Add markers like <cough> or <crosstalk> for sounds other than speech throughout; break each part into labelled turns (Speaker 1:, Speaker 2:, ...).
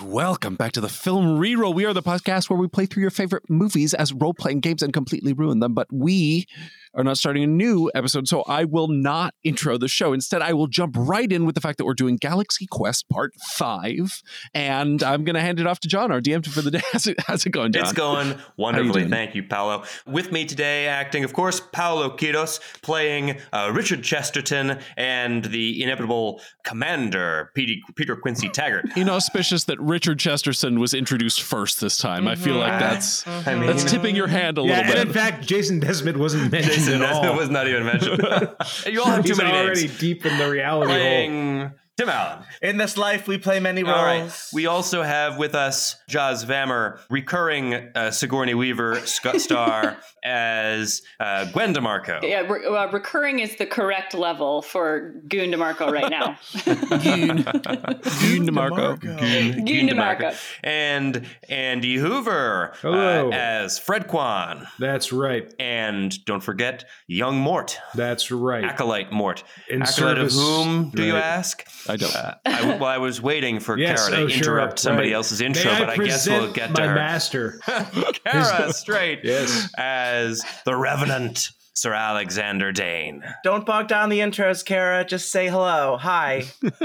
Speaker 1: Welcome back to the Film Reroll. We are the podcast where we play through your favorite movies as role playing games and completely ruin them. But we are not starting a new episode, so I will not intro the show. Instead, I will jump right in with the fact that we're doing Galaxy Quest Part 5. And I'm going to hand it off to John, our DM for the day. <laughs> How's it, how's it going, John?
Speaker 2: It's going
Speaker 1: <laughs> How you
Speaker 2: wonderfully.
Speaker 1: doing?
Speaker 2: Thank you, Paolo. With me today, acting, of course, Paolo Quiros, playing uh, Richard Chesterton and the inevitable commander, Peter, Peter Quincy Taggart.
Speaker 1: Inauspicious that Richard Chesterton was introduced first this time. I feel like <laughs>
Speaker 2: Mhm.
Speaker 1: that's
Speaker 2: I mean,
Speaker 1: that's tipping your hand a
Speaker 3: Yeah,
Speaker 1: little
Speaker 3: and
Speaker 1: bit.
Speaker 3: in fact, Jason
Speaker 2: <laughs>
Speaker 3: Desmond wasn't mentioned
Speaker 2: Jason,
Speaker 3: at all.
Speaker 2: that was not even
Speaker 1: <laughs>
Speaker 2: mentioned. you all have too
Speaker 3: <laughs> He's
Speaker 2: many
Speaker 3: already
Speaker 2: names.
Speaker 3: deep in the reality hole.
Speaker 2: Playing Tim Allen.
Speaker 4: In this life, we play many roles.
Speaker 2: All right. We also have with us Jaws Vammer, recurring uh, Sigourney Weaver sc- star as uh, Gwen DeMarco.
Speaker 5: Yeah, re- uh, recurring is the correct level for Goon DeMarco
Speaker 3: <laughs>
Speaker 5: right now.
Speaker 1: Goon. Goon DeMarco.
Speaker 5: Goon DeMarco.
Speaker 2: and Andy Hoover uh,
Speaker 3: Hello.
Speaker 2: as Fred Kwan,
Speaker 3: That's right.
Speaker 2: and don't forget Young Mort,
Speaker 3: That's right.
Speaker 2: acolyte Mort.
Speaker 3: In
Speaker 2: acolyte
Speaker 3: service-
Speaker 2: of whom do you
Speaker 3: right.
Speaker 2: ask?
Speaker 1: I don't.
Speaker 2: Uh, I, well, I was waiting for
Speaker 3: <laughs> Yes,
Speaker 2: Kara to
Speaker 3: oh, sure,
Speaker 2: interrupt somebody
Speaker 3: right.
Speaker 2: else's
Speaker 3: May
Speaker 2: intro,
Speaker 3: I
Speaker 2: but I guess we'll
Speaker 3: present
Speaker 2: get
Speaker 3: my
Speaker 2: to her.
Speaker 3: master.
Speaker 2: <laughs>
Speaker 3: <laughs>
Speaker 2: Kara Straight
Speaker 3: Yes.
Speaker 2: as the Revenant, Sir Alexander Dane.
Speaker 4: Don't bog down the intros, Kara. Just say hello. Hi.
Speaker 1: So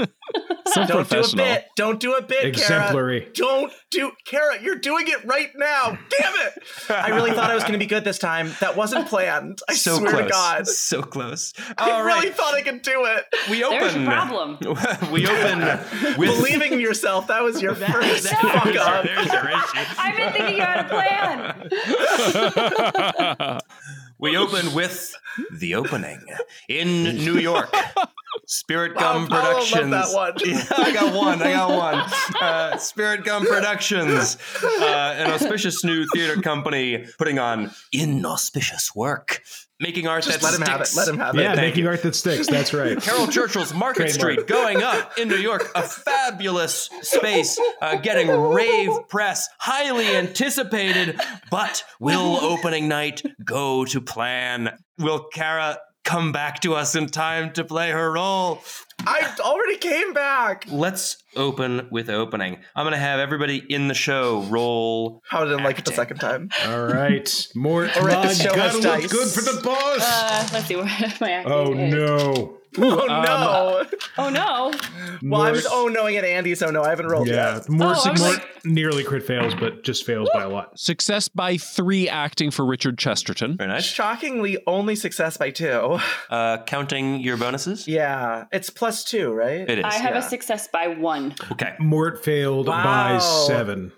Speaker 4: Don't do a
Speaker 1: professional.
Speaker 4: bit. Don't do a bit, Kara.
Speaker 3: Exemplary.
Speaker 4: Don't do Kara, you're doing it right now. Damn it. I really thought I was gonna be good this time. That wasn't planned. I
Speaker 2: So
Speaker 4: swear
Speaker 2: close.
Speaker 4: to God.
Speaker 2: So close.
Speaker 4: I
Speaker 2: All right,
Speaker 4: really thought I could do it.
Speaker 2: we open.
Speaker 5: There's your problem.
Speaker 2: <laughs> we
Speaker 3: <laughs>
Speaker 2: open with.
Speaker 4: Believing in yourself, that was your first
Speaker 5: that-
Speaker 4: fuck
Speaker 2: <laughs>
Speaker 4: up.
Speaker 2: there's your issue.
Speaker 5: I've been thinking about a plan.
Speaker 2: We open with the opening in New York.
Speaker 4: <laughs>
Speaker 2: Spirit Gum
Speaker 4: Wow, Paolo loved
Speaker 2: Productions.
Speaker 4: that one.
Speaker 2: <laughs> Yeah, I got one. I got one. Uh, Spirit Gum Productions, uh, an auspicious new theater company putting on inauspicious work, making art
Speaker 4: Just
Speaker 2: that
Speaker 4: let him have it.
Speaker 2: sticks.
Speaker 4: Let him have
Speaker 3: Yeah,
Speaker 4: it.
Speaker 3: making art that sticks.
Speaker 2: <laughs>
Speaker 3: That's right.
Speaker 2: Carol Churchill's Market
Speaker 3: Trademark.
Speaker 2: Street going up in New York, a fabulous space, uh, getting rave press, highly anticipated. But will opening night go to plan? Will Kara come back to us in time to play her role?
Speaker 4: I already came back.
Speaker 2: Let's open with opening. I'm going to have everybody in the show roll.
Speaker 4: How did I like it the
Speaker 2: Acting.
Speaker 4: second time?
Speaker 3: All right. More
Speaker 4: All right,
Speaker 3: blood.
Speaker 4: the show
Speaker 3: Gotta
Speaker 4: has
Speaker 3: look
Speaker 4: dice.
Speaker 3: good for the boss.
Speaker 5: <laughs> Uh, let's see where my acting
Speaker 3: oh,
Speaker 5: is.
Speaker 3: no.
Speaker 4: oh no.
Speaker 5: Oh no!
Speaker 4: well, I
Speaker 3: More-
Speaker 4: was oh knowing it Andy, so no, I haven't rolled
Speaker 3: Yeah.
Speaker 4: yet.
Speaker 3: More,
Speaker 5: Oh, I was
Speaker 3: more
Speaker 5: like-
Speaker 3: nearly crit fails, but just fails by a lot.
Speaker 1: Success by three acting for Richard Chesterton.
Speaker 2: Very nice.
Speaker 4: Shockingly, only success by two. <sighs>
Speaker 2: Uh, counting your bonuses?
Speaker 4: Yeah, it's plus two, right?
Speaker 2: It is.
Speaker 5: I have
Speaker 4: yeah.
Speaker 5: a success by one.
Speaker 2: okay.
Speaker 3: Mort failed by
Speaker 4: Wow.
Speaker 3: seven.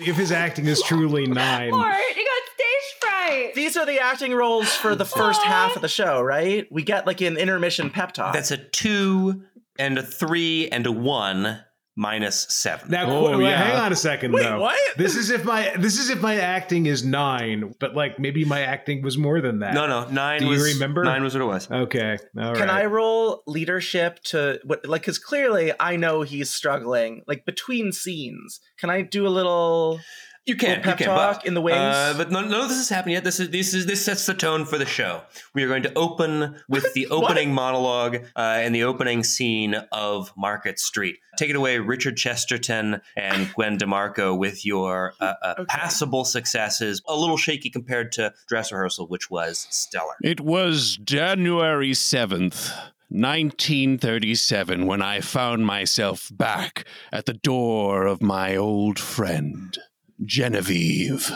Speaker 3: if his acting is truly nine.
Speaker 5: Mort, you got stage fright.
Speaker 4: These are the acting roles for the first half of the show, right? We get like an intermission pep talk.
Speaker 2: That's a two and a three and a one minus seven.
Speaker 3: Now,
Speaker 1: Oh,
Speaker 3: qu- wait,
Speaker 1: yeah.
Speaker 3: hang on a second.
Speaker 4: Wait,
Speaker 3: though.
Speaker 4: what?
Speaker 3: This is if my this is if my acting is nine, but like maybe my acting was more than that.
Speaker 2: No, no, nine.
Speaker 3: Do you
Speaker 2: was,
Speaker 3: remember?
Speaker 2: Nine was what it was.
Speaker 3: Okay. all right.
Speaker 4: Can I roll leadership to what? Like, because clearly I know he's struggling. Like between scenes, can I do a little?
Speaker 2: You can,
Speaker 4: pep
Speaker 2: you can,
Speaker 4: talk
Speaker 2: but,
Speaker 4: in the wings?
Speaker 2: uh, but none, none of this has happened yet. This is this is this sets the tone for the show. We are going to open with <laughs> the opening monologue uh, and the opening scene of Market Street. Take it away, Richard Chesterton <laughs> and Gwen DeMarco, with your uh, uh,
Speaker 4: Okay.
Speaker 2: passable successes. A little shaky compared to dress rehearsal, which was stellar.
Speaker 1: It was January 7th, 1937, when I found myself back at the door of my old friend, Genevieve.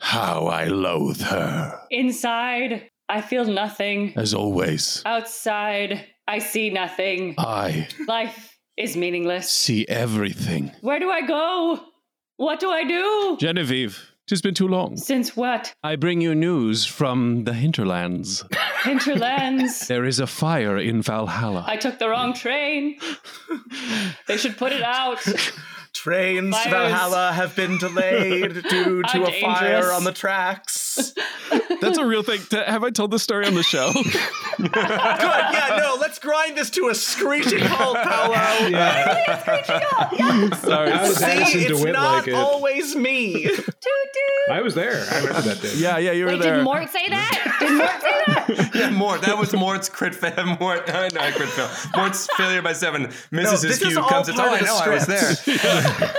Speaker 1: How I loathe her.
Speaker 5: Inside, I feel nothing.
Speaker 1: As always,
Speaker 5: Outside, I see nothing.
Speaker 3: Uh.
Speaker 1: I
Speaker 5: Life is meaningless.
Speaker 1: see everything.
Speaker 5: Where do I go? What do I do?
Speaker 1: Genevieve, tis been too long.
Speaker 5: Since what?
Speaker 1: I bring you news from the hinterlands.
Speaker 3: <laughs>
Speaker 5: Hinterlands.
Speaker 1: There is a fire in Valhalla.
Speaker 5: I took the wrong
Speaker 3: <laughs>
Speaker 5: train. they should put it out.
Speaker 4: Trains to
Speaker 5: Fires.
Speaker 4: Valhalla have been delayed due to
Speaker 5: Are
Speaker 4: a fire
Speaker 5: dangerous.
Speaker 4: on the tracks.
Speaker 1: That's a real thing. Have I told this story on the show?
Speaker 4: Good, yeah, no, let's grind this to a screeching halt, Paolo.
Speaker 3: Yeah.
Speaker 1: Sorry.
Speaker 3: How does
Speaker 4: See,
Speaker 3: Addison
Speaker 4: it's
Speaker 3: DeWitt
Speaker 4: not
Speaker 3: like it?
Speaker 4: always me.
Speaker 3: <laughs> <laughs> I was there. I remember that day.
Speaker 1: Yeah, yeah, you were
Speaker 5: Wait,
Speaker 1: there.
Speaker 5: did Mort say that? Did Mort
Speaker 3: <laughs>
Speaker 5: say that?
Speaker 2: Yeah, Mort. That was Mort's crit fail. <laughs> Mort, uh, not crit fail. Mort's failure by seven. Mrs.
Speaker 4: this
Speaker 2: his
Speaker 4: is
Speaker 2: cue
Speaker 4: all
Speaker 2: comes. It's oh,
Speaker 4: part
Speaker 2: I <laughs>
Speaker 4: of the
Speaker 2: know. I was there.
Speaker 4: script."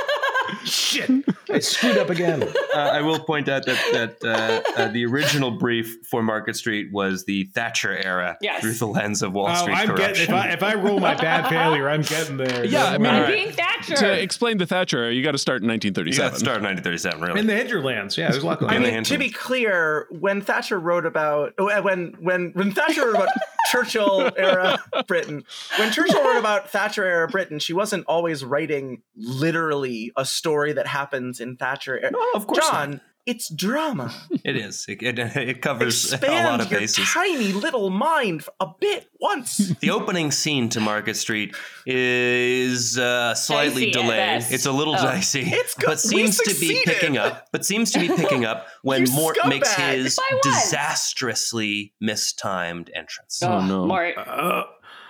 Speaker 3: Shit. Oh, I screwed up <laughs> again.
Speaker 2: Uh, I will point out that that uh, uh, the original brief for Market Street was the Thatcher era
Speaker 5: Yes.
Speaker 2: through the lens of
Speaker 3: Oh,
Speaker 2: Wall Street
Speaker 3: I'm getting,
Speaker 2: corruption.
Speaker 3: if I, if I roll my bad failure, I'm getting there.
Speaker 6: Yeah, I mean-
Speaker 5: I'm
Speaker 6: All right.
Speaker 5: being Thatcher.
Speaker 6: To explain the Thatcher, you got to start in
Speaker 2: you got
Speaker 6: 1937.
Speaker 2: to start in 1937, really.
Speaker 3: in the hinterlands. Yeah, there's a lot going
Speaker 4: I
Speaker 2: In
Speaker 3: on.
Speaker 2: the
Speaker 4: mean, to
Speaker 2: hinterlands.
Speaker 4: be clear, when Thatcher wrote about oh, when when when
Speaker 2: <laughs>
Speaker 4: Thatcher wrote about Churchill era Britain, when Churchill wrote about Thatcher era Britain, she wasn't always writing literally a story that happens in Thatcher era.
Speaker 2: no, of course
Speaker 4: John, it's drama.
Speaker 2: not. it is. It, it, it covers a lot
Speaker 4: Expand
Speaker 2: of
Speaker 4: your
Speaker 2: bases.
Speaker 4: tiny little mind a bit
Speaker 2: <laughs>
Speaker 4: once.
Speaker 2: the opening scene to Market Street is uh, slightly
Speaker 5: Dicey at
Speaker 2: delayed.
Speaker 5: best.
Speaker 2: It's a little
Speaker 5: Oh.
Speaker 2: dicey,
Speaker 4: It's go-
Speaker 2: but seems
Speaker 4: we
Speaker 2: to be
Speaker 4: succeeded.
Speaker 2: picking up. But seems to be picking
Speaker 4: <laughs>
Speaker 2: up when
Speaker 4: You
Speaker 2: Mort makes
Speaker 4: scumbag.
Speaker 2: his
Speaker 5: By one.
Speaker 2: disastrously mistimed entrance.
Speaker 6: Oh, no.
Speaker 5: Mort.
Speaker 3: Uh,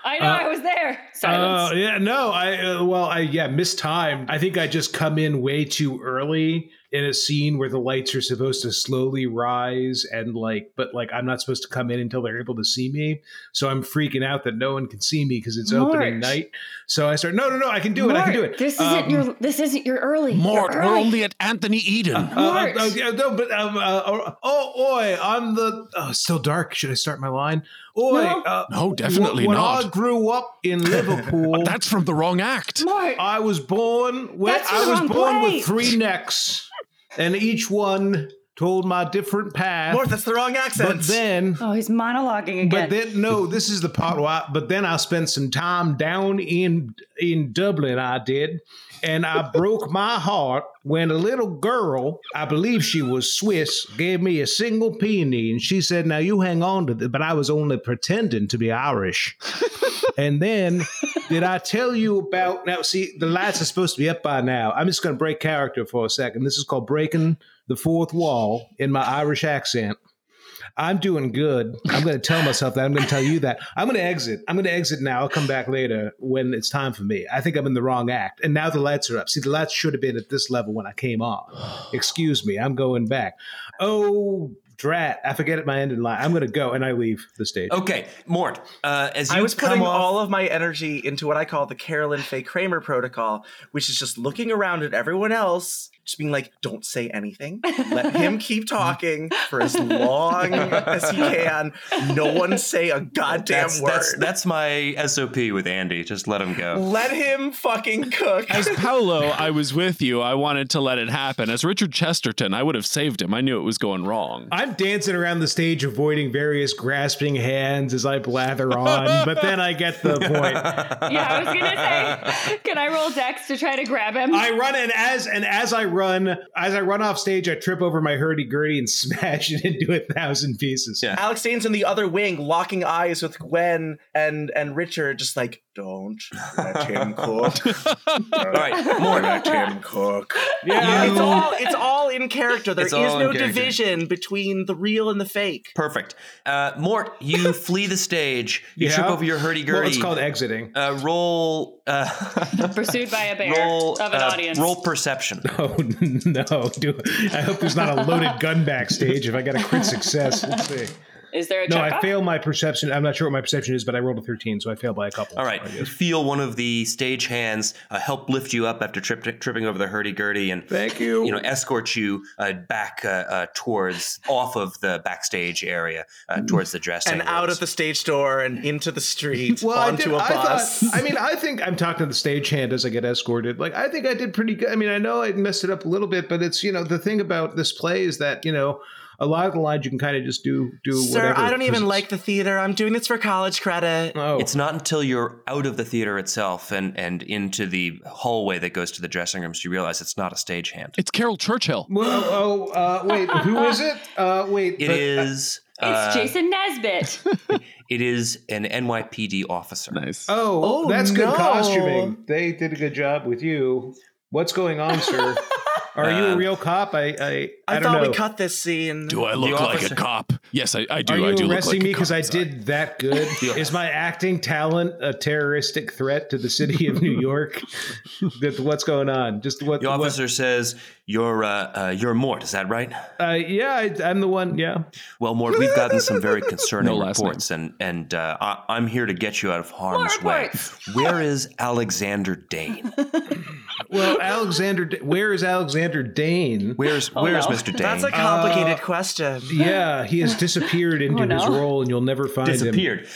Speaker 5: I know
Speaker 3: uh,
Speaker 5: I was there. Silence.
Speaker 3: uh, yeah, no, I uh, well, I yeah, mistimed. I think I just come in way too early in a scene where the lights are supposed to slowly rise and like, but like I'm not supposed to come in until they're able to see me. So I'm freaking out that no one can see me because it's opening
Speaker 5: Mark.
Speaker 3: night. So I start, no, no, no, I can do it, I can do it.
Speaker 5: This isn't
Speaker 3: Um,
Speaker 5: your. This isn't your early.
Speaker 6: Mort,
Speaker 5: You're
Speaker 6: we're
Speaker 5: early.
Speaker 6: only at Anthony Eden.
Speaker 3: Uh,
Speaker 5: Mort.
Speaker 3: uh, yeah, no, but um, uh, uh, oh, oi! I'm the. Oh, it's still dark. Should I start my line? Oi!
Speaker 5: No.
Speaker 3: uh,
Speaker 6: No, definitely
Speaker 3: when
Speaker 6: not.
Speaker 3: I grew up in Liverpool,
Speaker 6: <laughs> That's from the wrong act.
Speaker 5: Mort.
Speaker 3: I was born with
Speaker 5: That's the
Speaker 3: I was
Speaker 5: wrong
Speaker 3: born
Speaker 5: play.
Speaker 3: with three necks, and each one told my different path.
Speaker 4: Mort, that's the wrong accent.
Speaker 3: but then,
Speaker 5: oh, he's monologuing again.
Speaker 3: but then, no, this is the part where. I, but then I spent some time down in in Dublin. I did, and I broke my heart when a little girl, I believe she was Swiss, gave me a single peony, and she said, "Now you hang on to this," but I was only pretending to be Irish. and then, did I tell you about? Now, see, the lights are supposed to be up by now. I'm just going to break character for a second. This is called breaking the fourth wall in my Irish accent. I'm doing good. I'm going to tell myself that. I'm going to tell you that. I'm going to exit. I'm going to exit now. I'll come back later when it's time for me. I think I'm in the wrong act. And now the lights are up. See, the lights should have been at this level when I came on. Excuse me. I'm going back. Oh, drat. I forget at my end in line. I'm going to go and I leave the stage.
Speaker 2: Okay, Mort. Uh, as you
Speaker 4: I was
Speaker 2: come
Speaker 4: putting
Speaker 2: off-
Speaker 4: all of my energy into what I call the Carolyn Faye Kramer protocol, which is just looking around at everyone else, just being like, don't say anything. Let <laughs> him keep talking for as long as he can. No one say a goddamn
Speaker 2: that's,
Speaker 4: word.
Speaker 2: that's that's my SOP with Andy. Just let him go.
Speaker 4: Let him fucking cook.
Speaker 6: As Paolo, I was with you. I wanted to let it happen. As Richard Chesterton, I would have saved him. I knew it was going wrong.
Speaker 3: I'm dancing around the stage, avoiding various grasping hands as I blather on, but then I get the point.
Speaker 5: yeah, I was gonna say, can I roll dex to try to grab him?
Speaker 3: I run and as and as I run, as I run off stage, I trip over my hurdy gurdy and <laughs> smash it into a thousand pieces.
Speaker 2: Yeah.
Speaker 4: <laughs> Alex Dane's in the other wing, locking eyes with Gwen and and Richard, just like, don't let <laughs> him cook.
Speaker 2: all right,
Speaker 4: Don't
Speaker 2: Mort.
Speaker 4: let him cook.
Speaker 2: Yeah.
Speaker 4: It's all it's all in character. There is
Speaker 2: It's all in
Speaker 4: no
Speaker 2: character.
Speaker 4: division between the real and the fake.
Speaker 2: Perfect. Uh, Mort,
Speaker 5: <laughs>
Speaker 2: you flee the stage. You trip
Speaker 3: Yeah.
Speaker 2: over your hurdy
Speaker 3: Well,
Speaker 2: gurdy.
Speaker 3: it's called exiting. <laughs>
Speaker 2: uh, roll. Uh,
Speaker 5: Pursued by a bear
Speaker 2: roll.
Speaker 5: of an
Speaker 2: uh,
Speaker 5: audience.
Speaker 2: Roll
Speaker 3: <laughs>
Speaker 2: perception.
Speaker 3: Oh no! Do, I hope there's not a loaded gun backstage. If I got a crit success, let's see.
Speaker 5: Is there a
Speaker 3: No,
Speaker 5: check
Speaker 3: I fail my perception. I'm not sure what my perception is, but I rolled a 13, so I fail by a couple.
Speaker 2: All right. You feel one of the stage hands uh, help lift you up after trip, tripping over the hurdy gurdy and
Speaker 3: Thank you.
Speaker 2: you know escort you uh, back uh, uh, towards off of the backstage area uh,
Speaker 5: Mm-hmm.
Speaker 2: towards the dressing
Speaker 4: and out
Speaker 2: rooms.
Speaker 4: of the stage door and into the street
Speaker 3: well, I
Speaker 4: onto
Speaker 3: did-
Speaker 4: a
Speaker 3: I thought-
Speaker 4: bus.
Speaker 3: I, mean, I think <laughs> I'm talking to the stagehand as I get escorted. Like, I think I did pretty good. I mean, I know I messed it up a little bit, but it's you know the thing about this play is that you know a lot of the lines you can kind of just do do.
Speaker 4: Sir,
Speaker 3: whatever,
Speaker 4: I don't even
Speaker 3: 'cause
Speaker 4: like the theater. I'm doing this for college credit.
Speaker 3: it's- Oh,
Speaker 2: It's not until you're out of the theater itself and, and into the hallway that goes to the dressing rooms you realize it's not a stagehand.
Speaker 6: It's Carol Churchill.
Speaker 3: well, oh, uh, wait, who is it? Uh, wait,
Speaker 2: It
Speaker 3: but-
Speaker 2: is uh,
Speaker 5: It's
Speaker 3: <laughs>
Speaker 5: Jason Nesbitt.
Speaker 2: it is an NYPD officer.
Speaker 6: Nice.
Speaker 3: Oh,
Speaker 4: Oh,
Speaker 3: that's good
Speaker 4: no.
Speaker 3: costuming. They did a good job with you. What's going on,
Speaker 4: <laughs>
Speaker 3: sir? Are you a
Speaker 2: Uh,
Speaker 3: real cop? I I,
Speaker 4: I,
Speaker 3: I don't
Speaker 4: thought
Speaker 3: know.
Speaker 4: we cut this scene.
Speaker 6: do I look
Speaker 2: The
Speaker 6: like
Speaker 2: officer-
Speaker 6: a cop? Yes, I, I do.
Speaker 3: Are you
Speaker 6: I do look
Speaker 3: arresting
Speaker 6: like
Speaker 3: me
Speaker 6: a cop.
Speaker 3: because I did that good? Is my acting talent a terroristic threat to the city of New York? That's what's going on. Just what?
Speaker 2: The
Speaker 3: what-
Speaker 2: officer says, "You're uh, uh, you're Mort, is that right?"
Speaker 3: uh, yeah, I, I'm the one. Yeah.
Speaker 2: Well, Mort, we've gotten some very concerning
Speaker 6: No last
Speaker 2: reports, and and uh, I, I'm here to get you out of harm's
Speaker 5: More
Speaker 2: way.
Speaker 5: reports.
Speaker 2: Where is Alexander Dane?
Speaker 3: Well, Alexander, D- where is Alexander Dane?
Speaker 2: Where's
Speaker 5: Oh,
Speaker 2: Where's
Speaker 5: no.
Speaker 2: Mr. Dane?
Speaker 4: That's a complicated
Speaker 3: Uh,
Speaker 4: question.
Speaker 3: Yeah, he has disappeared into
Speaker 5: Oh, no.
Speaker 3: his role, and you'll never find him.
Speaker 2: disappeared.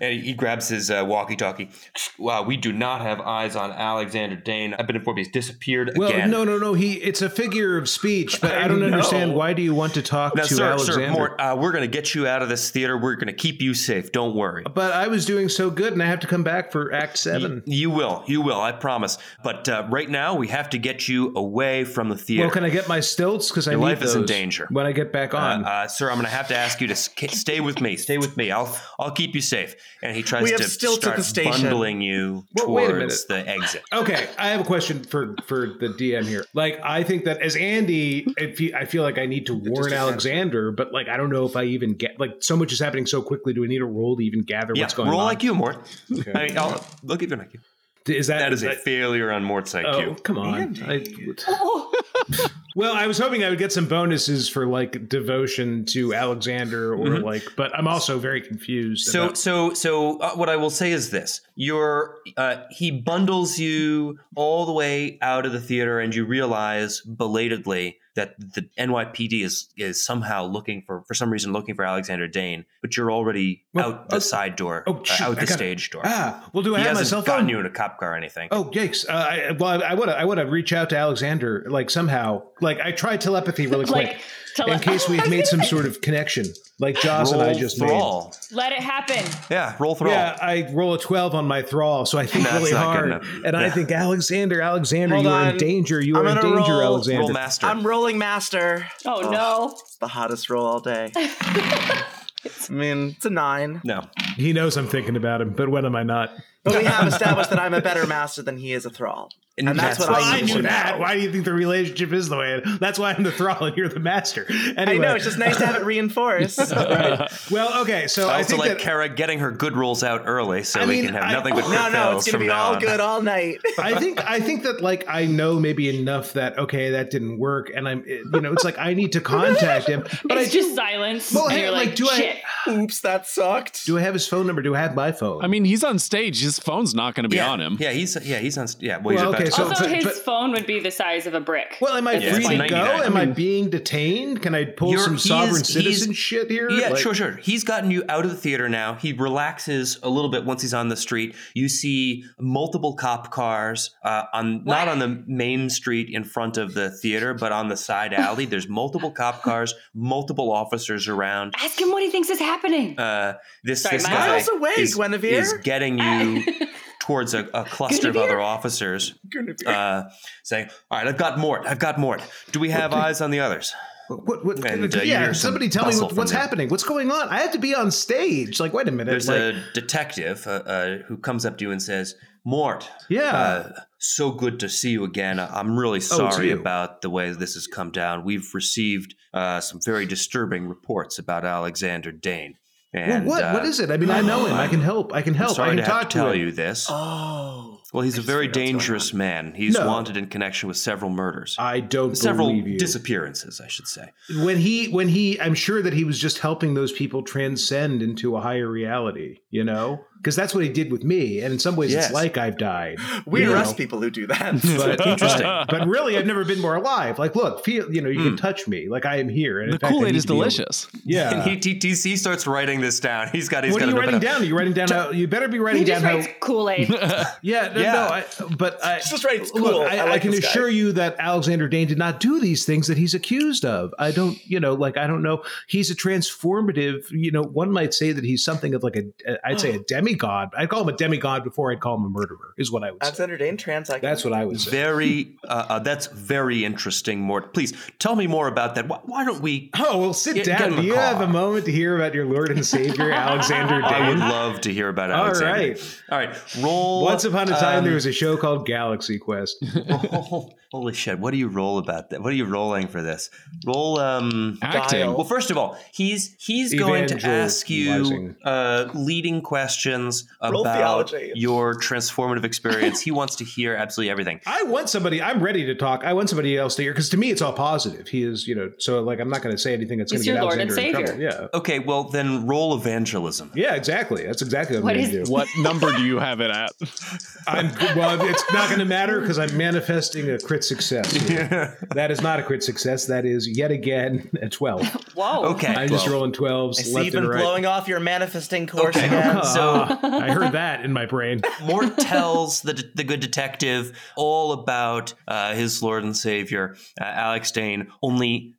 Speaker 2: and he, he grabs his uh, walkie-talkie. Wow, we do not have eyes on Alexander Dane. I've been informed he's disappeared
Speaker 3: Well,
Speaker 2: again.
Speaker 3: no, no, no. He it's a figure of speech, but I,
Speaker 2: I
Speaker 3: don't
Speaker 2: know.
Speaker 3: understand why do you want to talk
Speaker 2: Now,
Speaker 3: to
Speaker 2: sir,
Speaker 3: Alexander?
Speaker 2: sir, Mort, uh, we're going to get you out of this theater. We're going to keep you safe. Don't worry.
Speaker 3: but I was doing so good, and I have to come back for Act Seven.
Speaker 2: You will. You will. I promise. But uh, right now, we have to get you away from the theater.
Speaker 3: Well, can I get my stilts? Because I
Speaker 2: Your
Speaker 3: need
Speaker 2: life is in
Speaker 3: those
Speaker 2: danger.
Speaker 3: when I get back
Speaker 2: uh,
Speaker 3: on.
Speaker 2: uh, sir, I'm going to have to ask you to sk- stay with me. Stay with me. I'll I'll keep you safe. And he tries
Speaker 4: We have
Speaker 2: to
Speaker 4: stilts at
Speaker 2: start
Speaker 4: the station.
Speaker 2: bundling you
Speaker 3: Well, wait a
Speaker 2: towards the exit.
Speaker 3: Okay, I have a question for for the DM here. Like, I think that as Andy, if he, I feel like I need to warn Alexander, but like, I don't know if I even get like so much is happening so quickly. Do I need a roll to even gather
Speaker 2: Yeah,
Speaker 3: what's going
Speaker 2: roll
Speaker 3: on?
Speaker 2: like you, Mort. I mean, I'll, look at your IQ.
Speaker 3: is that
Speaker 2: That is a
Speaker 3: that-
Speaker 2: failure on Mort's
Speaker 3: Oh,
Speaker 2: IQ.
Speaker 3: come on! I- well, I <laughs> was hoping I would get some bonuses for like devotion to Alexander, or like, but I'm also very confused.
Speaker 2: Mm-hmm. So,
Speaker 3: about-
Speaker 2: so, so, uh, what I will say is this: You're uh, he bundles you all the way out of the theater, and you realize belatedly that the NYPD is is somehow looking for for some reason looking for Alexander Dane, but you're already
Speaker 3: Well,
Speaker 2: out the
Speaker 3: oh,
Speaker 2: side door,
Speaker 3: oh,
Speaker 2: uh,
Speaker 3: shoot,
Speaker 2: out
Speaker 3: I
Speaker 2: the
Speaker 3: gotta-
Speaker 2: stage door.
Speaker 3: ah, well, do I
Speaker 2: he
Speaker 3: have my
Speaker 2: hasn't
Speaker 3: cell
Speaker 2: gotten
Speaker 3: phone?
Speaker 2: you in a cop car or anything.
Speaker 3: Oh yikes! Uh, I, well, I want to. I want to reach out to Alexander, like somehow. Like I try telepathy
Speaker 4: <laughs>
Speaker 3: really quick,
Speaker 5: like, tell
Speaker 3: in case we've made some sort of connection, like Jaws
Speaker 2: roll
Speaker 3: and I just made.
Speaker 2: thrall.
Speaker 5: <laughs> let it happen.
Speaker 2: Yeah, roll thrall.
Speaker 3: Yeah, I roll a twelve on my thrall, so I think
Speaker 2: That's
Speaker 3: really
Speaker 2: not good
Speaker 3: hard,
Speaker 2: enough.
Speaker 3: and I
Speaker 2: Yeah.
Speaker 3: think Alexander, Alexander,
Speaker 4: Hold
Speaker 3: you are in
Speaker 4: on.
Speaker 3: danger. You
Speaker 4: I'm
Speaker 3: are in
Speaker 4: gonna
Speaker 3: danger,
Speaker 4: roll-
Speaker 3: Alexander.
Speaker 2: roll master.
Speaker 4: I'm rolling master.
Speaker 5: Oh,
Speaker 4: Ugh,
Speaker 5: no.
Speaker 4: It's the hottest roll all day. I mean, it's a nine.
Speaker 2: no,
Speaker 3: He knows I'm thinking about him, but when am I not?
Speaker 4: But we have established that I'm a better master than he is a thrall. And, that's, what
Speaker 3: Well,
Speaker 4: I,
Speaker 3: I
Speaker 4: need
Speaker 3: knew
Speaker 4: to know.
Speaker 3: that. Why do you think the relationship is the way? It, that's why I'm the thrall and you're the master.
Speaker 4: I
Speaker 3: Anyway,
Speaker 4: know, it's just nice to have it <laughs> reinforced.
Speaker 3: Right. Well, okay. So
Speaker 2: I
Speaker 3: I,
Speaker 2: also
Speaker 3: think
Speaker 2: like
Speaker 3: that
Speaker 2: Kara getting her good rolls out early, so
Speaker 3: I
Speaker 2: we
Speaker 3: mean,
Speaker 2: can have
Speaker 3: I- <laughs>
Speaker 2: nothing but crit
Speaker 4: No, no,
Speaker 2: fails
Speaker 4: it's gonna
Speaker 2: from
Speaker 4: be
Speaker 2: now
Speaker 4: all
Speaker 2: on.
Speaker 4: good all night.
Speaker 3: I think I think that like I know maybe enough that okay that didn't work, and I'm you know it's like I need to contact him, but
Speaker 5: it's
Speaker 3: I
Speaker 5: just
Speaker 3: do,
Speaker 5: silence.
Speaker 3: Well,
Speaker 5: and
Speaker 3: hey,
Speaker 5: you're
Speaker 3: like,
Speaker 5: like,
Speaker 3: do I-
Speaker 5: shit.
Speaker 4: <laughs> Oops, that sucked.
Speaker 3: do I have his phone number? Do I have my phone?
Speaker 6: I mean, he's on stage. His phone's not going to be
Speaker 2: yeah.
Speaker 6: on him.
Speaker 2: Yeah, he's yeah he's on. Yeah, well,
Speaker 3: Well,
Speaker 2: he's about
Speaker 3: okay,
Speaker 2: to-
Speaker 3: so-
Speaker 5: also,
Speaker 3: so-
Speaker 5: his
Speaker 3: but-
Speaker 5: phone would be the size of a brick.
Speaker 3: well, am I
Speaker 2: Yeah,
Speaker 3: free
Speaker 2: it's
Speaker 3: to
Speaker 2: like
Speaker 3: go?
Speaker 2: 99.
Speaker 3: Am I being detained? Can I pull
Speaker 2: You're-
Speaker 3: some
Speaker 2: he
Speaker 3: sovereign
Speaker 2: is-
Speaker 3: citizen
Speaker 2: he's-
Speaker 3: shit here?
Speaker 2: Yeah,
Speaker 3: Like-
Speaker 2: sure, sure. He's gotten you out of the theater now. He relaxes a little bit once he's on the street. You see multiple cop cars uh, on not on the main street in front of the theater, but on the side alley. There's multiple cop cars, multiple officers around.
Speaker 5: Ask him what he thinks is happening.
Speaker 2: Uh, this
Speaker 5: Sorry,
Speaker 2: this
Speaker 5: my
Speaker 2: guy
Speaker 4: eyes awake,
Speaker 2: is,
Speaker 4: Guinevere.
Speaker 2: is getting you towards a, a cluster of other officers, uh, saying, "All right, I've got Mort. I've got Mort. Do we have eyes on the others?"
Speaker 3: What? what
Speaker 2: And, uh, you
Speaker 3: yeah.
Speaker 2: hear some
Speaker 3: Somebody tell me
Speaker 2: bustle
Speaker 3: what,
Speaker 2: from
Speaker 3: what's
Speaker 2: the-
Speaker 3: happening. What's going on? I have to be on stage. Like, wait a minute.
Speaker 2: There's
Speaker 3: like,
Speaker 2: a detective uh, uh, who comes up to you and says, "Mort,
Speaker 3: Yeah. Oh,
Speaker 2: uh, so good to see you again. I- I'm really sorry
Speaker 3: you.
Speaker 2: about the way this has come down. We've received uh, some very disturbing reports about Alexander Dane.
Speaker 3: Well,
Speaker 2: And
Speaker 3: what?
Speaker 2: uh,
Speaker 3: what is it? I mean, I know him. I can help. Oh, I can
Speaker 2: I'm
Speaker 3: help.
Speaker 2: sorry
Speaker 3: I can
Speaker 2: to
Speaker 3: talk
Speaker 2: have to tell
Speaker 3: him.
Speaker 2: you this.
Speaker 4: Oh.
Speaker 2: well, he's a
Speaker 4: just
Speaker 2: very
Speaker 4: figured out what's going
Speaker 2: dangerous man. He's
Speaker 3: No.
Speaker 2: wanted in connection with several murders,
Speaker 3: I don't
Speaker 2: several
Speaker 3: believe you.
Speaker 2: disappearances, I should say.
Speaker 3: when he, when he, I'm sure that he was just helping those people transcend into a higher reality. You know, because that's what he did with me. And in some ways,
Speaker 2: Yes.
Speaker 3: it's like I've died.
Speaker 4: We
Speaker 3: you
Speaker 4: arrest
Speaker 3: know.
Speaker 4: people who do that. <laughs>
Speaker 2: <laughs>
Speaker 3: But,
Speaker 2: Interesting.
Speaker 3: but really, I've never been more alive. Like, look, feel, you know, you can touch me. Like, I am here. And in
Speaker 6: The
Speaker 3: fact, I
Speaker 6: Kool Aid
Speaker 3: need
Speaker 6: is
Speaker 3: to be able-
Speaker 6: delicious.
Speaker 2: <laughs>
Speaker 3: Yeah.
Speaker 2: and he, he, he starts writing this down. He's got. He's
Speaker 3: what
Speaker 2: got
Speaker 3: are
Speaker 2: it
Speaker 3: you
Speaker 2: written
Speaker 3: writing
Speaker 2: up.
Speaker 3: down? Are you writing down? How, you better be writing
Speaker 5: he just
Speaker 3: down how
Speaker 5: writes Kool Aid.
Speaker 3: Yeah, no,
Speaker 2: Yeah.
Speaker 3: no I, but I,
Speaker 4: It's just right, it's
Speaker 3: Look,
Speaker 4: cool.
Speaker 3: I,
Speaker 4: I
Speaker 3: I
Speaker 4: like
Speaker 3: can
Speaker 4: this guy.
Speaker 3: assure you that Alexander Dane did not do these things that he's accused of. I don't, you know, like I don't know. He's a transformative. You know, one might say that he's something of like a, I'd
Speaker 4: <gasps>
Speaker 3: say a demigod. I'd call him a demigod before I'd call him a murderer. Is what I would say.
Speaker 4: Alexander Dane trans icon.
Speaker 3: That's what I would say.
Speaker 2: Very, uh, uh, that's very interesting, Mort. Please tell me more about that. Why, why don't we?
Speaker 3: Oh well, sit
Speaker 2: Get- get in
Speaker 3: down.
Speaker 2: the
Speaker 3: Do you have
Speaker 2: car.
Speaker 3: a moment to hear about your Lord and
Speaker 4: <laughs>
Speaker 3: Savior Alexander
Speaker 2: I would
Speaker 3: Dane?
Speaker 2: love to hear about
Speaker 3: All
Speaker 2: Alexander.
Speaker 3: right.
Speaker 2: All right. Roll.
Speaker 3: Once upon a time,
Speaker 2: um,
Speaker 3: there was a show called Galaxy Quest.
Speaker 2: roll, um, <laughs> Holy shit! What do you roll about that? What are you rolling for this? Roll um.
Speaker 6: Acting.
Speaker 2: Well, first of all, he's he's going to ask you
Speaker 3: Evangelizing.
Speaker 2: uh, leading questions
Speaker 4: Roll
Speaker 2: about
Speaker 4: theology.
Speaker 2: your transformative experience. he wants to hear absolutely everything.
Speaker 3: I want somebody. I'm ready to talk. I want somebody else to hear because to me, it's all positive. He is, you know. So like, I'm not going to say anything that's going
Speaker 5: He's
Speaker 3: to get
Speaker 5: your Lord
Speaker 3: Alexander
Speaker 5: and
Speaker 3: in trouble.
Speaker 5: Savior.
Speaker 3: Yeah,
Speaker 2: Okay, well then roll evangelism.
Speaker 3: yeah, exactly. That's exactly what,
Speaker 5: What
Speaker 3: I'm
Speaker 5: is
Speaker 3: going to do.
Speaker 6: What number do you have it at? <laughs>
Speaker 3: I'm well. It's not going to matter because I'm manifesting a crit success.
Speaker 4: <laughs>
Speaker 3: That is not a crit success. That is yet again a
Speaker 4: <laughs>
Speaker 3: twelve.
Speaker 5: Whoa.
Speaker 2: Okay,
Speaker 3: I'm just rolling twelves
Speaker 4: I see
Speaker 3: left
Speaker 4: you've been
Speaker 3: and right.
Speaker 4: blowing off your manifesting course
Speaker 2: Okay.
Speaker 4: again.
Speaker 2: So-
Speaker 3: <laughs> I heard that in my brain.
Speaker 2: Mort tells the the good detective all about uh, his Lord and Savior, uh, Alex Dane. Only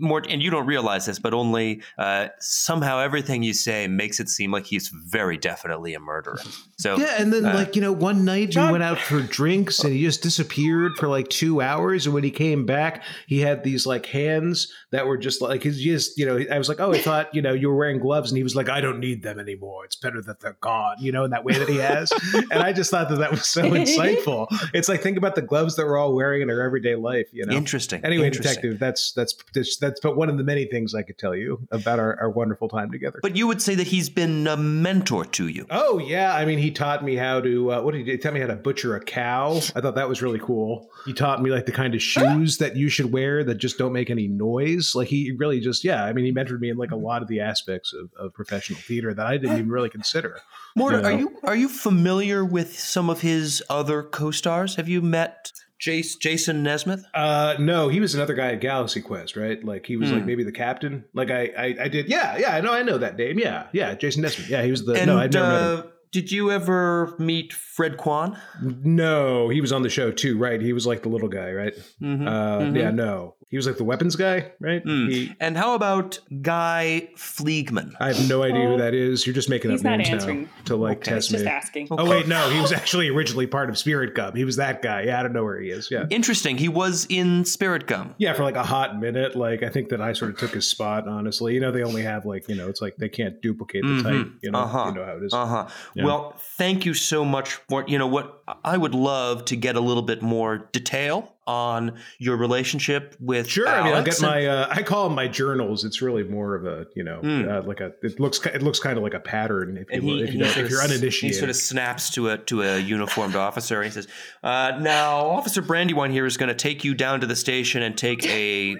Speaker 2: Mort, and you don't realize this, but only uh, somehow everything you say makes it seem like he's very definitely a murderer. So uh,
Speaker 3: Yeah, and then like you know, one night
Speaker 4: John-
Speaker 3: we went out for drinks, and he just disappeared for like two hours. And when he came back, he had these like hands that were just like he's just you know. I was like, oh, I thought you know you were wearing gloves, and he was like, I don't need them anymore. It's better that they're gone. You know, in that way that he has. and I just thought that that was so insightful.
Speaker 2: <laughs>
Speaker 3: It's like think about the gloves that we're all wearing in our everyday life. You know.
Speaker 2: interesting.
Speaker 3: Anyway,
Speaker 2: interesting.
Speaker 3: detective, that's that's that's that's but one of the many things I could tell you about our, our wonderful time together.
Speaker 2: But you would say that he's been a mentor to you.
Speaker 3: Oh yeah, I mean, he taught me how to. Uh, what did he do? He taught me how to butcher a cow. I thought that was really cool. He taught me like the kind of shoes that you should wear that just don't make any noise. Like he really just, yeah. I mean, he mentored me in like a lot of the aspects of, of professional theater that I didn't even really consider.
Speaker 2: Mort,
Speaker 3: Yeah.
Speaker 2: are you are you familiar with some of his other co-stars? Have you met Jace, Jason Nesmith?
Speaker 3: Uh, no, he was another guy at Galaxy Quest, right? Like he was like maybe the captain. Like I, I, I did. Yeah, yeah. I know, I know that name. Yeah, yeah. Jason Nesmith. Yeah, he was the.
Speaker 2: And
Speaker 3: no, I never met him.
Speaker 2: uh, did you ever meet Fred Kwan?
Speaker 3: No, he was on the show too, right? He was like the little guy, right? Uh, Yeah, no, he was like the weapons guy, right? He,
Speaker 2: And how about Guy Fliegman?
Speaker 3: I have no idea
Speaker 5: Oh.
Speaker 3: who that is. You're just making
Speaker 5: He's
Speaker 3: up
Speaker 5: not
Speaker 3: names
Speaker 5: answering.
Speaker 3: now to like test
Speaker 5: Just
Speaker 3: me.
Speaker 5: asking.
Speaker 3: Oh wait, no, he was actually originally part of Spirit Gum. He was that guy. Yeah, I don't know where he is. Yeah.
Speaker 2: Interesting. He was in Spirit Gum.
Speaker 3: Yeah, for like a hot minute, like I think that I sort of took his spot. Honestly, you know, they only have like you know, it's like they can't duplicate the type. You know,
Speaker 2: Uh-huh.
Speaker 3: you know how it is.
Speaker 2: Uh huh. Well, thank you so much. For, you know what? I would love to get a little bit more detail on your relationship with
Speaker 3: Sure, I mean, I'll
Speaker 2: Alex
Speaker 3: get my. Uh, I call them my journals. It's really more of a, you know, uh, like a. It looks. ki- It looks kind of like a pattern. If you,
Speaker 2: Hmm. and he,
Speaker 3: if, you
Speaker 2: and he
Speaker 3: don't,
Speaker 2: sort
Speaker 3: if
Speaker 2: of
Speaker 3: you're
Speaker 2: s-
Speaker 3: uninitiated,
Speaker 2: He sort of snaps to a to a uniformed officer and he says, uh, "Now, Officer Brandywine here is going to take you down to the station and take a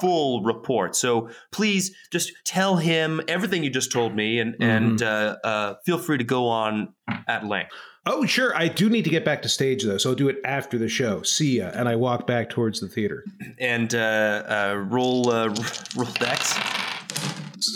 Speaker 2: full report. So please just tell him everything you just told me,
Speaker 3: Mm-hmm.
Speaker 2: and and uh, uh, feel free to go on at length."
Speaker 3: Oh, sure. I do need to get back to stage though, so I'll do it after the show. See ya. And I walk back towards the theater.
Speaker 2: And uh, uh, roll uh, <laughs> roll dex.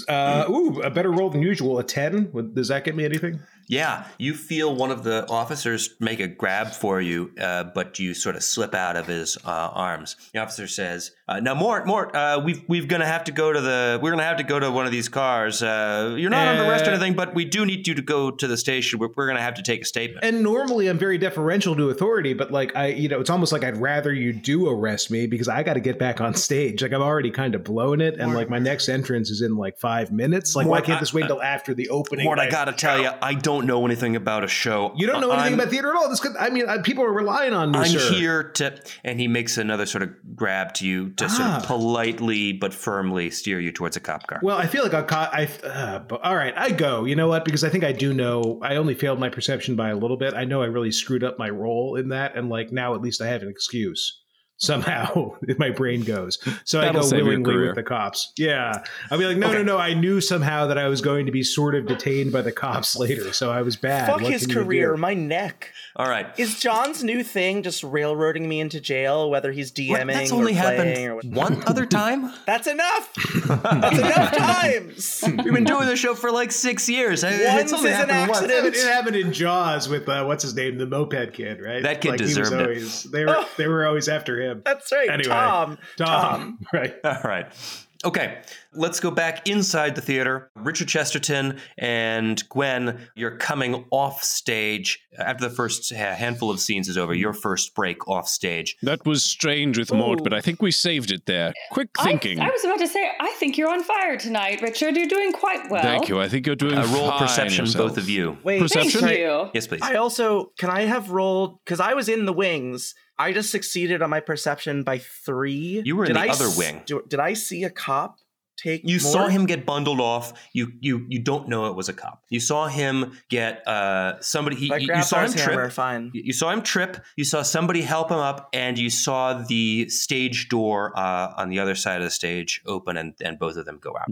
Speaker 3: Uh, ooh, a better roll than usual. A ten. Would- Does that get me anything?
Speaker 2: Yeah, you feel one of the officers make a grab for you, uh, but you sort of slip out of his uh, arms. The officer says, uh, "Now, Mort, Mort, uh, we've we've gonna have to go to the we're gonna have to go to one of these cars. Uh, you're not under arrest or
Speaker 3: Uh,
Speaker 2: anything, but we do need you to go to the station. We're, we're gonna have to take a statement."
Speaker 3: And normally I'm very deferential to authority, but like I, you know, it's almost like I'd rather you do arrest me because I got to get back on stage. Like I've already kind of blown it, and like my next entrance is in like five minutes. Like why
Speaker 2: Mort,
Speaker 3: can't
Speaker 2: I-
Speaker 3: this wait until after the opening?
Speaker 2: Mort, I
Speaker 3: night?
Speaker 2: gotta tell you, I don't know anything about a show.
Speaker 3: You don't know anything
Speaker 2: I'm-
Speaker 3: about theater at all. This could, I mean, I, people are relying on me,
Speaker 2: I'm
Speaker 3: sir.
Speaker 2: here to, and he makes another sort of grab to you to sort of
Speaker 3: Ah.
Speaker 2: politely but firmly steer you towards a cop car.
Speaker 3: Well, I feel like I'll co- I uh, but all right, I go. You know what? Because I think I do know. I only failed my perception by a little bit. I know I really screwed up my role in that, and like now at least I have an excuse. Somehow <laughs> my brain goes. So
Speaker 6: That'll
Speaker 3: I
Speaker 6: save
Speaker 3: go
Speaker 6: your
Speaker 3: willingly
Speaker 6: career.
Speaker 3: with the cops. Yeah. I'll be like, no, no, no. I knew somehow that I was going to be sort of detained by the cops <laughs> later. So I was bad.
Speaker 4: Fuck
Speaker 3: What
Speaker 4: his
Speaker 3: can you do?
Speaker 4: career, my neck.
Speaker 2: All right.
Speaker 4: Is John's new thing just railroading me into jail, whether he's DMing
Speaker 2: Well, that's
Speaker 4: or
Speaker 2: only
Speaker 4: playing or
Speaker 2: happened
Speaker 4: what?
Speaker 2: one
Speaker 4: <laughs>
Speaker 2: other time.
Speaker 3: <laughs>
Speaker 4: That's enough. that's enough times.
Speaker 2: We've been doing this show for like six years. Once
Speaker 4: Once is an
Speaker 3: It
Speaker 4: accident.
Speaker 3: happened- it happened in Jaws with uh, what's his name, the moped kid, right?
Speaker 2: That kid
Speaker 3: he was
Speaker 2: deserved it.
Speaker 3: always, They
Speaker 4: <laughs>
Speaker 3: were they were always after him.
Speaker 4: That's right,
Speaker 3: Anyway,
Speaker 4: Tom.
Speaker 3: Tom, <laughs> right?
Speaker 2: <laughs> All right. Okay, let's go back inside the theater. Richard Chesterton and Gwen, you're coming off stage after the first ha- handful of scenes is over. Your first break off stage.
Speaker 6: That was strange with Mort,
Speaker 5: Ooh.
Speaker 6: but I think we saved it there. Quick
Speaker 5: I-
Speaker 6: thinking.
Speaker 5: I, was about to say, I think you're on fire tonight, Richard. You're doing quite well.
Speaker 6: Thank you. I think you're doing
Speaker 2: Uh, roll
Speaker 6: fine
Speaker 2: perception,
Speaker 6: yourself.
Speaker 2: both of you.
Speaker 4: Wait,
Speaker 5: Thank
Speaker 2: Uh,
Speaker 6: Perception?
Speaker 5: you.
Speaker 2: Yes, please.
Speaker 4: I also can I have rolled because I was in the wings. I just succeeded on my perception by three.
Speaker 2: You were in
Speaker 4: Did
Speaker 2: the
Speaker 4: I
Speaker 2: other
Speaker 4: s-
Speaker 2: wing.
Speaker 4: do- did I see a cop take?
Speaker 2: You
Speaker 4: more?
Speaker 2: saw him get bundled off. You you you don't know it was a cop. You saw him get uh somebody. He,
Speaker 4: I
Speaker 2: you,
Speaker 4: grabbed
Speaker 2: you saw him
Speaker 4: his hammer.
Speaker 2: trip.
Speaker 4: Fine.
Speaker 2: You you saw him trip. You saw somebody help him up, and you saw the stage door uh, on the other side of the stage open, and, and both of them go out.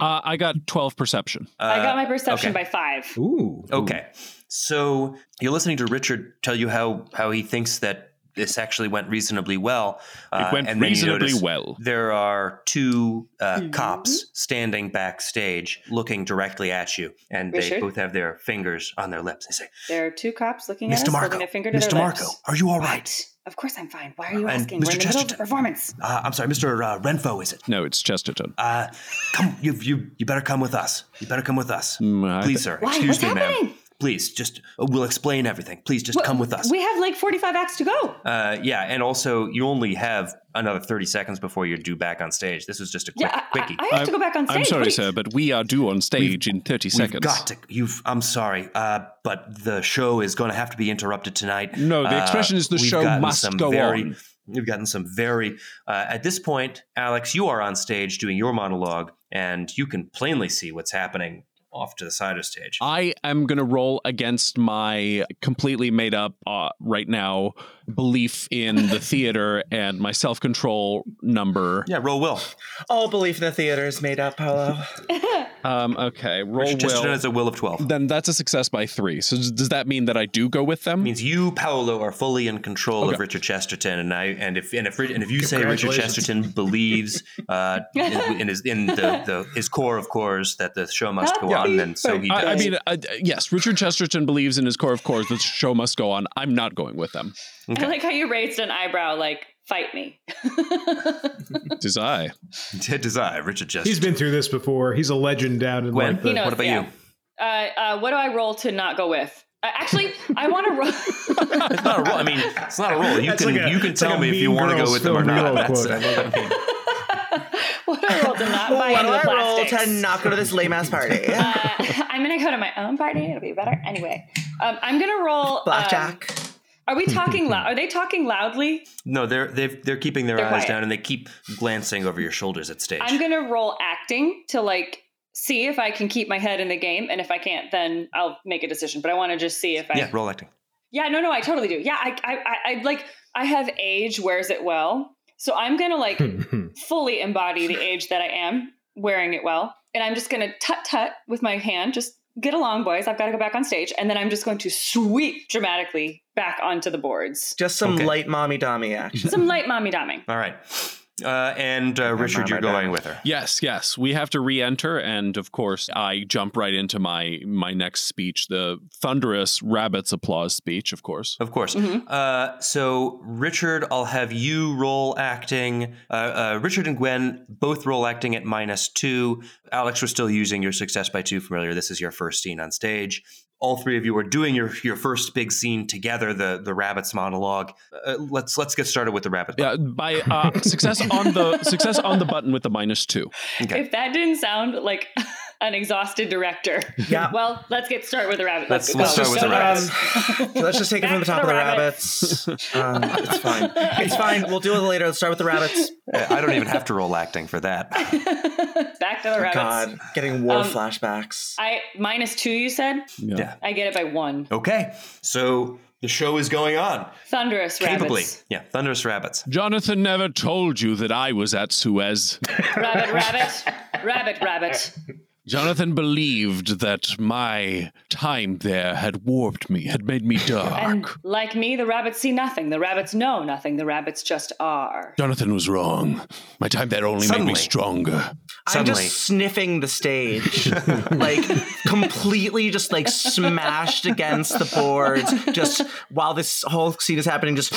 Speaker 1: Uh, I got 12 perception.
Speaker 2: Uh,
Speaker 5: Mm-hmm. I got my perception
Speaker 2: okay.
Speaker 5: by five.
Speaker 3: Ooh.
Speaker 2: Okay. So you're listening to Richard tell you how how he thinks that this actually went reasonably well. uh,
Speaker 1: it went
Speaker 2: and then you
Speaker 1: reasonably
Speaker 2: notice
Speaker 1: well.
Speaker 2: There are two uh,
Speaker 5: Mhm.
Speaker 2: cops standing backstage, looking directly at you, and they
Speaker 5: Richard?
Speaker 2: both have their fingers on their lips. They say,
Speaker 5: There are two cops looking at
Speaker 2: "Mr.
Speaker 5: us,
Speaker 2: Marco,
Speaker 5: holding a finger to
Speaker 2: Mr.
Speaker 5: their
Speaker 2: Marco,
Speaker 5: lips.
Speaker 2: are you all right?
Speaker 5: Of course I'm fine. Why are you
Speaker 2: And
Speaker 5: asking?
Speaker 2: Mr.
Speaker 5: We're in the middle of a
Speaker 2: Chesterton.
Speaker 5: performance.
Speaker 2: Uh, I'm sorry, Mr. Uh, Renfo, is it?
Speaker 1: No, it's Chesterton.
Speaker 2: Uh, come, you, you, you better come with us. You better come with us,
Speaker 1: Mm, I
Speaker 2: please, sir.
Speaker 5: Why?
Speaker 2: Excuse
Speaker 5: What's
Speaker 2: me, ma'am.
Speaker 5: happening?
Speaker 2: Please, just uh, we'll explain everything. Please, just
Speaker 5: What-
Speaker 2: come with us.
Speaker 5: We have like 45 acts to go.
Speaker 2: Uh, yeah, and also you only have another thirty seconds before you're due back on stage. This was just a quick
Speaker 5: Yeah, I-
Speaker 2: quickie.
Speaker 5: I, I have to
Speaker 1: I'm-
Speaker 5: go back on stage.
Speaker 1: I'm
Speaker 5: What
Speaker 1: sorry,
Speaker 5: are you-
Speaker 1: sir, but we are due on stage in 30
Speaker 2: We've
Speaker 1: seconds.
Speaker 2: got to. You've. I'm sorry, uh, but the show is going to have to be interrupted tonight.
Speaker 1: No, the
Speaker 2: Uh,
Speaker 1: expression is the
Speaker 2: we've
Speaker 1: show
Speaker 2: gotten
Speaker 1: must
Speaker 2: some
Speaker 1: go
Speaker 2: very-
Speaker 1: on.
Speaker 2: We've gotten some very. Uh, at this point, Alex, you are on stage doing your monologue, and you can plainly see what's happening off to the side of stage.
Speaker 1: I am going to roll against my completely made up uh, right now belief in the theater and my self control number.
Speaker 2: yeah, roll will.
Speaker 4: All belief in the theater is made up, Paolo.
Speaker 1: Um, okay, roll
Speaker 2: Richard Chesterton
Speaker 1: will.
Speaker 2: has a will of twelve.
Speaker 1: Then that's a success by three. So does does that mean that I do go with them?
Speaker 2: means you, Paolo, are fully in control
Speaker 1: Okay.
Speaker 2: of Richard Chesterton, and I and if and if and if you say Richard
Speaker 3: Congratulations.
Speaker 2: Chesterton believes uh, in, in his in the, the his core of cores that the show must go on, then so he does.
Speaker 1: I, I
Speaker 2: <laughs>
Speaker 1: mean, uh, yes, Richard Chesterton believes in his core of cores that the show must go on. I'm not going with them.
Speaker 2: Okay.
Speaker 5: I like how you raised an eyebrow, like, fight me. <laughs>
Speaker 1: Does I?
Speaker 2: does I, Richard Chesterton.
Speaker 3: He's been through this before. He's a legend down in
Speaker 2: Gwen,
Speaker 3: like the,
Speaker 5: You know-
Speaker 2: what about
Speaker 5: yeah.
Speaker 2: you?
Speaker 5: uh, uh, what do I roll to not go with? Uh, actually, I want to roll. <laughs>
Speaker 2: It's not a roll. I mean, it's not a roll. You
Speaker 3: That's
Speaker 2: can
Speaker 3: like a-
Speaker 2: you can
Speaker 3: it's like
Speaker 2: tell
Speaker 3: a
Speaker 2: me if you
Speaker 3: Mean
Speaker 2: want to go
Speaker 3: Girls
Speaker 2: with them or
Speaker 3: film
Speaker 2: not. <laughs>
Speaker 3: reel
Speaker 2: That's,
Speaker 3: quote. <laughs>
Speaker 5: what do I roll to not buy
Speaker 4: what do
Speaker 5: into the
Speaker 4: I roll
Speaker 5: plastics?
Speaker 4: to not go to this lame ass party?
Speaker 5: uh, <laughs> I'm gonna go to my own party. It'll be better anyway. Um, I'm gonna roll um,
Speaker 4: Blackjack.
Speaker 5: are
Speaker 4: <laughs>
Speaker 5: we talking loud? Are they talking loudly?
Speaker 2: no, they're they've, they're keeping their
Speaker 5: They're
Speaker 2: eyes
Speaker 5: quiet.
Speaker 2: down and they keep glancing over your shoulders at stage.
Speaker 5: I'm gonna roll acting to like see if I can keep my head in the game, and if I can't, then I'll make a decision. But I want to just see if I.
Speaker 2: yeah, roll acting.
Speaker 5: Yeah, no, no, I totally do. Yeah, I, I, I, I like I have age wears it well, so I'm gonna
Speaker 4: Hmm.
Speaker 5: like fully embody the age that I am, wearing it well. And I'm just going to tut tut with my hand, just get along, boys. I've got to go back on stage. And then I'm just going to sweep dramatically back onto the boards.
Speaker 4: Just some
Speaker 2: Okay.
Speaker 4: light mommy dommy action.
Speaker 5: Some light mommy doming.
Speaker 2: All right, uh, and uh, Richard, you're
Speaker 4: mama
Speaker 2: going
Speaker 4: died.
Speaker 2: with her.
Speaker 1: Yes, yes. We have to re-enter, and of course, I jump right into my my next speech, the thunderous rabbits applause speech. Of course,
Speaker 2: Of course.
Speaker 5: Mhm.
Speaker 2: Uh, so, Richard, I'll have you roll acting. Uh, uh, Richard and Gwen both roll acting at minus two. Alex was still using your success by two from earlier. This is your first scene on stage. All three of you are doing your, your first big scene together, the the rabbits monologue. Uh, let's let's get started with the rabbit.
Speaker 1: yeah. By <laughs> uh, success on the success on the button with the minus two.
Speaker 2: Okay.
Speaker 5: If that didn't sound like <laughs> an exhausted director.
Speaker 4: Yeah.
Speaker 5: Well, let's get started with the rabbit.
Speaker 2: Let's-
Speaker 5: Let's,
Speaker 2: let's
Speaker 5: go.
Speaker 2: start with
Speaker 5: Go,
Speaker 2: the
Speaker 5: go,
Speaker 2: rabbits. <laughs>
Speaker 5: go.
Speaker 4: Let's just take it from the top
Speaker 5: Back
Speaker 4: of
Speaker 5: to
Speaker 4: the rabbits. um, it's fine. It's fine. We'll do it later. Let's start with the rabbits.
Speaker 2: I don't even have to roll acting for that.
Speaker 5: rabbits. <laughs> back to the rabbits.
Speaker 4: God, getting war
Speaker 5: Um,
Speaker 4: flashbacks.
Speaker 5: I minus two, you said?
Speaker 2: Yeah.
Speaker 5: I get it by one.
Speaker 2: Okay. So the show is going on
Speaker 5: Thunderous
Speaker 2: capably.
Speaker 5: rabbits.
Speaker 2: Yeah, thunderous rabbits.
Speaker 1: Jonathan never told you that I was at Suez.
Speaker 5: Rabbit, rabbit, rabbit, rabbit.
Speaker 1: Jonathan believed that my time there had warped me, had made me
Speaker 5: And
Speaker 1: dark.
Speaker 5: like me, the rabbits see nothing. The rabbits know nothing. The rabbits just are.
Speaker 1: Jonathan was wrong. My time there only made
Speaker 2: Suddenly.
Speaker 1: me stronger.
Speaker 4: I'm
Speaker 2: Suddenly.
Speaker 4: just sniffing the stage, like completely just like smashed against the boards, just while this whole scene is happening, just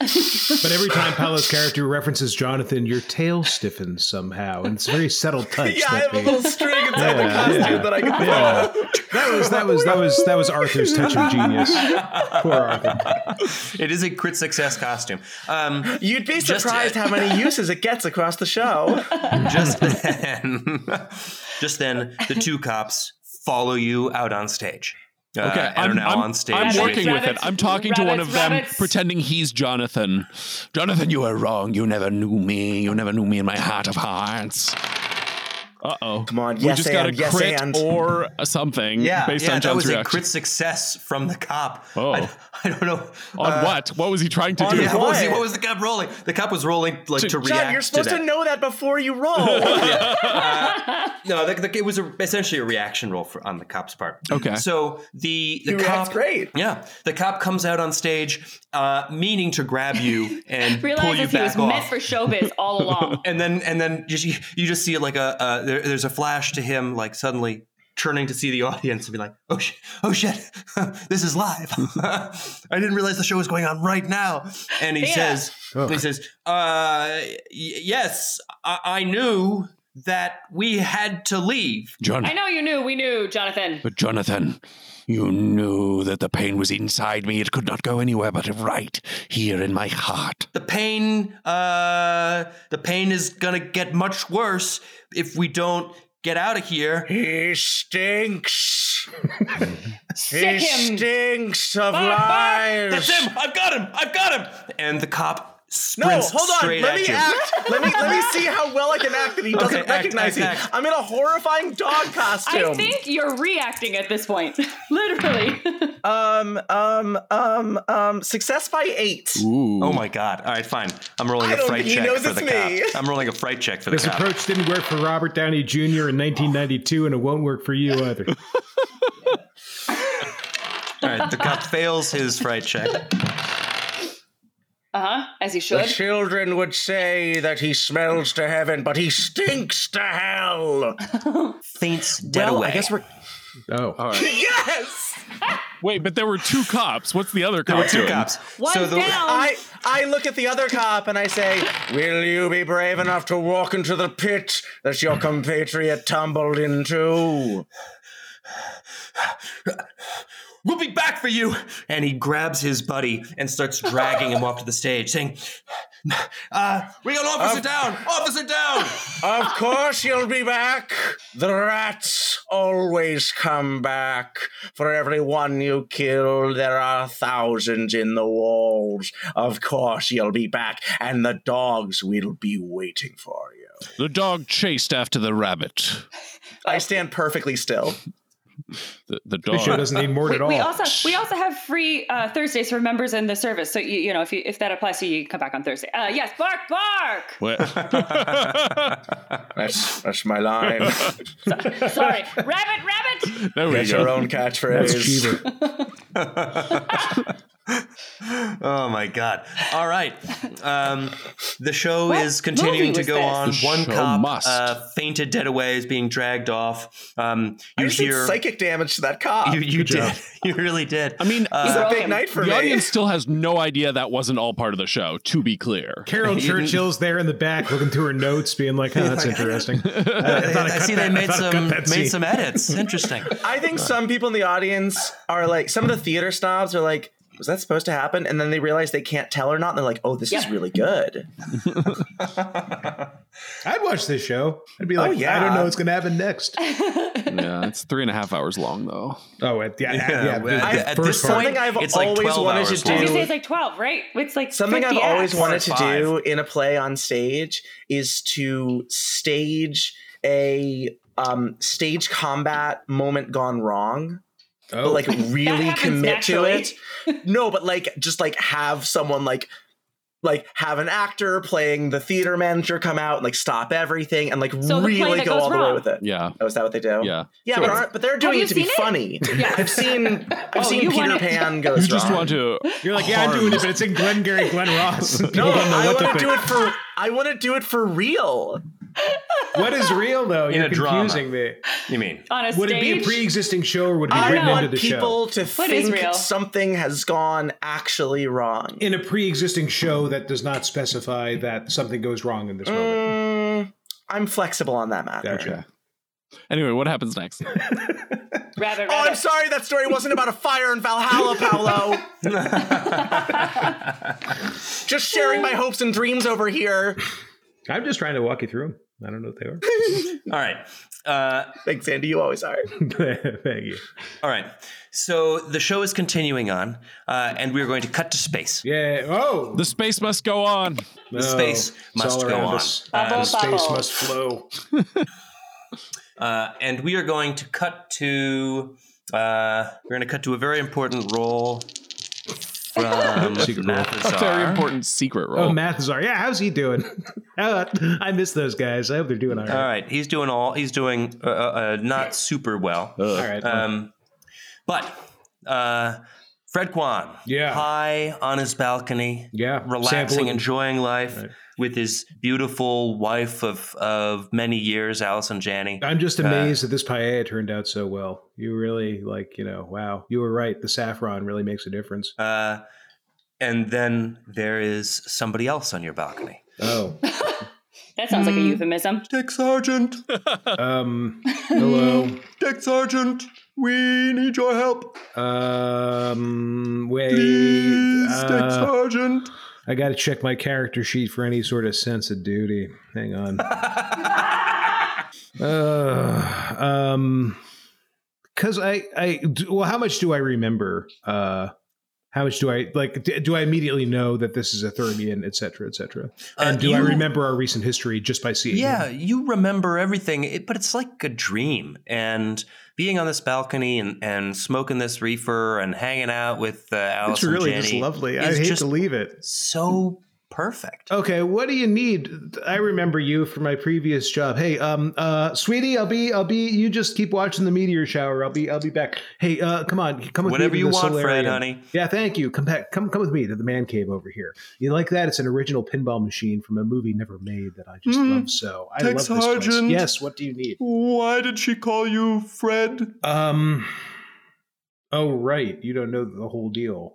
Speaker 3: but every time Paolo's character references Jonathan, your tail stiffens somehow, and it's a very
Speaker 4: <laughs>
Speaker 3: subtle touch. that they-
Speaker 4: string inside
Speaker 3: the Yeah, costume yeah.
Speaker 4: that I can
Speaker 3: Yeah. that was that was that was that was Arthur's touch of
Speaker 4: <laughs>
Speaker 3: genius. Poor Arthur.
Speaker 2: <laughs> It is a crit success costume. Um,
Speaker 4: You'd be
Speaker 2: Just-
Speaker 4: surprised
Speaker 2: <laughs>
Speaker 4: how many uses it gets across the show.
Speaker 6: <laughs>
Speaker 2: just <laughs> then, just then, the two cops follow you out on stage. Uh,
Speaker 6: Okay,
Speaker 2: I don't
Speaker 6: I'm-
Speaker 2: know.
Speaker 6: I'm-
Speaker 2: on stage,
Speaker 6: I'm
Speaker 5: Rabbits,
Speaker 6: working with it.
Speaker 5: rabbits,
Speaker 6: I'm talking to one of them,
Speaker 5: rabbits, rabbits.
Speaker 6: pretending he's Jonathan. Jonathan, you were wrong. You never knew me. You never knew me in my heart of hearts. Uh oh.
Speaker 4: Come on,
Speaker 6: We
Speaker 4: yes
Speaker 6: just
Speaker 4: and,
Speaker 6: got a
Speaker 4: yes
Speaker 6: crit
Speaker 4: and.
Speaker 6: or something
Speaker 4: Yeah,
Speaker 6: based
Speaker 2: yeah,
Speaker 6: on
Speaker 2: that
Speaker 6: John's
Speaker 2: was a
Speaker 6: reaction.
Speaker 2: crit success from the cop.
Speaker 6: Oh.
Speaker 2: I, <laughs> I don't know.
Speaker 6: on
Speaker 2: Uh,
Speaker 6: what? What was he trying to
Speaker 4: on
Speaker 6: do?
Speaker 4: his
Speaker 2: yeah, what, was he,
Speaker 4: Why?
Speaker 2: what was the cop rolling? The cop was rolling like to,
Speaker 6: John,
Speaker 2: react.
Speaker 4: John, you're
Speaker 2: to,
Speaker 4: supposed to,
Speaker 2: that. Uh,
Speaker 4: know that before
Speaker 2: <laughs>
Speaker 4: you roll.
Speaker 6: <laughs>
Speaker 2: No, the, the, it was a, essentially a reaction roll for, on the cop's part.
Speaker 6: Okay.
Speaker 2: So the the
Speaker 4: He reacts
Speaker 2: cop
Speaker 4: great.
Speaker 2: Yeah, the cop comes out on stage, uh, meaning to grab
Speaker 5: <laughs>
Speaker 2: you and pull you
Speaker 5: Realizes he
Speaker 2: back
Speaker 5: was
Speaker 2: off.
Speaker 5: meant for showbiz
Speaker 4: <laughs>
Speaker 5: all along.
Speaker 2: and then and then you, see- you just see like a uh, there, there's a flash to him like suddenly turning to see the audience and be like oh shit oh shit <laughs> this is live <laughs> i didn't realize the show was going on right now and he
Speaker 5: Yeah.
Speaker 2: says
Speaker 3: Oh.
Speaker 2: he says uh y- yes I-, I knew that we had to leave
Speaker 6: John,
Speaker 5: I know you knew. We knew, Jonathan.
Speaker 6: but Jonathan, you knew that the pain was inside me. It could not go anywhere but right here in my heart.
Speaker 2: the pain uh the pain is gonna get much worse if we don't get out of here
Speaker 4: he stinks.
Speaker 5: Sick him.
Speaker 4: stinks of
Speaker 5: Bark, bark.
Speaker 2: That's him! I've got him! I've got him! And the cop
Speaker 4: No,
Speaker 2: sprints
Speaker 4: hold on.
Speaker 2: straight
Speaker 4: Let
Speaker 2: at
Speaker 4: me
Speaker 2: you. <laughs>
Speaker 4: act. Let me let me see how well I can act that he doesn't
Speaker 2: Okay, act, act,
Speaker 4: recognize me.
Speaker 2: act.
Speaker 4: I'm in a horrifying dog costume.
Speaker 5: I think you're reacting at this point, <laughs> literally.
Speaker 4: <laughs> Um, um, um, um, success by eight.
Speaker 6: Ooh.
Speaker 2: Oh my god! All right, fine. I'm rolling
Speaker 4: I
Speaker 2: a
Speaker 4: don't
Speaker 2: fright
Speaker 4: think he
Speaker 2: check
Speaker 4: knows
Speaker 2: for
Speaker 4: it's
Speaker 2: the
Speaker 4: me.
Speaker 2: cop. I'm rolling a fright check for the
Speaker 3: This
Speaker 2: cop.
Speaker 3: approach didn't work for Robert Downey Jr. in 1992, and it won't work for
Speaker 2: <laughs>
Speaker 3: you either.
Speaker 2: All right, the cop fails his fright check.
Speaker 5: Uh huh. As he should.
Speaker 4: children would say that he smells to heaven, but he stinks to hell.
Speaker 2: Faints dead
Speaker 4: well,
Speaker 2: away.
Speaker 4: I guess we're
Speaker 3: Oh,
Speaker 4: yes.
Speaker 6: Wait, but there were two cops. What's the other
Speaker 2: there were
Speaker 6: cop
Speaker 2: two
Speaker 6: doing?
Speaker 2: cops.
Speaker 5: One
Speaker 2: so the,
Speaker 5: down.
Speaker 4: I I look at the other cop and I say, "Will you be brave enough to walk into the pit that your compatriot tumbled into?"
Speaker 2: We'll be back for you. And he grabs his buddy and starts dragging him off to the stage, saying, uh, "We got officer down. Officer down."
Speaker 4: Of course you'll be back. The rats always come back. For every one you kill, there are thousands in the walls. Of course you'll be back, and the dogs will be waiting for you.
Speaker 6: The dog chased after the rabbit.
Speaker 4: I stand perfectly still.
Speaker 6: The, the
Speaker 3: this show
Speaker 6: dog.
Speaker 3: doesn't need more
Speaker 5: we,
Speaker 3: at
Speaker 5: we
Speaker 3: all.
Speaker 5: also we also have free uh, Thursdays for members in the service. So you you know if you if that applies to you, you can come back on Thursday. Uh, yes, bark,
Speaker 4: <laughs>
Speaker 5: bark.
Speaker 3: <laughs>
Speaker 6: Wait.
Speaker 4: That's that's
Speaker 3: <laughs>
Speaker 4: my line.
Speaker 5: Sorry,
Speaker 4: <laughs>
Speaker 5: rabbit, rabbit.
Speaker 6: There we
Speaker 4: That's
Speaker 6: go.
Speaker 4: your own
Speaker 3: That's
Speaker 4: catchphrase.
Speaker 3: Cheever.
Speaker 2: Oh my god! All right, um, the show is continuing
Speaker 5: movie
Speaker 2: to
Speaker 5: was
Speaker 2: go
Speaker 5: this?
Speaker 2: on.
Speaker 6: The
Speaker 2: One
Speaker 6: show
Speaker 2: cop
Speaker 6: must.
Speaker 2: Uh, fainted dead away is being dragged off. Um,
Speaker 4: I
Speaker 2: you
Speaker 4: just did
Speaker 2: hear
Speaker 4: psychic damage to that cop.
Speaker 2: you, you
Speaker 3: Good job.
Speaker 2: did <laughs> you really did.
Speaker 6: I mean,
Speaker 4: it's
Speaker 2: uh,
Speaker 4: a
Speaker 5: broke
Speaker 4: big
Speaker 5: him.
Speaker 4: night for
Speaker 6: the
Speaker 4: me.
Speaker 6: audience
Speaker 2: <laughs>
Speaker 6: still has no idea that wasn't all part of the show, to be clear.
Speaker 2: <laughs>
Speaker 3: Carol Churchill's there in the back looking through her notes, being like, oh, that's interesting.
Speaker 2: <laughs> I,
Speaker 3: thought I
Speaker 2: I
Speaker 3: cut
Speaker 2: see
Speaker 3: that-
Speaker 2: they
Speaker 3: I
Speaker 2: made
Speaker 3: thought I cut
Speaker 2: some
Speaker 3: that
Speaker 2: made
Speaker 3: scene.
Speaker 2: some
Speaker 3: <laughs>
Speaker 2: edits. Interesting.
Speaker 4: I think some people in the audience are like, some of the theater snobs are like, was that supposed to happen? And then they realize they can't tell or not. And they're like, oh, this is
Speaker 5: Yeah.
Speaker 4: really good.
Speaker 3: I'd watch this show. I'd
Speaker 2: Oh,
Speaker 3: be like,
Speaker 4: yeah.
Speaker 3: I don't know what's going to happen next.
Speaker 6: yeah, it's three and a half hours long, though.
Speaker 3: Oh, at, yeah, yeah,
Speaker 2: Yeah,
Speaker 3: yeah,
Speaker 2: well,
Speaker 3: the-
Speaker 2: at-
Speaker 3: the
Speaker 2: at
Speaker 3: first
Speaker 2: this
Speaker 3: part.
Speaker 2: point,
Speaker 4: Something I've
Speaker 2: it's like
Speaker 4: always
Speaker 2: 12
Speaker 4: wanted
Speaker 2: hours
Speaker 4: to
Speaker 2: long.
Speaker 4: do-
Speaker 5: Tuesday's like twelve, right? It's like
Speaker 4: Something I've
Speaker 5: 50
Speaker 4: always
Speaker 5: acts.
Speaker 4: wanted to
Speaker 2: Five.
Speaker 4: do in a play on stage is to stage a um, stage combat moment gone wrong.
Speaker 3: Oh,
Speaker 4: But like really
Speaker 5: happens
Speaker 4: commit
Speaker 5: naturally.
Speaker 4: to it. No, but like just like have someone like like have an actor playing the theater manager come out and like stop everything and like
Speaker 5: So the play
Speaker 4: really
Speaker 5: that
Speaker 4: go
Speaker 5: goes
Speaker 4: all the way
Speaker 5: wrong.
Speaker 4: with it.
Speaker 6: Yeah,
Speaker 4: Oh, is that what they do?
Speaker 6: yeah.
Speaker 4: Yeah,
Speaker 6: Sure.
Speaker 4: but, aren't, but they're doing
Speaker 5: you
Speaker 4: it to be
Speaker 5: seen it?
Speaker 4: funny.
Speaker 5: Yeah.
Speaker 4: I've
Speaker 5: <laughs>
Speaker 4: seen I've
Speaker 5: Oh,
Speaker 4: seen
Speaker 5: you
Speaker 4: Peter
Speaker 5: wanted-
Speaker 4: Pan
Speaker 5: <laughs>
Speaker 4: go.
Speaker 6: You just want to.
Speaker 3: you're like, yeah, I'm doing it, but it's in Glengarry Glen Ross. <laughs> People
Speaker 4: No,
Speaker 3: don't know what
Speaker 4: I want
Speaker 3: think.
Speaker 4: to do it for I want to do it for real.
Speaker 3: What is real though?
Speaker 2: In
Speaker 3: You're
Speaker 2: a drama.
Speaker 3: confusing me.
Speaker 2: You mean
Speaker 5: on a
Speaker 3: Would
Speaker 5: stage.
Speaker 3: it be a pre-existing show or would it be
Speaker 4: I
Speaker 3: written into
Speaker 4: want
Speaker 3: the show?
Speaker 4: people to
Speaker 5: What is real?
Speaker 4: think something has gone actually wrong.
Speaker 3: In a pre-existing show that does not specify that something goes wrong in this moment.
Speaker 4: Mm, I'm flexible on that
Speaker 2: Uh,
Speaker 4: matter.
Speaker 3: Gotcha.
Speaker 6: Anyway, what happens next?
Speaker 5: rabbit, rabbit.
Speaker 4: Oh, I'm sorry that story wasn't about a fire in Valhalla, Paolo.
Speaker 3: <laughs>
Speaker 4: Just sharing my hopes and dreams over here.
Speaker 3: I'm just trying to walk you through them. I don't know what they are.
Speaker 2: All right. Uh,
Speaker 4: Thanks, Andy. You always are.
Speaker 2: <laughs>
Speaker 3: Thank you.
Speaker 2: all right. So the show is continuing on, uh, and we're going to cut to space.
Speaker 3: Yeah. Oh,
Speaker 6: The space must go on.
Speaker 3: No,
Speaker 2: space
Speaker 3: it's
Speaker 2: must
Speaker 3: all
Speaker 2: go
Speaker 3: around
Speaker 2: on. Oh.
Speaker 3: us.
Speaker 5: Bubble,
Speaker 3: The space
Speaker 5: bubble.
Speaker 3: must flow.
Speaker 2: Uh, and we are going to cut to. Uh, we're going to cut to a very important role from
Speaker 3: Secret role. <laughs>
Speaker 2: Mathazar.
Speaker 6: Very important secret
Speaker 3: Oh,
Speaker 6: role.
Speaker 3: Mathazar. Yeah, how's he doing? <laughs> Uh, I miss those guys. I hope they're doing all
Speaker 2: All
Speaker 3: right.
Speaker 2: right, he's doing all. He's doing uh, uh, uh, not super well.
Speaker 3: All right.
Speaker 2: Um, but uh, Fred Kwan,
Speaker 3: Yeah.
Speaker 2: high on his balcony,
Speaker 3: yeah.
Speaker 2: relaxing,
Speaker 3: Sampling.
Speaker 2: enjoying life
Speaker 3: Right.
Speaker 2: with his beautiful wife of of many years, Allison Janney.
Speaker 3: I'm just amazed that this paella turned out so well. You really like, you know, wow. You were right. The saffron really makes a difference.
Speaker 2: Uh, and then there is somebody else on your balcony. <laughs>
Speaker 3: Oh,
Speaker 5: That sounds
Speaker 3: Hmm.
Speaker 5: like a euphemism.
Speaker 2: Dick Sergeant,
Speaker 3: um, hello.
Speaker 2: Dick Sergeant, we need your help,
Speaker 3: Um, wait.
Speaker 2: please, Dick
Speaker 3: Uh,
Speaker 2: Sergeant.
Speaker 3: I got to check my character sheet for any sort of sense of duty. Hang <laughs> on. uh, um, because I, I, d- well, how much do I remember? Uh, how much do I like? d- Do I immediately know that this is a Thermian, et cetera, et cetera? And
Speaker 2: Uh,
Speaker 3: do I
Speaker 2: you-
Speaker 3: remember our recent history just by seeing?
Speaker 2: Yeah,
Speaker 3: him?
Speaker 2: you remember everything, it, but it's like a dream. And being on this balcony and, and smoking this reefer and hanging out with uh, Alice
Speaker 3: it's really
Speaker 2: and
Speaker 3: just
Speaker 2: Jenny
Speaker 3: lovely. I
Speaker 2: is
Speaker 3: hate
Speaker 2: just
Speaker 3: to leave it.
Speaker 2: so perfect.
Speaker 3: Okay, what do you need? I remember you from my previous job. Hey, um, uh, sweetie, I'll be, I'll be. You just keep watching the meteor shower. I'll be, I'll be back. Hey, uh, come on, come with
Speaker 2: Whatever
Speaker 3: me to
Speaker 2: you
Speaker 3: the
Speaker 2: want, Fred,
Speaker 3: solarium.
Speaker 2: honey.
Speaker 3: Yeah, thank you. Come back, come, come with me to the man cave over here. You like that? It's an original pinball machine from a movie never made that I just love so. I
Speaker 2: Hmm. Tex
Speaker 3: love this place.
Speaker 2: Sargent.
Speaker 3: Yes. What do you need?
Speaker 2: Why did she call you Fred?
Speaker 3: Um. Oh right, you don't know the whole deal.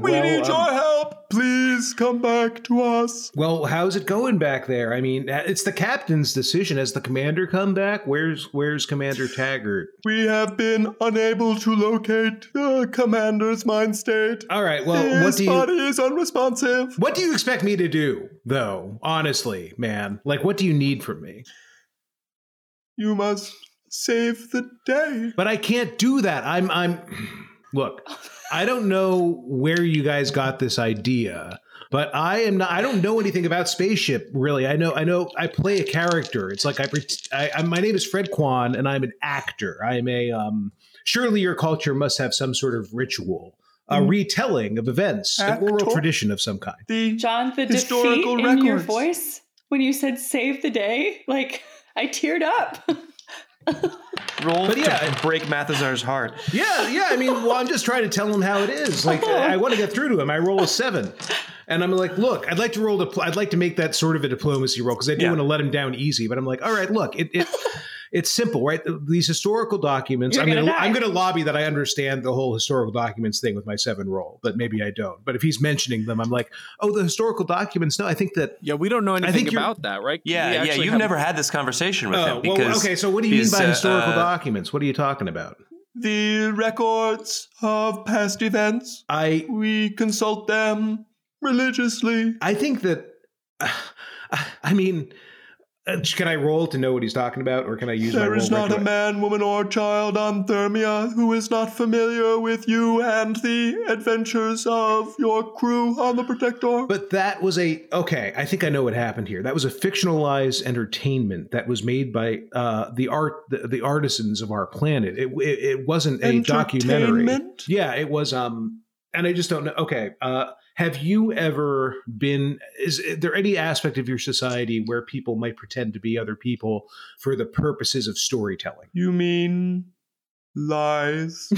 Speaker 3: Well, um,
Speaker 2: help. Please come back to us.
Speaker 3: Well, how's it going back there? I mean, uh, it's the captain's decision. Has the commander come back? Where's Where's Commander Taggart?
Speaker 2: We have been unable to locate uh, Commander's mind state.
Speaker 3: All right. Well, what do you
Speaker 2: is unresponsive.
Speaker 3: What do you expect me to do, though? Honestly, man, like, what do you need from me?
Speaker 2: You must save the day.
Speaker 3: But I can't do that. I'm I'm. Look, I don't know where you guys got this idea. But I am not. I don't know anything about spaceship, really. I know. I know. I play a character. It's like I. pre- I, I my name is Fred Kwan, and I'm an actor. I'm a. Um, surely your culture must have some sort of ritual, a retelling of events, an oral
Speaker 2: Actor?
Speaker 3: tradition of some kind.
Speaker 2: The
Speaker 5: John, the
Speaker 2: Historical
Speaker 5: defeat in your
Speaker 2: records.
Speaker 5: voice when you said "save the day," like I teared up. <laughs>
Speaker 2: roll
Speaker 3: But yeah,
Speaker 2: to break Mathazar's heart.
Speaker 3: Yeah, yeah. I mean, well, I'm just trying to tell him how it is. Like, I want to get through to him. I roll a seven, and I'm like, look, I'd like to roll. Dipl- I'd like to make that sort of a diplomacy roll because I do
Speaker 2: Yeah.
Speaker 3: want to let him down easy. But I'm like, all right, look, it. it It's simple, right? These historical documents.
Speaker 5: You're
Speaker 3: I'm
Speaker 5: gonna die.
Speaker 3: I'm going to lobby that I understand the whole historical documents thing with my seven roll, but maybe I don't. But if he's mentioning them, I'm like, oh, the historical documents. No, I think that.
Speaker 6: Yeah, we don't know anything
Speaker 3: think you're-
Speaker 6: about that, right? We
Speaker 2: Yeah, yeah.
Speaker 6: actually
Speaker 2: You've
Speaker 6: have-
Speaker 2: never had this conversation with
Speaker 3: Oh,
Speaker 2: him because
Speaker 3: well, okay. So what do you mean
Speaker 2: he's,
Speaker 3: by
Speaker 2: uh,
Speaker 3: historical
Speaker 2: uh,
Speaker 3: documents? What are you talking about?
Speaker 2: the records of past events.
Speaker 3: I
Speaker 2: We consult them religiously.
Speaker 3: I think that, <sighs> I mean, uh, can I roll to know what he's talking about, or can I use my
Speaker 2: There
Speaker 3: roll?
Speaker 2: is not a
Speaker 3: recommend-
Speaker 2: man, woman, or child on Thermia who is not familiar with you and the adventures of your crew on the Protector.
Speaker 3: But that was a okay. I think I know what happened here. That was a fictionalized entertainment that was made by uh, the art, the, the artisans of our planet. It, it, it wasn't a documentary.
Speaker 2: Entertainment?
Speaker 3: Yeah, it was. Um, and I just don't know. Okay, uh, have you ever been? Is, there any aspect of your society where people might pretend to be other people for the purposes of storytelling? <laughs>
Speaker 2: You mean lies?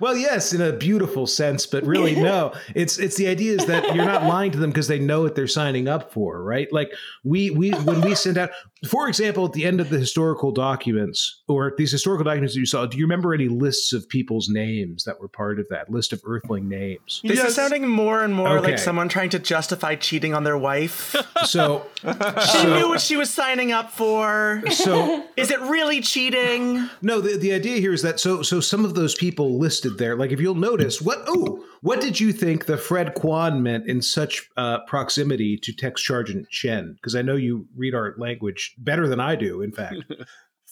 Speaker 3: well, yes, in a beautiful sense, but really, no. It's it's the idea is that you're not lying to them because they know what they're signing up for, right? Like we we when we send out, for example, at the end of the historical documents or these historical documents that you saw, do you remember any lists of people's names that were part of that list of Earthling names?
Speaker 4: This
Speaker 2: Yes.
Speaker 4: is sounding more and more
Speaker 3: Okay.
Speaker 4: like someone trying to justify cheating on their wife.
Speaker 3: So
Speaker 4: <laughs> she
Speaker 3: so,
Speaker 4: knew what she was signing up for.
Speaker 3: so
Speaker 4: Is it really cheating?
Speaker 3: no, the, the idea here is that so so some of those people listed there, like if you'll notice, what oh, what did you think the Fred Kwan meant in such uh, proximity to Tex Sergeant Chen? Because I know you read our language better than I do.
Speaker 2: <laughs>
Speaker 3: In fact,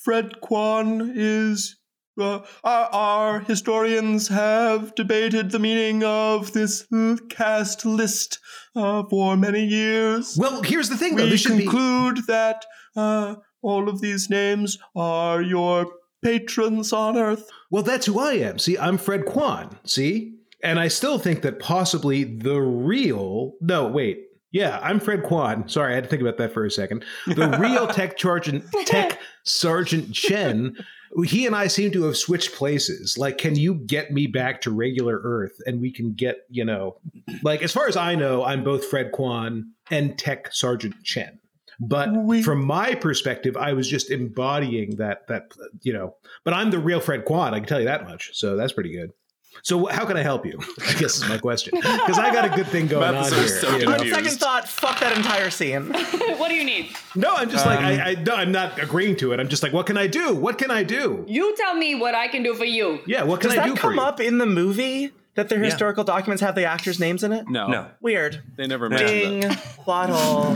Speaker 2: Fred Kwan is. Uh, our, our historians have debated the meaning of this uh, caste list uh, for many years.
Speaker 3: well, here's the thing though.
Speaker 2: We
Speaker 3: This should be
Speaker 2: conclude that uh, all of these names are your patrons on earth.
Speaker 3: Well, that's who I am. See, I'm Fred Kwan. See? And I still think that possibly the real. No, wait. Yeah, I'm Fred Kwan. Sorry, I had to think about that for a second. The real tech sergeant, tech sergeant Chen, he and I seem to have switched places. Like, can you get me back to regular Earth, and we can get you know, like as far as I know, I'm both Fred Kwan and tech sergeant Chen. But
Speaker 2: We-
Speaker 3: from my perspective, I was just embodying that that you know but I'm the real Fred Quad. I can tell you that much. So that's pretty good. So wh- how can I help you? <laughs> I guess is my question because I got a good thing going on
Speaker 6: Mathis
Speaker 3: here.
Speaker 6: is so
Speaker 3: you know?
Speaker 6: confused.
Speaker 4: Second thought, fuck that entire scene.
Speaker 5: what do you need?
Speaker 3: No, I'm just like I, I no, I'm not agreeing to it. I'm just like, what can I do? What can I do?
Speaker 5: You tell me what I can do for you.
Speaker 3: Yeah, what can
Speaker 4: Does
Speaker 3: I
Speaker 4: that
Speaker 3: do for
Speaker 4: come
Speaker 3: you?
Speaker 4: up in the movie? That their historical documents have the actors' names in it?
Speaker 6: No,
Speaker 2: No.
Speaker 4: Weird.
Speaker 6: they never mentioned
Speaker 4: Ding, plot hole.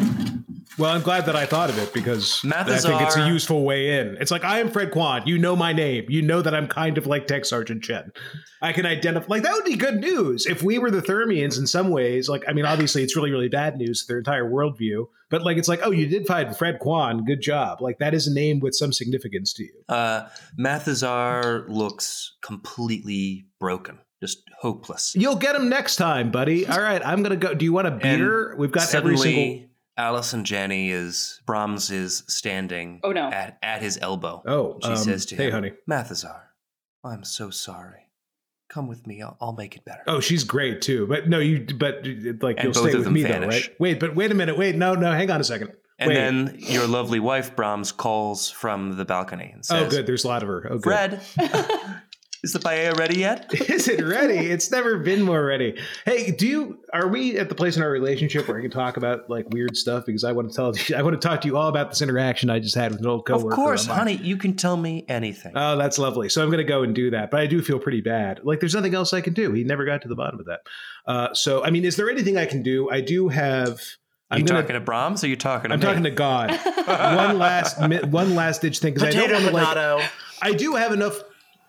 Speaker 3: Well, I'm glad that I thought of it because I think it's a
Speaker 2: Mathazar-
Speaker 3: useful way in. It's like I am Fred Quan. You know my name. You know that I'm kind of like Tech Sergeant Chen. I can identify. Like that would be good news if we were the Thermians in some ways. Like I mean, obviously it's really really bad news to their entire worldview. But like it's like oh you did find Fred Quan. Good job. Like that is a name with some significance to you.
Speaker 2: Uh, Mathazar looks completely broken, just hopeless.
Speaker 3: You'll get him next time, buddy. All right, I'm gonna go. Do you want a
Speaker 2: And
Speaker 3: beer? We've got
Speaker 2: Suddenly,
Speaker 3: every single.
Speaker 2: Alice and Jenny is Brahms is standing
Speaker 5: Oh, no.
Speaker 2: at, at his elbow.
Speaker 3: Oh,
Speaker 2: she
Speaker 3: um,
Speaker 2: says to
Speaker 3: hey,
Speaker 2: him,
Speaker 3: honey.
Speaker 2: Mathazar, I'm so sorry. Come with me. I'll, I'll make it better.
Speaker 3: Oh, she's great too. But no, you but like
Speaker 2: And
Speaker 3: you'll
Speaker 2: both
Speaker 3: stay
Speaker 2: of
Speaker 3: with
Speaker 2: them
Speaker 3: me
Speaker 2: vanish.
Speaker 3: though, right? Wait, but wait a minute. Wait, no, no, hang on a second.
Speaker 2: and
Speaker 3: wait.
Speaker 2: then your lovely wife Brahms calls from the balcony and says,
Speaker 3: oh, good. There's a lot of her. Oh, good.
Speaker 5: <laughs>
Speaker 2: Fred, <laughs> is the paella ready yet?
Speaker 3: <laughs> Is it ready? It's never been more ready. Hey, do you are we at the place in our relationship where I can talk about like weird stuff? Because I want to tell you, <laughs> I want to talk to you all about this interaction I just had with an old
Speaker 2: Of
Speaker 3: coworker.
Speaker 2: course,
Speaker 3: of mine.
Speaker 2: honey. You can tell me anything.
Speaker 3: Oh, that's lovely. So I'm going to go and do that. But I do feel pretty bad. Like there's nothing else I can do. He never got to the bottom of that. Uh, so I mean, is there anything I can do? I do have.
Speaker 2: Are
Speaker 3: I'm
Speaker 2: you
Speaker 3: gonna-
Speaker 2: talking to Brahms or are you talking to
Speaker 3: I'm
Speaker 2: me? <laughs>
Speaker 3: talking to God. one last mi- one last ditch thing because I don't
Speaker 4: Potato,
Speaker 3: want to like
Speaker 4: potato.
Speaker 3: I do have enough.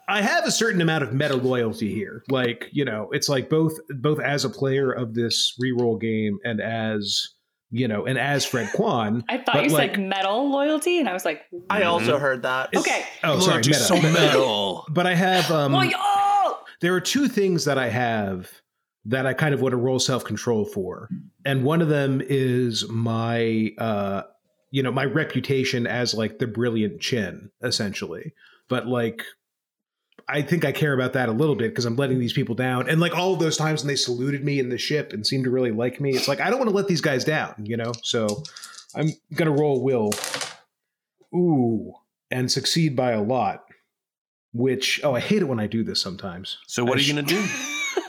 Speaker 3: I have a certain amount of meta loyalty here. Like you know, it's like both both as a player of this reroll game and as you know, and as Fred Kwan. Oh,
Speaker 5: I thought
Speaker 3: But,
Speaker 5: you
Speaker 3: like-
Speaker 5: said metal loyalty, and I was like,
Speaker 4: I
Speaker 3: Mm-hmm.
Speaker 4: also heard that.
Speaker 5: okay.
Speaker 3: Oh, sorry, meta.
Speaker 6: metal.
Speaker 3: but I have. Um,
Speaker 5: well, y'all.
Speaker 3: there are two things that I have that I kind of want to roll self control for, and one of them is my, uh, you know, my reputation as like the brilliant chin, essentially. But like, I think I care about that a little bit because I'm letting these people down, and like all of those times when they saluted me in the ship and seemed to really like me, it's like I don't want to let these guys down, you know. So I'm gonna roll will, ooh, and succeed by a lot. Which oh, I hate it when I do this sometimes
Speaker 2: So what
Speaker 3: I
Speaker 2: are you
Speaker 3: sh-
Speaker 2: going to do?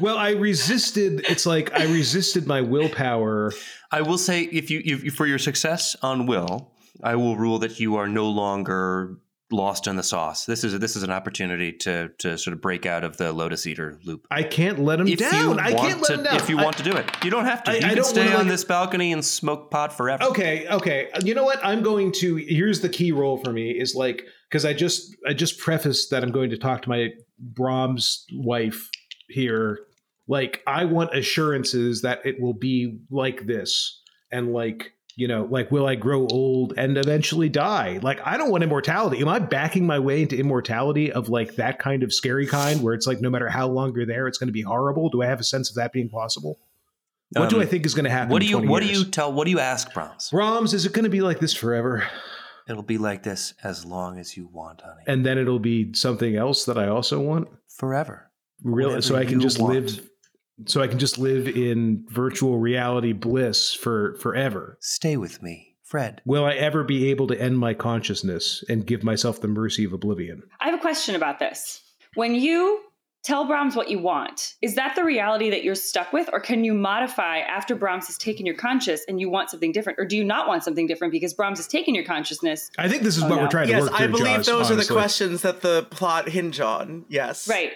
Speaker 3: well, I resisted. It's like I resisted my willpower.
Speaker 2: I will say, if you if, for your success on will, I will rule that you are no longer lost in the sauce. This is this is an opportunity to to sort of break out of the lotus eater loop.
Speaker 3: I can't let him
Speaker 2: If you
Speaker 3: down. I
Speaker 2: want
Speaker 3: can't let
Speaker 2: to,
Speaker 3: him down.
Speaker 2: if you want to do it, you don't have to.
Speaker 3: I-
Speaker 2: you
Speaker 3: I
Speaker 2: can
Speaker 3: don't
Speaker 2: stay
Speaker 3: wanna,
Speaker 2: on
Speaker 3: like-
Speaker 2: this balcony and smoke pot forever.
Speaker 3: I, okay, okay. You know what? I'm going to. Here's the key role for me is like because I just I just prefaced that I'm going to talk to my Brahms wife here. Like I want assurances that it will be like this and like. You know, like, will I grow old and eventually die? Like, I don't want immortality. Am I backing my way into immortality of like that kind of scary kind where it's like, no matter how long you're there, it's going to be horrible? Do I have a sense of that being possible? what do
Speaker 2: Um,
Speaker 3: I think is going to happen?
Speaker 2: What
Speaker 3: in
Speaker 2: do you
Speaker 3: 20
Speaker 2: What
Speaker 3: years?
Speaker 2: do you tell? What do you ask Brahms?
Speaker 3: Roms, is it going to be like this forever?
Speaker 2: It'll be like this as long as you want, honey.
Speaker 3: And then it'll be something else that I also want.
Speaker 2: forever.
Speaker 3: Really, so
Speaker 2: Whatever
Speaker 3: I can
Speaker 2: you
Speaker 3: just
Speaker 2: want.
Speaker 3: live. So I can just live in virtual reality bliss for forever.
Speaker 2: Stay with me, Fred.
Speaker 3: Will I ever be able to end my consciousness and give myself the mercy of oblivion?
Speaker 5: I have a question about this. When you tell Brahms what you want. Is that the reality that you're stuck with, or can you modify after Brahms has taken your conscious and you want something different, or do you not want something different because Brahms has taken your consciousness?
Speaker 3: I think this is
Speaker 5: Oh,
Speaker 3: what
Speaker 5: no.
Speaker 3: we're trying to
Speaker 4: Yes,
Speaker 3: work
Speaker 4: I
Speaker 3: through,
Speaker 4: believe
Speaker 3: Josh,
Speaker 4: those are the
Speaker 3: honestly.
Speaker 4: questions that the plot hinge on. Yes.
Speaker 5: Right.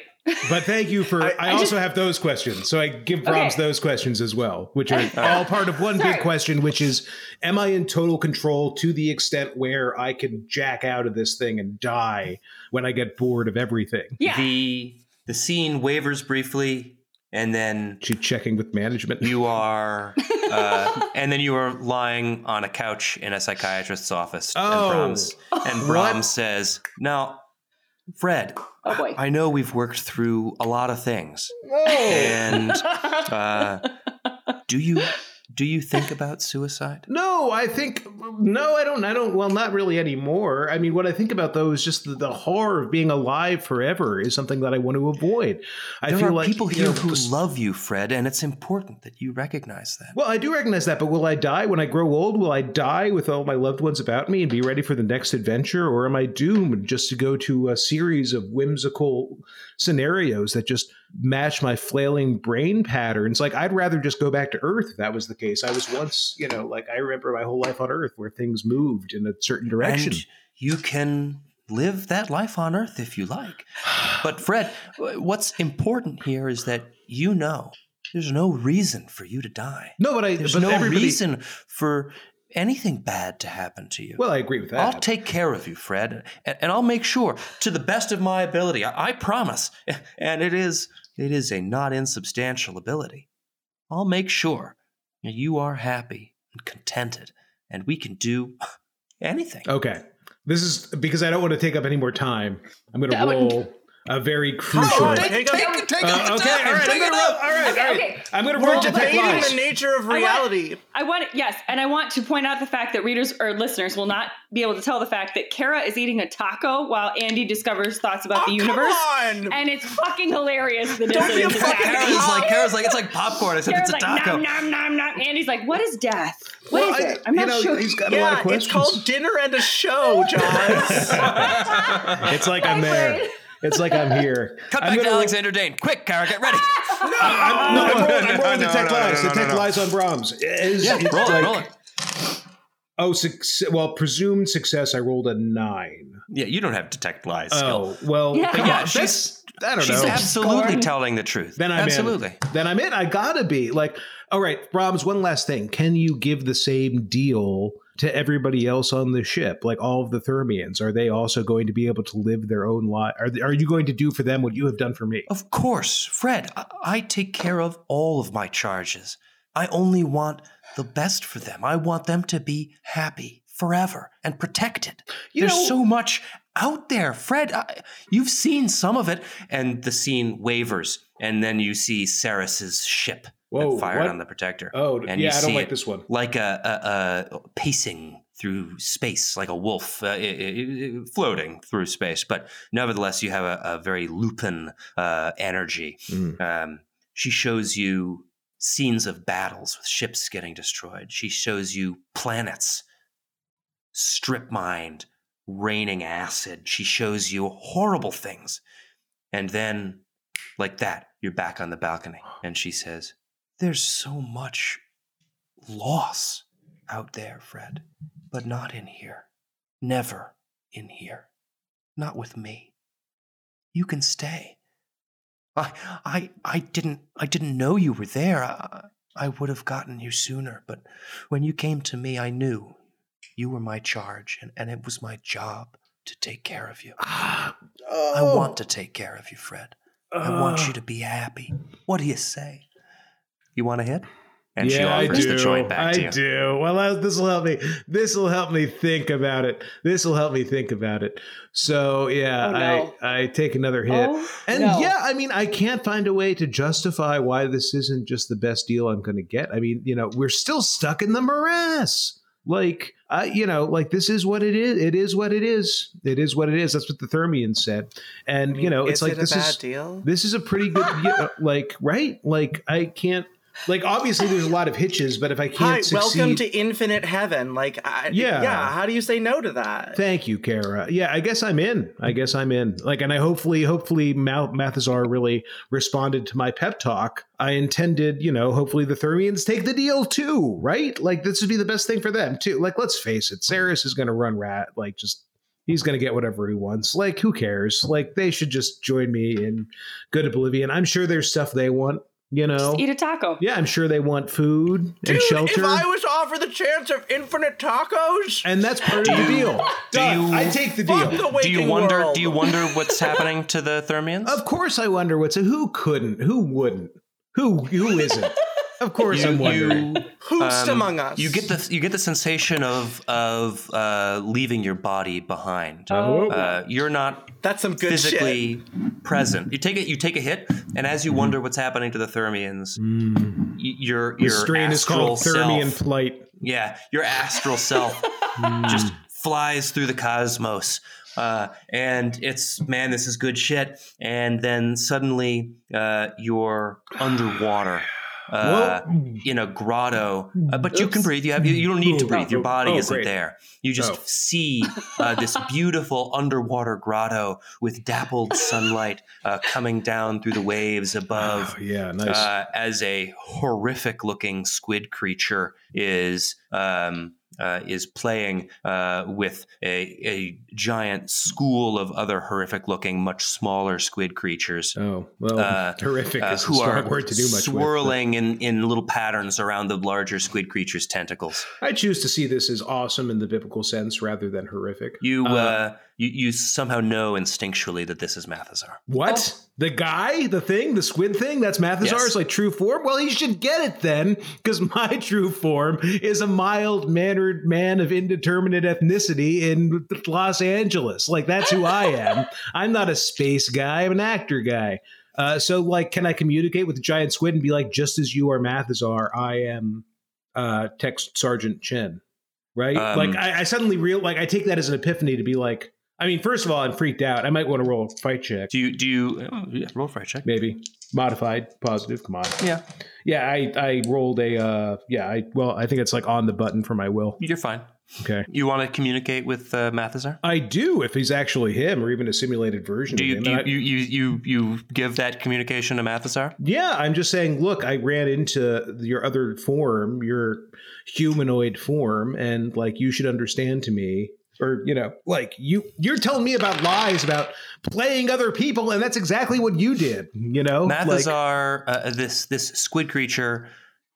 Speaker 3: But thank you for. I,
Speaker 5: I
Speaker 3: also
Speaker 5: just-
Speaker 3: have those questions, so I give Brahms
Speaker 5: Okay.
Speaker 3: those questions as well, which are all part of one
Speaker 5: Sorry.
Speaker 3: big question, which is: Am I in total control to the extent where I can jack out of this thing and die when I get bored of everything?
Speaker 5: Yeah.
Speaker 2: The the scene wavers briefly, and then
Speaker 3: She checking with
Speaker 2: <laughs>
Speaker 3: management.
Speaker 2: you are, uh, and then you are lying on a couch in a psychiatrist's office.
Speaker 3: Oh.
Speaker 2: and Brahms, and Brahms says, "Now, Fred,
Speaker 5: oh boy.
Speaker 2: I know we've worked through a lot of things,
Speaker 3: Oh. <laughs>
Speaker 2: and uh, do you do you think about suicide?"
Speaker 3: No, I think no, I don't. I don't. Well, not really anymore. I mean, what I think about though is just the, the horror of being alive forever is something that I want to avoid. I
Speaker 2: there
Speaker 3: feel
Speaker 2: are
Speaker 3: like
Speaker 2: people
Speaker 3: you
Speaker 2: here
Speaker 3: know,
Speaker 2: who
Speaker 3: s-
Speaker 2: love you, Fred, and it's important that you recognize that.
Speaker 3: Well, I do recognize that, but will I die when I grow old? Will I die with all my loved ones about me and be ready for the next adventure, or am I doomed just to go to a series of whimsical scenarios that just match my flailing brain patterns? Like I'd rather just go back to Earth if that was the case. I was once, you know, like I remember my whole life on Earth where things moved in a certain direction.
Speaker 2: And you can live that life on Earth if you like.
Speaker 3: <sighs>
Speaker 2: But, Fred, what's important here is that you know there's no reason for you to die.
Speaker 3: No, but I.
Speaker 2: There's
Speaker 3: but
Speaker 2: no
Speaker 3: everybody,
Speaker 2: reason for anything bad to happen to you.
Speaker 3: Well, I agree with that.
Speaker 2: I'll take care of you, Fred, and, and I'll make sure to the best of my ability. I, I promise, <laughs> and it is it is a not insubstantial ability. I'll make sure that you are happy and contented, and we can do <laughs> anything.
Speaker 3: okay, this is because I don't want to take up any more time. I'm going to
Speaker 5: That would-
Speaker 3: roll a very crucial.
Speaker 4: on, take- take-
Speaker 3: Uh, okay, all right, I'm gonna roll. All right, all right.
Speaker 5: okay.
Speaker 3: I'm gonna
Speaker 4: We're
Speaker 3: roll detect
Speaker 4: debating
Speaker 3: lies.
Speaker 4: the nature of
Speaker 5: want-
Speaker 4: reality.
Speaker 5: I want yes, and I want to point out the fact that readers or listeners will not be able to tell the fact that Kara is eating a taco while Andy discovers thoughts about the
Speaker 4: Oh,
Speaker 5: universe,
Speaker 4: Come on.
Speaker 5: and it's fucking hilarious. The
Speaker 4: Don't be a
Speaker 5: dissonance of
Speaker 4: fucking
Speaker 5: that.
Speaker 2: Kara's like Kara's like it's like popcorn. Except
Speaker 5: Kara's
Speaker 2: it's a
Speaker 5: like
Speaker 2: taco.
Speaker 5: nom nom nom nom. Andy's like, what is death? What
Speaker 3: Well,
Speaker 5: is
Speaker 3: I-
Speaker 5: it? I'm
Speaker 3: you
Speaker 5: not
Speaker 3: know,
Speaker 5: sure.
Speaker 3: He's got a lot of
Speaker 4: Yeah, it's
Speaker 3: questions.
Speaker 4: called dinner and a show,
Speaker 3: <laughs>
Speaker 4: John.
Speaker 3: It's like I'm there. It's like I'm here.
Speaker 2: Cut
Speaker 3: I'm
Speaker 2: back to
Speaker 3: gonna roll-
Speaker 2: Alexander Dane. Quick, Kara, get ready.
Speaker 3: I'm- no, I'm rolling. I'm rolling
Speaker 2: No,
Speaker 3: detect
Speaker 2: no, no, no,
Speaker 3: lies.
Speaker 2: no,
Speaker 3: Detect
Speaker 2: no.
Speaker 3: lies on Brahms. It is-
Speaker 2: Yeah,
Speaker 3: it's
Speaker 2: roll it,
Speaker 3: like-
Speaker 2: roll it.
Speaker 3: Oh, suc- well, presumed success. I rolled a nine.
Speaker 2: Yeah, you don't have detect lies. Skill.
Speaker 3: Oh, well,
Speaker 5: Yeah.
Speaker 3: come
Speaker 5: But yeah,
Speaker 3: on,
Speaker 2: she's-
Speaker 3: that's- I don't
Speaker 2: She's
Speaker 3: know.
Speaker 2: absolutely
Speaker 5: Scorn.
Speaker 2: telling the truth.
Speaker 3: Then I'm
Speaker 2: absolutely.
Speaker 3: in. Then I'm in. I gotta be like, all right, Brahms. One last thing: Can you give the same deal to everybody else on the ship? Like all of the Thermians, are they also going to be able to live their own life? Are, are you going to do for them what you have done for me?
Speaker 2: Of course, Fred, I-, I take care of all of my charges. I only want the best for them. I want them to be happy forever and protected.
Speaker 3: You
Speaker 2: There's
Speaker 3: know-
Speaker 2: so much out there, Fred. I- you've seen some of it. And the scene wavers, and then you see Ceres's ship
Speaker 3: Whoa,
Speaker 2: that fired
Speaker 3: what?
Speaker 2: on the protector.
Speaker 3: Oh,
Speaker 2: and
Speaker 3: yeah,
Speaker 2: you
Speaker 3: I don't
Speaker 2: see
Speaker 3: like
Speaker 2: it
Speaker 3: this one.
Speaker 2: like a, a, a pacing through space, like a wolf uh, i- i- i- floating through space. But nevertheless, you have a, a very Lupin uh, energy. Um, she shows you scenes of battles with ships getting destroyed. She shows you planets strip mined, raining acid. She shows you horrible things. And then, like that, you're back on the balcony. And she says, There's so much loss out there, Fred, but not in here. Never in here. Not with me. You can stay. I, I, I didn't, I didn't know you were there. I, I would have gotten you sooner, but when you came to me, I knew you were my charge, and, and it was my job to take care of you. I
Speaker 3: Oh.
Speaker 2: want to take care of you, Fred. I want you to be happy. What do you say? You want a hit? And she offers the joint back
Speaker 3: I
Speaker 2: to you.
Speaker 3: do. Well, this will help me. This will help me think about it. This will help me think about it. So yeah,
Speaker 5: Oh, no.
Speaker 3: I I take another hit.
Speaker 5: Oh,
Speaker 3: And
Speaker 5: no.
Speaker 3: yeah, I mean, I can't find a way to justify why this isn't just the best deal I'm going to get. I mean, you know, we're still stuck in the morass. Like, I, you know, like this is what it is. It is what it is. It is what it is. That's what the Thermians said. And you know, it's
Speaker 4: is
Speaker 3: like
Speaker 4: it
Speaker 3: this
Speaker 4: a bad
Speaker 3: is
Speaker 4: deal. <laughs>
Speaker 3: this is a pretty good, you know, like, right? Like, I can't. Like obviously, there's a lot of hitches, but if I can't
Speaker 4: Hi,
Speaker 3: succeed,
Speaker 4: welcome to infinite heaven. Like, I,
Speaker 3: Yeah.
Speaker 4: yeah. how do you say no to that?
Speaker 3: Thank you, Kara. Yeah, I guess I'm in. I guess I'm in. Like, and I hopefully, hopefully, Ma- Mathazar really responded to my pep talk. I intended, you know, hopefully the Thermians take the deal too, right? Like, this would be the best thing for them too. Like, let's face it, Saris is going to run rat. Like, just he's going to get whatever he wants. Like, who cares? Like, they should just join me in good oblivion. I'm sure there's stuff they want. You know,
Speaker 5: Just eat a taco.
Speaker 3: yeah, I'm sure they want food and
Speaker 4: Dude,
Speaker 3: shelter.
Speaker 4: if I was offered the chance of infinite tacos,
Speaker 3: and that's part of the deal.
Speaker 2: do
Speaker 3: Done.
Speaker 2: you-
Speaker 3: I take the deal.
Speaker 4: fuck the
Speaker 2: Do
Speaker 4: waking
Speaker 2: you wonder?
Speaker 4: world.
Speaker 2: Do you wonder what's happening to the Thermians?
Speaker 3: Of course, I wonder what's who couldn't, who wouldn't, who who isn't.
Speaker 2: <laughs>
Speaker 3: Of course,
Speaker 2: You-
Speaker 3: I'm wondering.
Speaker 2: you-
Speaker 4: Who's
Speaker 2: um,
Speaker 4: among us?
Speaker 2: You get the you get the sensation of of uh, leaving your body behind.
Speaker 3: Oh.
Speaker 2: Uh, you're not
Speaker 4: That's some good shit.
Speaker 2: physically present. You take it. You take a hit, and as you wonder what's happening to the Thermians, y- your
Speaker 3: Mm. the
Speaker 2: your
Speaker 3: strain is
Speaker 2: astral
Speaker 3: called Thermian
Speaker 2: self,
Speaker 3: plight.
Speaker 2: yeah, your astral self
Speaker 3: Mm.
Speaker 2: just flies through the cosmos. Uh, and it's man, this is good shit. And then suddenly, uh, you're underwater. Uh, in a grotto, uh, but you can breathe. You have you, you don't need to breathe. Your body
Speaker 3: Oh,
Speaker 2: isn't
Speaker 3: great.
Speaker 2: there. You just
Speaker 3: Oh.
Speaker 2: see uh,
Speaker 3: <laughs>
Speaker 2: this beautiful underwater grotto with dappled sunlight uh, coming down through the waves above.
Speaker 3: Oh, yeah, nice.
Speaker 2: Uh, as a horrific looking squid creature is um, uh, is playing uh, with a, a giant school of other horrific looking, much smaller squid creatures.
Speaker 3: oh well,
Speaker 2: uh,
Speaker 3: <laughs> terrific
Speaker 2: uh,
Speaker 3: is a
Speaker 2: who
Speaker 3: strong
Speaker 2: are
Speaker 3: word to do much with.
Speaker 2: swirling in, in little patterns around the larger squid creature's tentacles.
Speaker 3: but I choose to see this as awesome in the biblical sense rather than horrific.
Speaker 2: You, uh,
Speaker 3: Uh,
Speaker 2: you you somehow know instinctually that this is Mathazar.
Speaker 3: What? The guy, the thing, the squid thing, that's Mathazar's
Speaker 2: Oh. Yes.
Speaker 3: like true form? Well, he should get it then, because my <laughs> true form is a mild mannered man of indeterminate ethnicity in Los Angeles. Like, that's who
Speaker 2: <laughs>
Speaker 3: I am. I'm not a space guy, I'm an actor guy. Uh, so, like, can I communicate with the giant squid and be like, just as you are Mathazar, I am uh, Tech Sergeant Chen, right?
Speaker 2: Um,
Speaker 3: like, I, I suddenly real like, I take that as an epiphany to be like, I mean, first of all, I'm freaked out. I might want to roll a fight check
Speaker 2: Do you do you oh, yeah, roll for a check?
Speaker 3: maybe modified positive come on
Speaker 2: Yeah,
Speaker 3: yeah i i rolled a uh yeah i well i think it's like on the button for my will
Speaker 2: you're fine.
Speaker 3: okay
Speaker 2: You want to communicate with uh, Mathazar?
Speaker 3: i do if he's actually him or even a simulated version
Speaker 2: Do
Speaker 3: of
Speaker 2: you
Speaker 3: him
Speaker 2: do
Speaker 3: And
Speaker 2: you,
Speaker 3: I-
Speaker 2: you, you, you you give that communication to Mathazar?
Speaker 3: yeah i'm just saying look i ran into your other form your humanoid form and like you should understand to me or you know like you you're telling me about lies about playing other people and that's exactly what you did you know Oh, Like-
Speaker 2: Mathazar, uh, this this squid creature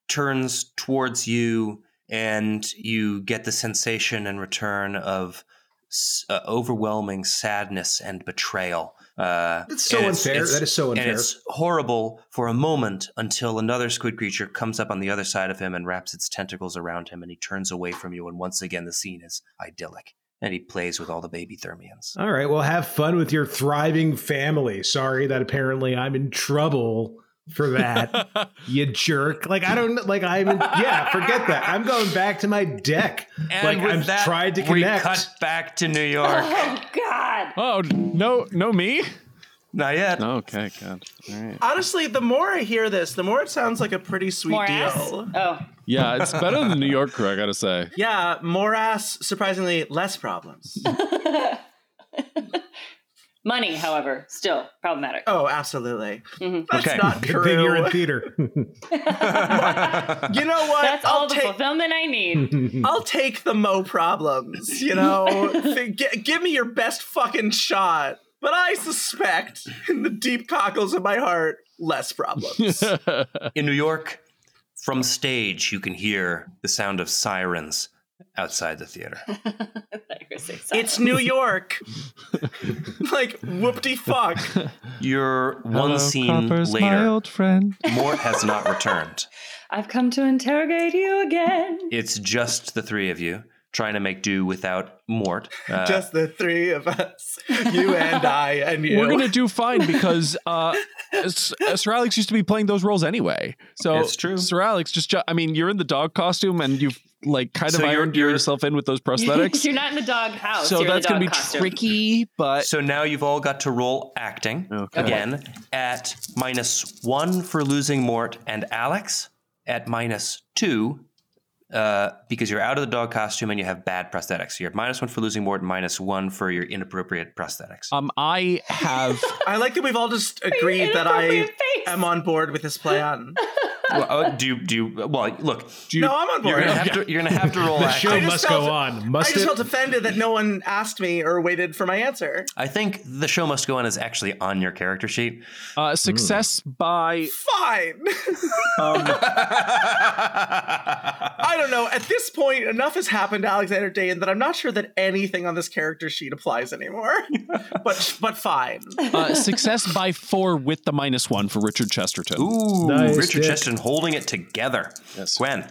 Speaker 2: turns towards you, and you get the sensation and return of s- uh, overwhelming sadness and betrayal. Uh,
Speaker 3: That's so
Speaker 2: and
Speaker 3: unfair. That is so unfair.
Speaker 2: And it's horrible for a moment until another squid creature comes up on the other side of him and wraps its tentacles around him, and he turns away from you. And once again, the scene is idyllic, and he plays with all the baby thermians.
Speaker 3: All right. Well, have fun with your thriving family. Sorry that apparently I'm in trouble for that.
Speaker 4: <laughs>
Speaker 3: you jerk. Like I don't like I'm in, yeah, forget that. I'm going back to my deck. like I'm tried to connect.
Speaker 2: We cut back to New
Speaker 3: <laughs>
Speaker 2: York.
Speaker 5: Oh God.
Speaker 6: Oh no, no me.
Speaker 2: Not yet.
Speaker 6: Okay, God. All right.
Speaker 4: Honestly, the more I hear this, the more it sounds like a pretty sweet
Speaker 5: More
Speaker 4: deal.
Speaker 5: ass. Oh.
Speaker 6: Yeah, it's better than New York crew, I gotta say.
Speaker 4: Yeah, more ass, surprisingly,
Speaker 3: <laughs>
Speaker 4: less problems.
Speaker 5: Oh. <laughs> Money, however, still problematic.
Speaker 4: <laughs>
Speaker 5: <laughs>
Speaker 4: oh, absolutely.
Speaker 5: Mm-hmm.
Speaker 4: That's
Speaker 2: Okay.
Speaker 4: not
Speaker 3: Good thing you're
Speaker 4: true.
Speaker 3: <laughs> in
Speaker 4: <laughs>
Speaker 3: theater.
Speaker 4: you know what?
Speaker 5: That's
Speaker 4: I'll
Speaker 5: all the
Speaker 4: take
Speaker 5: fulfillment I
Speaker 3: Hmm.
Speaker 5: <laughs> need.
Speaker 4: I'll take the mo problems, you
Speaker 5: <laughs>
Speaker 4: know? Th- gi- give me your best fucking shot. But I suspect, in the deep cockles of my heart, less
Speaker 3: <laughs>
Speaker 4: problems.
Speaker 6: <laughs>
Speaker 2: <laughs> In New York, from stage, you can hear the sound of sirens outside the theater.
Speaker 4: it's New
Speaker 3: <laughs>
Speaker 4: York. like, whoop de fuck.
Speaker 2: You're one scene later.
Speaker 6: friend.
Speaker 2: <laughs> Mort has not returned.
Speaker 5: I've come to interrogate you again.
Speaker 2: It's just the three of you trying to make do without Mort. Uh,
Speaker 4: Just the three of us. You and I and you.
Speaker 6: We're gonna do fine because uh, S- uh, Sir Alex used to be playing those roles anyway. So
Speaker 2: It's true.
Speaker 6: Sir Alex just, ju- I mean, you're in the dog costume and you've like kind of
Speaker 2: So you're-
Speaker 6: ironed
Speaker 2: you're-
Speaker 6: yourself in with those prosthetics.
Speaker 5: <laughs> you're not in the dog house. Oh,
Speaker 6: so
Speaker 5: you're
Speaker 6: that's
Speaker 5: in
Speaker 6: gonna
Speaker 5: the dog
Speaker 6: be
Speaker 5: costume. <laughs>
Speaker 6: tricky, but
Speaker 2: Uh, so now you've all got to roll acting
Speaker 6: Okay.
Speaker 2: again at minus one for losing Mort and Alex, at minus two uh, because you're out of the dog costume and you have bad prosthetics. So you're at minus one for losing ward, minus one for your inappropriate prosthetics.
Speaker 3: Uh,
Speaker 6: Um, I have.
Speaker 4: I like that we've all just agreed that I
Speaker 5: Inappropriate
Speaker 4: am on board with this play on.
Speaker 2: Well, uh, do you, do you, well, look,
Speaker 6: You-
Speaker 4: no, I'm on
Speaker 2: you're
Speaker 4: board.
Speaker 2: going to have to, you're gonna have to roll
Speaker 3: <laughs> The
Speaker 2: action.
Speaker 3: show
Speaker 4: I just
Speaker 3: must
Speaker 4: felt-
Speaker 3: go on.
Speaker 4: I
Speaker 3: Must
Speaker 4: just
Speaker 3: it?
Speaker 4: felt offended that no one asked me or waited for my answer.
Speaker 2: I think the show must go on is actually on your character
Speaker 3: <laughs>
Speaker 2: sheet.
Speaker 6: Uh, success by
Speaker 4: Fine. <laughs> I don't know. At this point, enough has happened to Alexander Dayan that I'm not sure that anything on this character sheet applies anymore. <laughs> but but fine.
Speaker 6: uh, success by four with the minus one for Richard Chesterton.
Speaker 2: Ooh,
Speaker 3: Nice,
Speaker 2: Richard
Speaker 3: Dick.
Speaker 2: Cheston holding it together.
Speaker 6: Yes.
Speaker 2: Gwen,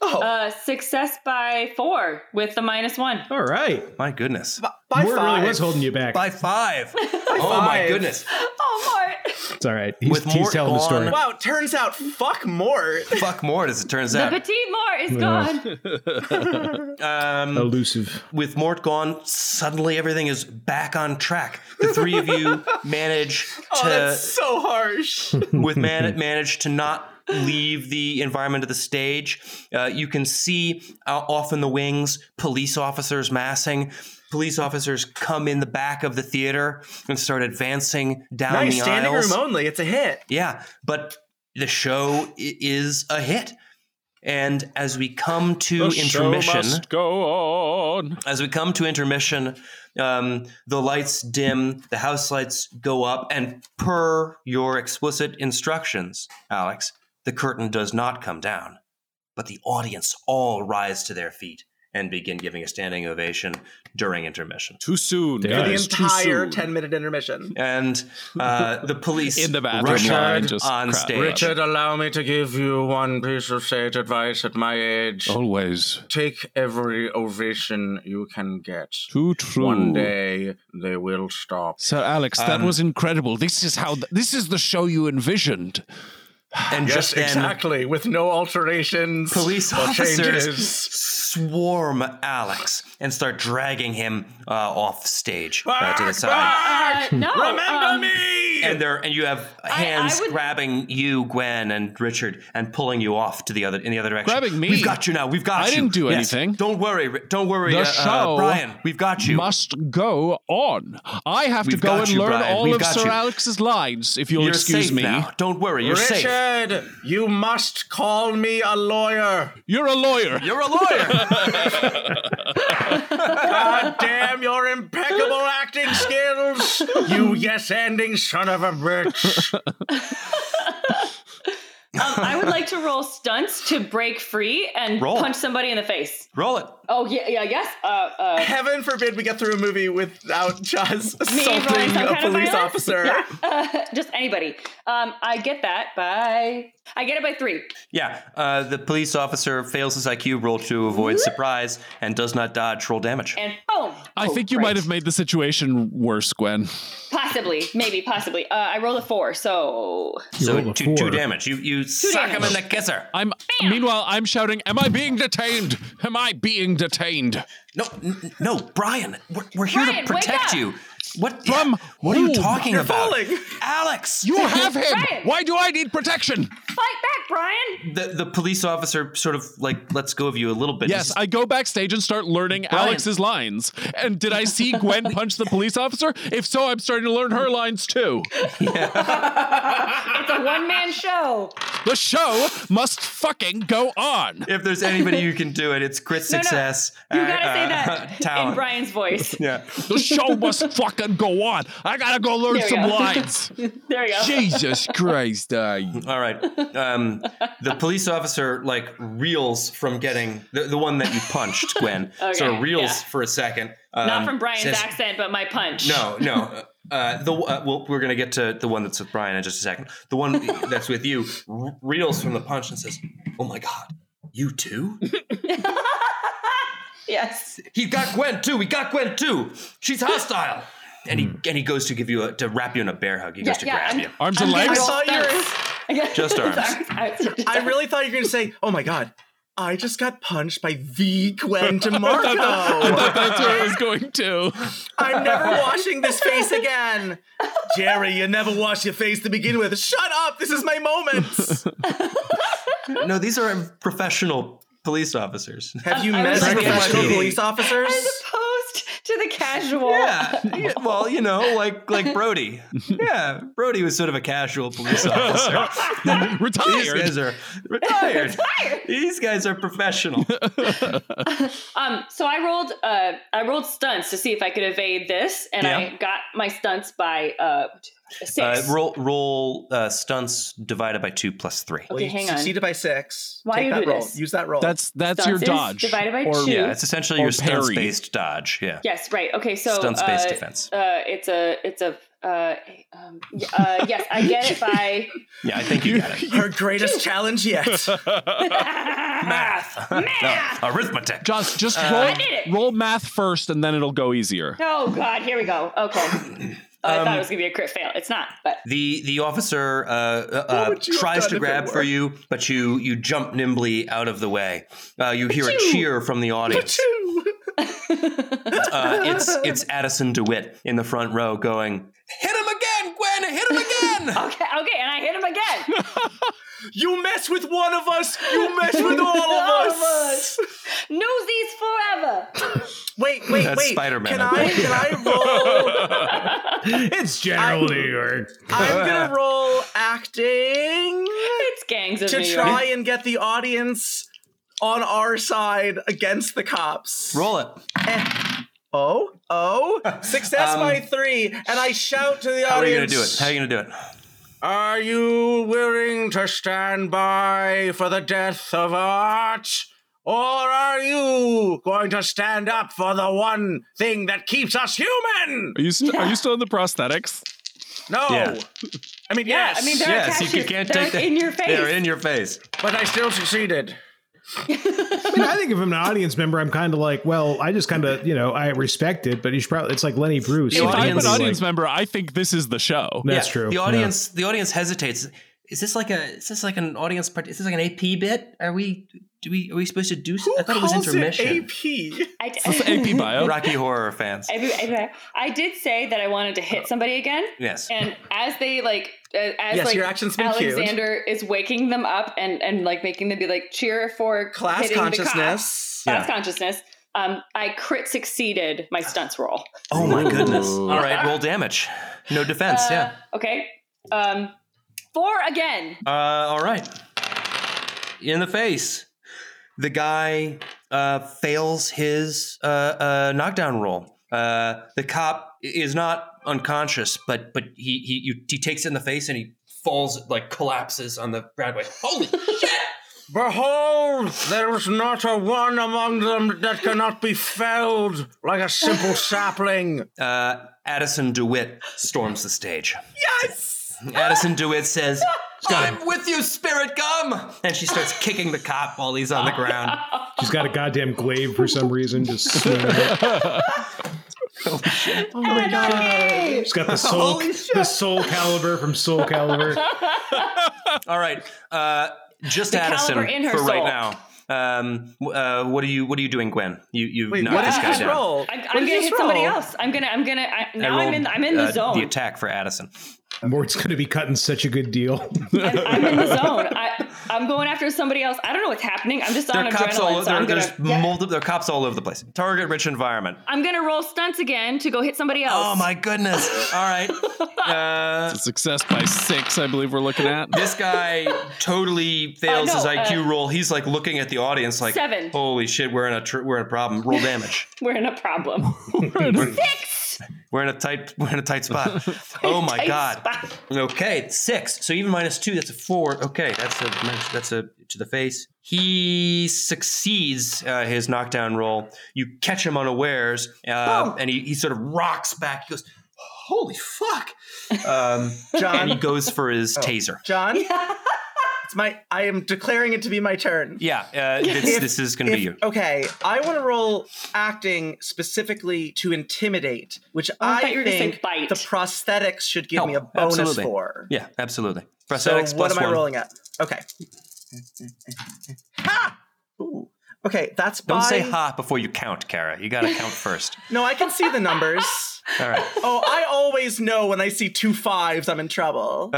Speaker 4: Oh,
Speaker 5: Uh, success by four with the minus one.
Speaker 3: All right.
Speaker 2: my goodness.
Speaker 4: b- by
Speaker 3: Ward
Speaker 4: five.
Speaker 3: really was holding you back.
Speaker 2: By five.
Speaker 4: <laughs>
Speaker 2: oh my
Speaker 4: five.
Speaker 2: goodness.
Speaker 5: Oh, Mart.
Speaker 3: It's all right. He's,
Speaker 2: With
Speaker 3: he's
Speaker 2: Mort
Speaker 3: telling the story.
Speaker 2: gone-
Speaker 4: wow, turns out fuck Mort.
Speaker 2: Fuck Mort, as it turns
Speaker 5: <laughs> The
Speaker 2: out.
Speaker 5: petite Mart is
Speaker 3: Yeah.
Speaker 5: gone.
Speaker 2: Um,
Speaker 3: Oh. Elusive.
Speaker 2: with Mort gone, suddenly everything is back on track. The three of you
Speaker 4: <laughs>
Speaker 2: manage
Speaker 4: Oh,
Speaker 2: to
Speaker 4: that's so harsh. <laughs>
Speaker 2: with man manage to not leave the environment of the stage. Uh, you can see out off in the wings police officers massing. Police officers come in the back of the theater and start advancing down
Speaker 4: nice
Speaker 2: the
Speaker 4: standing
Speaker 2: aisles.
Speaker 4: room only. It's a hit.
Speaker 2: Yeah, but the show i- is a hit. And as we come to intermission,
Speaker 6: go on.
Speaker 2: as we come to intermission, um, the lights dim, the house lights go up, and per your explicit instructions, Alex, the curtain does not come down. But the audience all rise to their feet and begin giving a standing ovation during intermission.
Speaker 6: Too soon.
Speaker 3: For the
Speaker 4: For the
Speaker 6: guys, too
Speaker 4: entire
Speaker 6: soon.
Speaker 4: 10 minute intermission.
Speaker 2: And uh,
Speaker 6: <laughs>
Speaker 2: the police
Speaker 6: in the bathroom
Speaker 2: rush
Speaker 6: line, just
Speaker 2: on
Speaker 6: crap.
Speaker 2: stage.
Speaker 4: allow me to give you one piece of sage advice at my age.
Speaker 3: Oh.
Speaker 6: Always
Speaker 4: Take every ovation you can get.
Speaker 6: too true.
Speaker 4: day they will stop.
Speaker 6: Sir Alex, that
Speaker 2: Um,
Speaker 6: was incredible. This is how th- this is the show you envisioned.
Speaker 2: and
Speaker 4: Yes,
Speaker 2: just then,
Speaker 4: exactly. With no alterations,
Speaker 2: police
Speaker 4: or
Speaker 2: officers
Speaker 4: changes.
Speaker 2: swarm Alex and start dragging him uh, off stage uh,
Speaker 4: Back,
Speaker 2: to the side.
Speaker 5: Uh,
Speaker 4: back!
Speaker 5: no.
Speaker 4: Remember
Speaker 5: um,
Speaker 4: me!
Speaker 2: And there, and you have hands
Speaker 5: I would-
Speaker 2: grabbing you, Gwen, and Richard, and pulling you off to the other in the other direction.
Speaker 6: Grabbing me?
Speaker 2: We've got you now. We've got
Speaker 6: I
Speaker 2: you.
Speaker 6: didn't do
Speaker 2: Yes.
Speaker 6: anything.
Speaker 2: Don't worry. Ri- Don't worry,
Speaker 6: The
Speaker 2: uh, uh,
Speaker 6: show
Speaker 2: Brian. We've got you.
Speaker 6: Must go on. I have
Speaker 2: We've
Speaker 6: to go
Speaker 2: got
Speaker 6: and
Speaker 2: you,
Speaker 6: learn
Speaker 2: Brian.
Speaker 6: all
Speaker 2: We've
Speaker 6: of
Speaker 2: got
Speaker 6: Sir
Speaker 2: you.
Speaker 6: Alex's lines, if you'll
Speaker 2: You're
Speaker 6: excuse
Speaker 2: safe
Speaker 6: me.
Speaker 2: now. Don't worry. You're safe.
Speaker 4: Richard, you must call me a lawyer.
Speaker 6: You're a lawyer.
Speaker 2: You're a lawyer. <laughs>
Speaker 5: <laughs>
Speaker 4: God damn your impeccable acting skills, you yes-ending son of a bitch.
Speaker 5: Um, I would like to roll stunts to break free and
Speaker 2: Roll.
Speaker 5: punch somebody in the face.
Speaker 2: Roll it.
Speaker 5: Oh yeah, yeah, yes. Uh, uh,
Speaker 4: Heaven forbid we get through a movie without just
Speaker 5: Brian,
Speaker 4: assaulting
Speaker 5: some
Speaker 4: a
Speaker 5: kind of
Speaker 4: police
Speaker 5: violence?
Speaker 4: officer.
Speaker 5: <laughs> yeah, uh, just anybody. Um, I get that by. I get it by three.
Speaker 2: Yeah. Uh, the police officer fails his IQ roll to avoid surprise and does not dodge roll damage.
Speaker 5: and boom.
Speaker 6: I
Speaker 5: Oh,
Speaker 6: think you
Speaker 5: great.
Speaker 6: might have made the situation worse, Gwen.
Speaker 5: possibly, maybe, possibly. Uh, I rolled a four, so
Speaker 2: So
Speaker 3: rolled a
Speaker 2: two, two
Speaker 3: four.
Speaker 2: damage. You you sock him in
Speaker 5: damage.
Speaker 2: the kisser.
Speaker 6: I'm meanwhile I'm shouting, Am I being detained? Am I being detained?
Speaker 2: No, n- no, Brian. We're, we're here
Speaker 5: Brian,
Speaker 2: to
Speaker 5: wake
Speaker 2: protect
Speaker 5: up.
Speaker 2: you. What
Speaker 6: From
Speaker 2: What are you
Speaker 6: whom?
Speaker 2: talking
Speaker 4: You're
Speaker 2: about?
Speaker 4: falling.
Speaker 2: Alex.
Speaker 6: You have him!
Speaker 5: Brian.
Speaker 6: Why do I need protection?
Speaker 5: fight back, Brian.
Speaker 2: the the police officer sort of like lets go of you a little bit.
Speaker 6: Yes,
Speaker 2: He's-
Speaker 6: I go backstage and start learning
Speaker 2: Brian.
Speaker 6: Alex's lines. And did I see Gwen punch the police officer? If so, I'm starting to learn her lines too.
Speaker 5: It's a one man show.
Speaker 6: The show must fucking go on.
Speaker 2: if there's
Speaker 6: <laughs>
Speaker 2: anybody you can do it, it's Chris
Speaker 5: No, no.
Speaker 2: Success.
Speaker 5: You
Speaker 2: uh,
Speaker 5: gotta
Speaker 2: uh,
Speaker 5: say
Speaker 2: <laughs>
Speaker 5: that in
Speaker 2: talent.
Speaker 5: Brian's voice.
Speaker 2: Yeah.
Speaker 6: The show must
Speaker 5: <laughs>
Speaker 6: fucking go on. I gotta go learn
Speaker 5: There we
Speaker 6: some
Speaker 5: go. <laughs>
Speaker 6: lines.
Speaker 5: There you go.
Speaker 6: Jesus Christ,
Speaker 5: <laughs>
Speaker 6: uh, I.
Speaker 2: All right. Um, the police officer like reels from getting the, the one that you
Speaker 5: <laughs>
Speaker 2: punched, Gwen. so
Speaker 5: Okay,
Speaker 2: reels
Speaker 5: yeah.
Speaker 2: for a second. Um,
Speaker 5: Not from Brian's
Speaker 2: says-
Speaker 5: accent, but my punch.
Speaker 2: No, no. Uh, the uh, well, we're gonna get to the one that's with Brian in just a second. The one that's with you r- reels from the punch and says, "Oh my god, you too?
Speaker 5: Yes.
Speaker 2: He got Gwen too. He got Gwen too. She's hostile." And he and he goes to give you a, to wrap you in a bear hug. He goes to grab
Speaker 5: I'm-
Speaker 2: you.
Speaker 6: Arms
Speaker 5: I'm
Speaker 6: and
Speaker 5: gonna
Speaker 6: legs?
Speaker 5: roll
Speaker 4: I thought you were-
Speaker 5: <laughs> stunts.
Speaker 2: Just arms.
Speaker 5: Sorry. <laughs>
Speaker 4: I really thought you were going to say, oh my god, I just got punched by the Gwen DeMarco.
Speaker 5: <laughs>
Speaker 6: That's where I was going to.
Speaker 4: I'm never washing this face again.
Speaker 5: <laughs>
Speaker 4: Jerry, you never wash your face to begin with. Shut up. This is my moment.
Speaker 2: No, these are professional police officers. <laughs>
Speaker 4: Have you
Speaker 5: I
Speaker 4: met
Speaker 5: was
Speaker 4: any
Speaker 5: like-
Speaker 4: professional
Speaker 2: Practically.
Speaker 4: police officers?
Speaker 5: As opposed to the casual. <laughs>
Speaker 2: Yeah. yeah, Well, you know, like like Brody. Yeah. Brody was sort of a casual police officer. These
Speaker 6: <laughs> Retired.
Speaker 2: guys are retired.
Speaker 5: Tired.
Speaker 2: These guys are professional.
Speaker 5: Um, so I rolled uh I rolled stunts to see if I could evade this, and I
Speaker 2: Yeah.
Speaker 5: got my stunts by uh a
Speaker 2: Uh,
Speaker 5: six.
Speaker 2: roll roll uh, stunts divided by two plus three.
Speaker 4: Oh.
Speaker 5: Okay, hang on.
Speaker 4: Succeeded by six.
Speaker 5: Why
Speaker 4: Take
Speaker 5: you
Speaker 4: that
Speaker 5: do
Speaker 4: roll.
Speaker 5: this?
Speaker 4: Use that roll.
Speaker 6: That's that's
Speaker 5: Stunts
Speaker 6: your
Speaker 5: is
Speaker 6: dodge.
Speaker 5: divided by
Speaker 6: Or-
Speaker 5: two.
Speaker 2: Yeah, it's essentially
Speaker 6: Or
Speaker 2: your
Speaker 6: parry.
Speaker 2: stunts based dodge. Yeah.
Speaker 5: Yes, right. Okay, so
Speaker 2: stunts based
Speaker 5: uh,
Speaker 2: defense.
Speaker 5: uh it's a it's a uh, um, y- uh yes, I get
Speaker 2: <laughs>
Speaker 5: it by <laughs>
Speaker 2: Yeah, I think you got
Speaker 4: <laughs>
Speaker 2: it.
Speaker 4: <laughs> her greatest challenge
Speaker 2: <laughs>
Speaker 4: yet.
Speaker 5: math. Math.
Speaker 2: No, arithmetic.
Speaker 6: Just just roll
Speaker 5: Uh, I did it.
Speaker 6: roll math first, and then it'll go easier.
Speaker 5: Oh God, here we go. Okay. Oh, I
Speaker 2: Um,
Speaker 5: thought it was gonna be a crit fail. It's not, but
Speaker 2: The the officer uh, uh, uh,
Speaker 4: would you have
Speaker 2: tries
Speaker 4: done
Speaker 2: to
Speaker 4: if it
Speaker 2: grab for
Speaker 4: were?
Speaker 2: you, but you you jump nimbly out of the way. Uh, you hear a cheer from the audience. Uh, it's it's Addison DeWitt in the front row going, "Hit him again, Gwen! Hit him
Speaker 4: <laughs>
Speaker 2: again!"
Speaker 5: okay, okay, and I hit him
Speaker 2: <laughs>
Speaker 5: again.
Speaker 4: you mess with one of us, you mess with all
Speaker 5: All
Speaker 4: of
Speaker 5: of
Speaker 4: us.
Speaker 5: Newsies forever.
Speaker 4: Wait, wait,
Speaker 2: That's
Speaker 4: wait.
Speaker 2: Spider-Man,
Speaker 4: Can
Speaker 2: I
Speaker 4: I?
Speaker 2: think.
Speaker 4: Can I
Speaker 2: <laughs>
Speaker 4: roll?
Speaker 3: It's General New York.
Speaker 4: I'm gonna roll acting
Speaker 5: It's gangs of
Speaker 4: to
Speaker 5: New York.
Speaker 4: try and get the audience on our side against the cops.
Speaker 2: Roll it.
Speaker 4: Oh, oh! Success
Speaker 2: Um,
Speaker 4: by three, and I shout to the audience.
Speaker 2: How are you gonna do it? How are you gonna do it?
Speaker 3: Are you willing to stand by for the death of art? Or are you going to stand up for the one thing that keeps us human?
Speaker 6: Are you st- are you still in the prosthetics?
Speaker 3: No.
Speaker 2: Yeah.
Speaker 3: <laughs> I mean,
Speaker 5: Yeah,
Speaker 3: yes,
Speaker 5: I mean they're
Speaker 2: Yes,
Speaker 5: attached
Speaker 2: you
Speaker 5: to-
Speaker 2: can't
Speaker 5: they're
Speaker 2: take that.
Speaker 5: in your face.
Speaker 2: They're in your face.
Speaker 3: but I still succeeded. I mean, I think if I'm an audience member, I'm kind of like, well, I just kind of, you know, I respect it, but you should probably, it's like Lenny Bruce.
Speaker 2: The
Speaker 6: if
Speaker 3: Like,
Speaker 6: I'm
Speaker 2: audience-
Speaker 6: an
Speaker 3: like,
Speaker 6: audience member, I think this is
Speaker 5: <laughs>
Speaker 6: the show.
Speaker 3: That's
Speaker 2: Yeah,
Speaker 3: true.
Speaker 2: The
Speaker 3: yeah.
Speaker 2: audience the audience hesitates. Is this like a is this like an audience part? Is this like an AP bit? Are we do we are we supposed to do?
Speaker 4: Who
Speaker 2: I thought it was
Speaker 4: calls
Speaker 2: intermission.
Speaker 4: AP.
Speaker 5: I, d-
Speaker 6: It's AP bio.
Speaker 2: Rocky Horror fans.
Speaker 5: <laughs> I- I- I did say that I wanted to hit somebody again,
Speaker 2: Yes.
Speaker 5: and as they like, uh, as
Speaker 4: Yes,
Speaker 5: like
Speaker 4: your action's been cued.
Speaker 5: Alexander is waking them up and and like making them be like cheer for
Speaker 4: Class
Speaker 5: hitting The cops,
Speaker 4: consciousness.
Speaker 5: class consciousness. Um, I crit succeeded my stunts roll.
Speaker 2: Oh my goodness.
Speaker 6: Ooh.
Speaker 2: All right, roll damage. No defense, yeah.
Speaker 5: Uh, Okay. Um, four again.
Speaker 2: Uh, all right. In the face. The guy uh, fails his uh, uh, knockdown roll. Uh, the cop i- is not unconscious, but but he he, you, he takes it in the face and he falls like collapses on the ground. Like, <laughs> Holy shit!
Speaker 3: Behold, there is not a one among them that cannot be felled like a simple sapling.
Speaker 2: Uh, Addison DeWitt storms the stage. Yes! Addison DeWitt <laughs> says, I'm with you, Spirit Gum! And she starts kicking the cop while he's on the ground.
Speaker 3: She's got a goddamn glaive for some
Speaker 2: <laughs>
Speaker 3: reason. Just swinging it.
Speaker 5: Oh my god.
Speaker 3: she's got the soul,
Speaker 2: Holy shit.
Speaker 3: the soul caliber from Soul Caliber.
Speaker 2: All right, uh, just
Speaker 5: The
Speaker 2: Addison
Speaker 5: caliber in her
Speaker 2: for right
Speaker 5: soul.
Speaker 2: now. Um, w- uh, what are you What are you doing, Gwen? You you
Speaker 4: Wait,
Speaker 2: knocked
Speaker 4: what
Speaker 2: this
Speaker 4: did
Speaker 2: guy
Speaker 4: you just
Speaker 2: down.
Speaker 4: roll?
Speaker 5: <laughs>
Speaker 4: What
Speaker 5: I'm, I'm
Speaker 4: did you
Speaker 5: gonna hit
Speaker 4: just
Speaker 5: somebody
Speaker 4: roll?
Speaker 5: else. I'm gonna. I'm gonna. I,
Speaker 2: I
Speaker 5: now I'm
Speaker 2: rolled,
Speaker 5: in. I'm in the
Speaker 2: uh,
Speaker 5: zone.
Speaker 2: The attack for Addison.
Speaker 3: Mort's going to be cutting such a good deal.
Speaker 5: I'm, <laughs> I'm in the zone. I, I'm going after somebody else. I don't know what's happening. I'm just
Speaker 2: There
Speaker 5: on
Speaker 2: are
Speaker 5: adrenaline.
Speaker 2: cops all
Speaker 5: so
Speaker 2: over.
Speaker 5: I'm
Speaker 2: there's
Speaker 5: gonna. <laughs> Yeah.
Speaker 2: multiple. There are cops all over the place. Target rich environment.
Speaker 5: I'm gonna roll stunts again to go hit somebody else.
Speaker 2: Oh my
Speaker 5: <laughs>
Speaker 2: goodness! All right, uh,
Speaker 6: Success by six, I believe we're
Speaker 5: <laughs>
Speaker 6: looking at.
Speaker 2: this guy totally fails
Speaker 5: Uh, no,
Speaker 2: his IQ roll. He's like looking at the audience, like,
Speaker 5: Seven.
Speaker 2: "Holy shit, we're in a tr- we're in a problem. Roll damage.
Speaker 5: <laughs> We're in a
Speaker 6: <laughs>
Speaker 5: problem. <laughs> Six.
Speaker 2: we're in a tight <laughs> we're in a tight
Speaker 5: <laughs>
Speaker 2: spot. oh my
Speaker 5: Tight
Speaker 2: god."
Speaker 5: spot. <laughs>
Speaker 2: Okay, it's six. So even minus two, that's a four. Okay, that's a that's a to the face. He succeeds uh, his knockdown roll. You catch him unawares, uh,
Speaker 4: Oh.
Speaker 2: and he, he sort of rocks back. He goes, "Holy fuck!"
Speaker 4: <laughs>
Speaker 2: Um, <laughs> and he
Speaker 4: John,
Speaker 2: goes for
Speaker 4: Oh.
Speaker 2: his taser.
Speaker 4: John, it's my. I am declaring it to be my turn.
Speaker 2: Yeah, uh, this, this is going to
Speaker 4: If-
Speaker 2: be you.
Speaker 4: Okay, I want to roll acting specifically to intimidate, which
Speaker 5: Oh, I
Speaker 4: I,
Speaker 5: thought you were gonna say
Speaker 4: think
Speaker 5: bite.
Speaker 4: the prosthetics should give
Speaker 2: Oh,
Speaker 4: me a bonus
Speaker 2: absolutely.
Speaker 4: for.
Speaker 2: Yeah, absolutely.
Speaker 4: So
Speaker 2: Prosthetics
Speaker 4: what
Speaker 2: plus
Speaker 4: am I
Speaker 2: one.
Speaker 4: rolling at? Okay. Ha! Ooh. Okay, that's
Speaker 2: Don't
Speaker 4: by.
Speaker 2: say ha before you count, Kara. You gotta
Speaker 4: <laughs>
Speaker 2: count first.
Speaker 4: No, I can see the
Speaker 5: <laughs>
Speaker 4: numbers.
Speaker 2: All right.
Speaker 4: Oh, I always know when I see two fives, I'm
Speaker 2: <laughs>
Speaker 4: in trouble.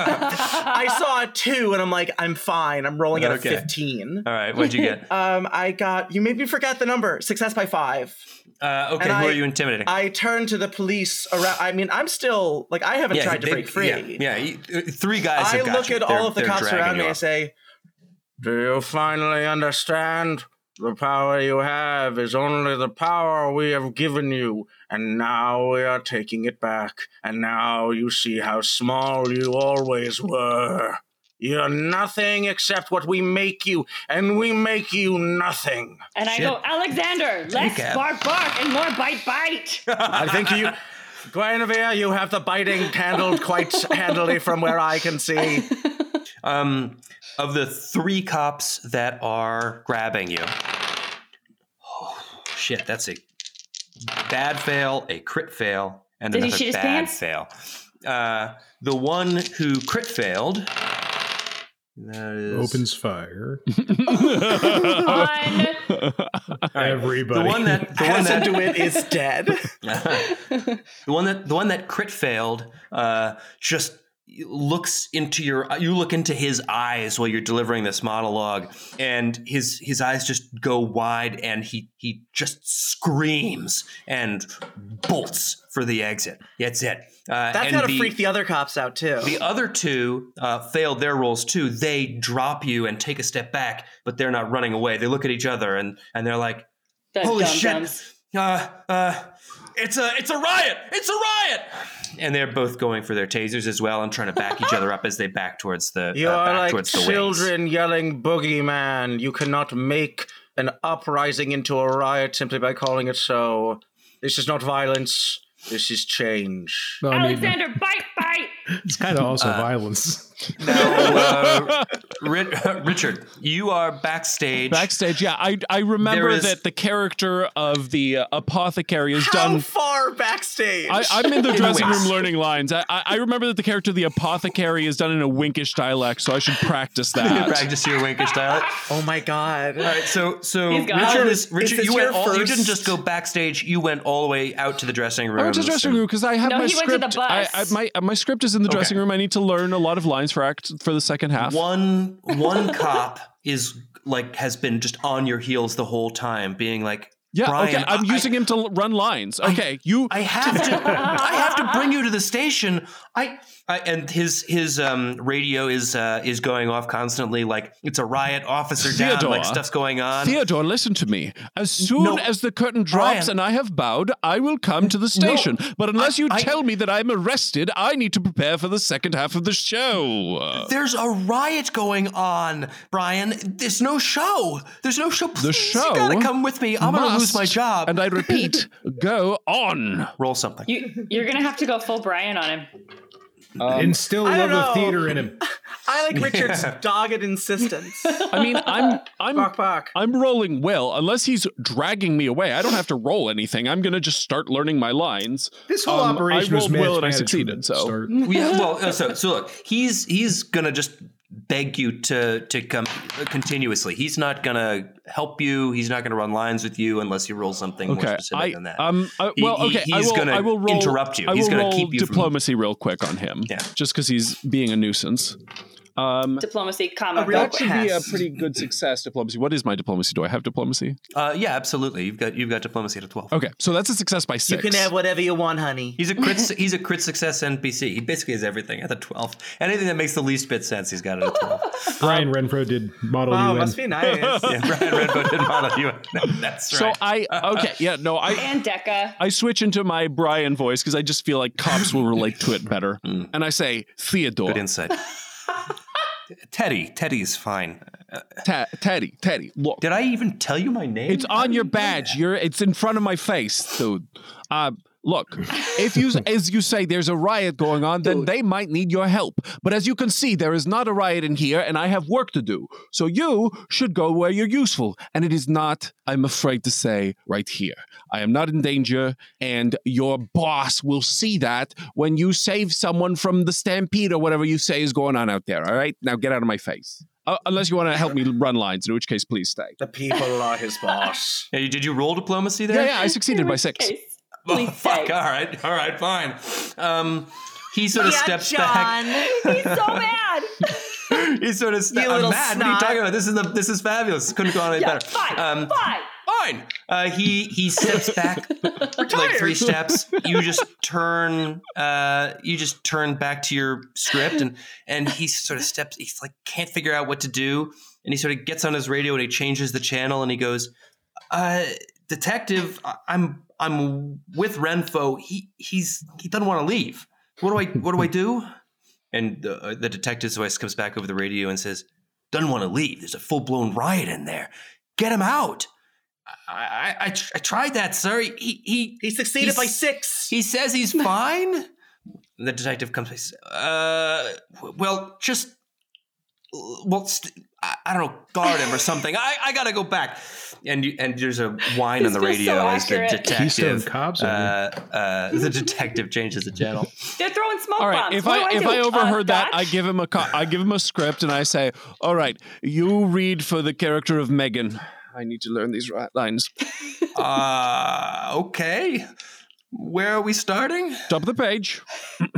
Speaker 4: I saw a two and I'm like, I'm fine. I'm rolling at
Speaker 2: Okay.
Speaker 4: a 15.
Speaker 2: All right. What'd you
Speaker 4: <laughs>
Speaker 2: get?
Speaker 4: Um, I got, you made me forget the number, success by five.
Speaker 2: Uh, okay.
Speaker 4: And
Speaker 2: who
Speaker 4: I-
Speaker 2: are you intimidating?
Speaker 4: I turned to the police around. I mean, I'm still, like, I haven't tried to
Speaker 2: they-
Speaker 4: break free.
Speaker 2: Yeah, yeah, you- uh, three guys.
Speaker 4: I
Speaker 2: have got
Speaker 4: look
Speaker 2: you.
Speaker 4: at
Speaker 2: They're-
Speaker 4: all of the
Speaker 2: they're
Speaker 4: cops
Speaker 2: dragging
Speaker 4: around
Speaker 2: you
Speaker 4: me and
Speaker 2: off.
Speaker 4: say, Do you finally understand? The power you have is only the power we have given you, and now we are taking it back. And now you see how small you always were. You're nothing except what we make you, and we make you nothing.
Speaker 5: And I
Speaker 2: Shit.
Speaker 5: go, Alexander, less
Speaker 2: Recap.
Speaker 5: bark bark and more bite
Speaker 6: <laughs>
Speaker 5: bite.
Speaker 4: I think you, <laughs> Guinevere, you have the biting handled quite handily from where I can see.
Speaker 2: um, of the three cops that are grabbing you. <sighs> Oh, shit, that's a bad fail, a crit fail, and
Speaker 5: Did he
Speaker 2: another
Speaker 5: shoot his
Speaker 2: bad
Speaker 5: pants?
Speaker 2: fail. Uh, the one who crit failed. That is
Speaker 3: Opens fire.
Speaker 6: <laughs>
Speaker 5: On
Speaker 3: Everybody.
Speaker 2: the one that
Speaker 4: <laughs>
Speaker 2: the one that
Speaker 4: Hasn't to it is dead.
Speaker 2: <laughs> the one that the one that crit failed uh, just looks into your you look into his eyes while you're delivering this monologue and his his eyes just go wide and he he just screams and bolts for the exit that's it uh,
Speaker 4: That's
Speaker 2: and
Speaker 4: gotta
Speaker 2: the-
Speaker 4: freak the other cops out too.
Speaker 2: the other two uh, failed their rolls too. They drop you and take a step back, but they're not running away. They look at each other and, and they're like,
Speaker 5: the
Speaker 2: Holy
Speaker 5: dum
Speaker 2: shit.
Speaker 5: dums.
Speaker 2: uh, uh, it's a it's a riot! It's a riot! And they're both going for their tasers as well and trying to back each other up as they back towards the
Speaker 4: You
Speaker 2: uh,
Speaker 4: are
Speaker 2: back
Speaker 4: like
Speaker 2: towards the wings.
Speaker 4: children yelling boogeyman. You cannot make an uprising into a riot simply by calling it so. This is not violence. This is change.
Speaker 3: Well, I mean,
Speaker 5: Alexander, bite bite.
Speaker 3: it's kind of also violence.
Speaker 2: <laughs> Now, uh, Ri- <laughs> Richard, you are backstage.
Speaker 6: Backstage, yeah, I I remember
Speaker 2: There is-
Speaker 6: that the character of the uh, apothecary is done.
Speaker 4: far backstage?
Speaker 6: I, I'm in the dressing
Speaker 2: wings.
Speaker 6: room learning lines. I, I, I remember that the character of the apothecary is done in a winkish dialect, so I should
Speaker 2: <laughs>
Speaker 6: practice that.
Speaker 2: Practice your winkish dialect.
Speaker 4: oh my
Speaker 2: All
Speaker 4: god.
Speaker 2: right, so so
Speaker 5: He's gone.
Speaker 2: Richard
Speaker 4: Is-
Speaker 2: is
Speaker 4: is
Speaker 2: Richard.
Speaker 4: this
Speaker 2: you went
Speaker 4: your
Speaker 2: all, you
Speaker 4: first-
Speaker 2: didn't just go backstage. You went all the way out to the dressing room.
Speaker 6: I went to the dressing room because I have
Speaker 5: No,
Speaker 6: my
Speaker 5: he went
Speaker 6: script.
Speaker 5: to the bus.
Speaker 6: I, I, my my script is in the dressing room. I need to learn a lot of lines for act for the second half.
Speaker 2: One one cop is like has been just on your heels the whole time, being like,
Speaker 6: yeah,
Speaker 2: Brian,
Speaker 6: okay. I'm
Speaker 2: I-
Speaker 6: using him to l- run lines. Okay, you.
Speaker 2: I have to I have to bring you to the station. I, I and his his um radio is uh is going off constantly like it's a riot officer down
Speaker 6: Theodore.
Speaker 2: like stuff's going on.
Speaker 6: Theodore, listen to me. As soon
Speaker 2: No,
Speaker 6: as the curtain drops
Speaker 2: Brian.
Speaker 6: and I have bowed, I will come to the station. but unless you
Speaker 2: I-
Speaker 6: tell me that I'm arrested, I need to prepare for the second half of the show.
Speaker 2: There's a riot going on, Brian. There's no show. There's no show. Please,
Speaker 6: show
Speaker 2: you gotta come with me. I'm gonna lose
Speaker 6: Must,
Speaker 2: my job.
Speaker 6: And
Speaker 2: <laughs>
Speaker 6: I repeat, go on.
Speaker 2: roll something.
Speaker 5: You, you're going to have to go full Brian on him.
Speaker 2: um,
Speaker 3: Instill
Speaker 4: I
Speaker 3: love
Speaker 4: don't
Speaker 3: of
Speaker 4: know.
Speaker 3: theater in him.
Speaker 4: I like Richard's dogged insistence.
Speaker 6: I mean, I'm I'm
Speaker 4: Bok bok.
Speaker 6: I'm rolling well, unless he's dragging me away. I don't have to roll anything. I'm gonna just start learning my lines.
Speaker 3: This whole
Speaker 6: Um,
Speaker 3: operation
Speaker 6: I
Speaker 3: was
Speaker 6: rolled
Speaker 3: mismanaged
Speaker 6: well and I
Speaker 3: from the
Speaker 6: succeeded. So
Speaker 3: start.
Speaker 2: yeah, well, uh, so so look, he's he's gonna just beg you to to come continuously. He's not gonna help you. He's not gonna run lines with you unless you roll something more
Speaker 6: okay,
Speaker 2: specific
Speaker 6: I
Speaker 2: than that.
Speaker 6: um I,
Speaker 2: He-
Speaker 6: well
Speaker 2: he-
Speaker 6: okay. I
Speaker 2: he's
Speaker 6: will
Speaker 2: gonna
Speaker 6: I will roll,
Speaker 2: interrupt you.
Speaker 6: I will
Speaker 2: He's gonna
Speaker 6: roll
Speaker 2: keep you from-
Speaker 6: diplomacy real quick on him.
Speaker 2: Yeah.
Speaker 6: just because he's being a nuisance. Um,
Speaker 5: Diplomacy, comma.
Speaker 4: Mm. A real
Speaker 5: go
Speaker 6: that should be a
Speaker 4: pest.
Speaker 6: pretty good success. Diplomacy. What is my diplomacy? Do I have diplomacy?
Speaker 2: uh, yeah, absolutely. You've got you've got diplomacy at a twelve.
Speaker 6: Okay, so that's a success by
Speaker 4: You
Speaker 6: six.
Speaker 4: can have whatever you want, honey.
Speaker 2: He's a crit.
Speaker 6: <laughs>
Speaker 2: he's a crit success NPC. He basically has everything at a twelve. Anything that makes the least bit sense, he's got it at a twelve.
Speaker 6: <laughs>
Speaker 3: Brian Renfro did model
Speaker 4: Wow,
Speaker 3: UN.
Speaker 4: must be nice.
Speaker 2: <laughs> yeah, Brian Redbone did model you. <laughs> That's
Speaker 6: so
Speaker 2: right.
Speaker 6: I okay yeah no I
Speaker 5: and Deca.
Speaker 6: I switch into my Brian voice because I just feel like cops will relate to it better. And I say, Theodore,
Speaker 2: Good
Speaker 6: <laughs>
Speaker 2: insight. Teddy, Teddy's fine.
Speaker 6: Ta- Teddy, Teddy, look.
Speaker 2: Did I even tell you my name?
Speaker 6: It's on your badge. You're it's in front of my face, dude. Uh, look,
Speaker 5: <laughs>
Speaker 6: if you as you say there's a riot going on, then they might need your help. But as you can see, there is not a riot in here, and I have work to do. So you should go where you're useful, and it is not. I'm afraid to say right here. I am not in danger, and your boss will see that when you save someone from the stampede or whatever you say is going on out there. All right, now get out of my face. Uh, unless you want to help me run lines, in which case, please stay.
Speaker 4: The people are his boss.
Speaker 2: Hey, did you roll diplomacy there?
Speaker 6: Yeah, yeah, I
Speaker 5: <laughs>
Speaker 6: succeeded
Speaker 5: In
Speaker 6: by
Speaker 5: which
Speaker 6: six.
Speaker 5: case,
Speaker 2: Oh,
Speaker 5: please
Speaker 2: <laughs> fuck.
Speaker 5: stay.
Speaker 2: All right. All right. Fine. Um, he sort of
Speaker 7: yeah,
Speaker 2: steps
Speaker 7: John.
Speaker 5: He's so
Speaker 6: <laughs>
Speaker 5: mad.
Speaker 2: back. <laughs> He sort of steps.
Speaker 7: You
Speaker 2: I'm
Speaker 7: little
Speaker 2: mad. What are you
Speaker 7: snot.
Speaker 2: talking about? This is the. This is fabulous. Couldn't go on any
Speaker 5: yeah,
Speaker 2: better.
Speaker 5: fine,
Speaker 2: Um,
Speaker 5: fine.
Speaker 2: fine. Uh, he he steps back like three steps. You just turn. Uh, you just turn back to your script, and and he sort of steps. He's like can't figure out what to do, and he sort of gets on his radio and he changes the channel and he goes, uh, "Detective, I- I'm I'm with Renfo. He he's he doesn't want to leave. What do I what do I do?" And the, uh, the detective's voice comes back over the radio and says, "Doesn't want to leave. There's a full blown riot in there. Get him out." I, I, I, tr- I tried that, sir. He, he,
Speaker 4: He succeeded
Speaker 2: <laughs>
Speaker 4: by six.
Speaker 2: he says
Speaker 5: <laughs>
Speaker 2: he's fine. And the detective comes. and says, Uh, w- well, just, well, st- I, I don't know, guard him or something. I, I gotta go back. And you, and there's a whine on
Speaker 5: This
Speaker 2: the
Speaker 5: feels
Speaker 2: radio
Speaker 5: so
Speaker 2: as the
Speaker 5: accurate.
Speaker 3: Keystone
Speaker 2: detective.
Speaker 3: Cops.
Speaker 2: Uh,
Speaker 3: on you.
Speaker 2: uh, the detective changes the
Speaker 5: <laughs>
Speaker 2: channel.
Speaker 5: They're throwing smoke
Speaker 6: All right.
Speaker 5: bombs.
Speaker 6: If
Speaker 5: What
Speaker 6: I,
Speaker 5: do
Speaker 6: if
Speaker 5: do?
Speaker 6: I overheard
Speaker 5: Uh,
Speaker 6: that, I
Speaker 5: dodge?
Speaker 6: give him a co- I give him a script and I say, "All right, you read for the character of Megan. I need to learn these ri- lines.
Speaker 2: Uh, okay. Where are we starting?
Speaker 6: Top of the page. <clears throat>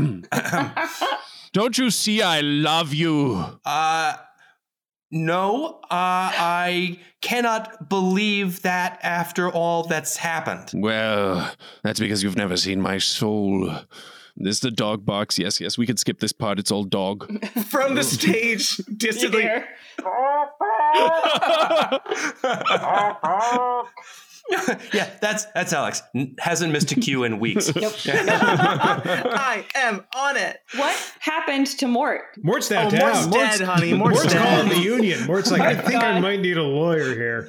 Speaker 6: Don't you see I love you?
Speaker 2: Uh, no, uh, I cannot believe that after all that's happened.
Speaker 6: Well, that's because you've never seen my soul. This is the dog box. Yes, yes. We could skip this part. It's all dog.
Speaker 4: From
Speaker 2: <laughs>
Speaker 4: the stage,
Speaker 5: You
Speaker 4: distantly.
Speaker 5: there?
Speaker 2: yeah, that's that's Alex. N- hasn't missed a cue in
Speaker 5: <laughs>
Speaker 2: weeks.
Speaker 4: I am on it.
Speaker 5: What happened to Mort?
Speaker 3: Mort's
Speaker 4: Oh,
Speaker 3: that down.
Speaker 4: Mort's dead, honey. Mort's,
Speaker 3: Mort's calling
Speaker 4: dead. Oh
Speaker 3: the union. Mort's
Speaker 4: <laughs>
Speaker 3: like, I think I
Speaker 5: God.
Speaker 3: might need a lawyer here.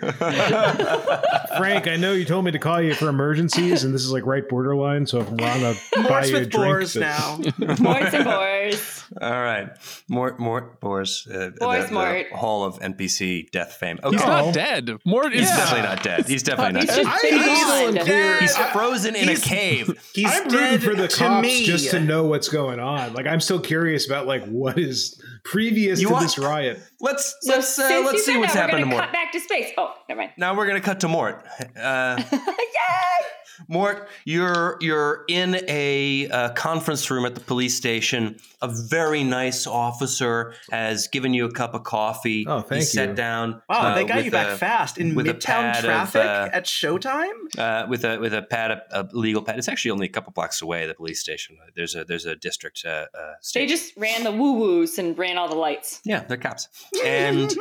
Speaker 3: Frank, I know you told me to call you for emergencies, and this is like right borderline. So if I'm wrong, I'll buy
Speaker 4: Mort's
Speaker 3: you a
Speaker 4: with
Speaker 3: drink.
Speaker 4: boars
Speaker 3: but-
Speaker 4: now.
Speaker 5: Morts
Speaker 6: <laughs>
Speaker 5: and Boars.
Speaker 2: All right, Mort Mort Boris, uh,
Speaker 5: Boris
Speaker 2: the,
Speaker 5: Mort.
Speaker 2: the Hall of NPC death fame. Okay.
Speaker 6: He's
Speaker 3: Oh.
Speaker 6: not dead. Mort is
Speaker 2: He's definitely not dead. He's definitely not
Speaker 5: He's
Speaker 2: dead.
Speaker 3: <laughs>
Speaker 5: just
Speaker 3: I-
Speaker 5: been
Speaker 3: he's
Speaker 5: gone.
Speaker 4: still unclear.
Speaker 2: He's
Speaker 4: I-
Speaker 2: frozen in a
Speaker 4: he's-
Speaker 2: cave.
Speaker 4: He's
Speaker 3: I'm rooting
Speaker 4: dead
Speaker 3: for the
Speaker 4: to
Speaker 3: cops
Speaker 4: me.
Speaker 3: just to know what's going on. Like I'm still curious about like what is previous
Speaker 2: You
Speaker 3: to
Speaker 2: want-
Speaker 3: this riot.
Speaker 2: Let's
Speaker 5: <laughs> So
Speaker 2: let's uh,
Speaker 5: since you
Speaker 2: let's see
Speaker 5: said
Speaker 2: what's
Speaker 5: that,
Speaker 2: happened to
Speaker 5: we're gonna
Speaker 2: Mort.
Speaker 5: cut back to space. Oh, never mind.
Speaker 2: Now we're gonna cut to Mort. Uh,
Speaker 5: <laughs> Yay!
Speaker 2: Mort, you're you're in a uh, conference room at the police station. A very nice officer has given you a cup of coffee.
Speaker 3: Oh, thank
Speaker 2: he sat
Speaker 3: you.
Speaker 2: down.
Speaker 4: Wow,
Speaker 2: uh,
Speaker 4: they got
Speaker 2: with
Speaker 4: you back
Speaker 2: a-
Speaker 4: fast in
Speaker 2: with a
Speaker 4: midtown
Speaker 2: pad of,
Speaker 4: traffic
Speaker 2: uh,
Speaker 4: at
Speaker 2: <laughs>
Speaker 4: showtime.
Speaker 2: uh, with a with a pad, a, a legal pad. It's actually only a couple blocks away. The police station. There's a there's a district. Uh, uh,
Speaker 5: They
Speaker 2: station.
Speaker 5: just ran the woo woos and ran all the lights.
Speaker 2: yeah, they're
Speaker 5: <laughs>
Speaker 2: cops. And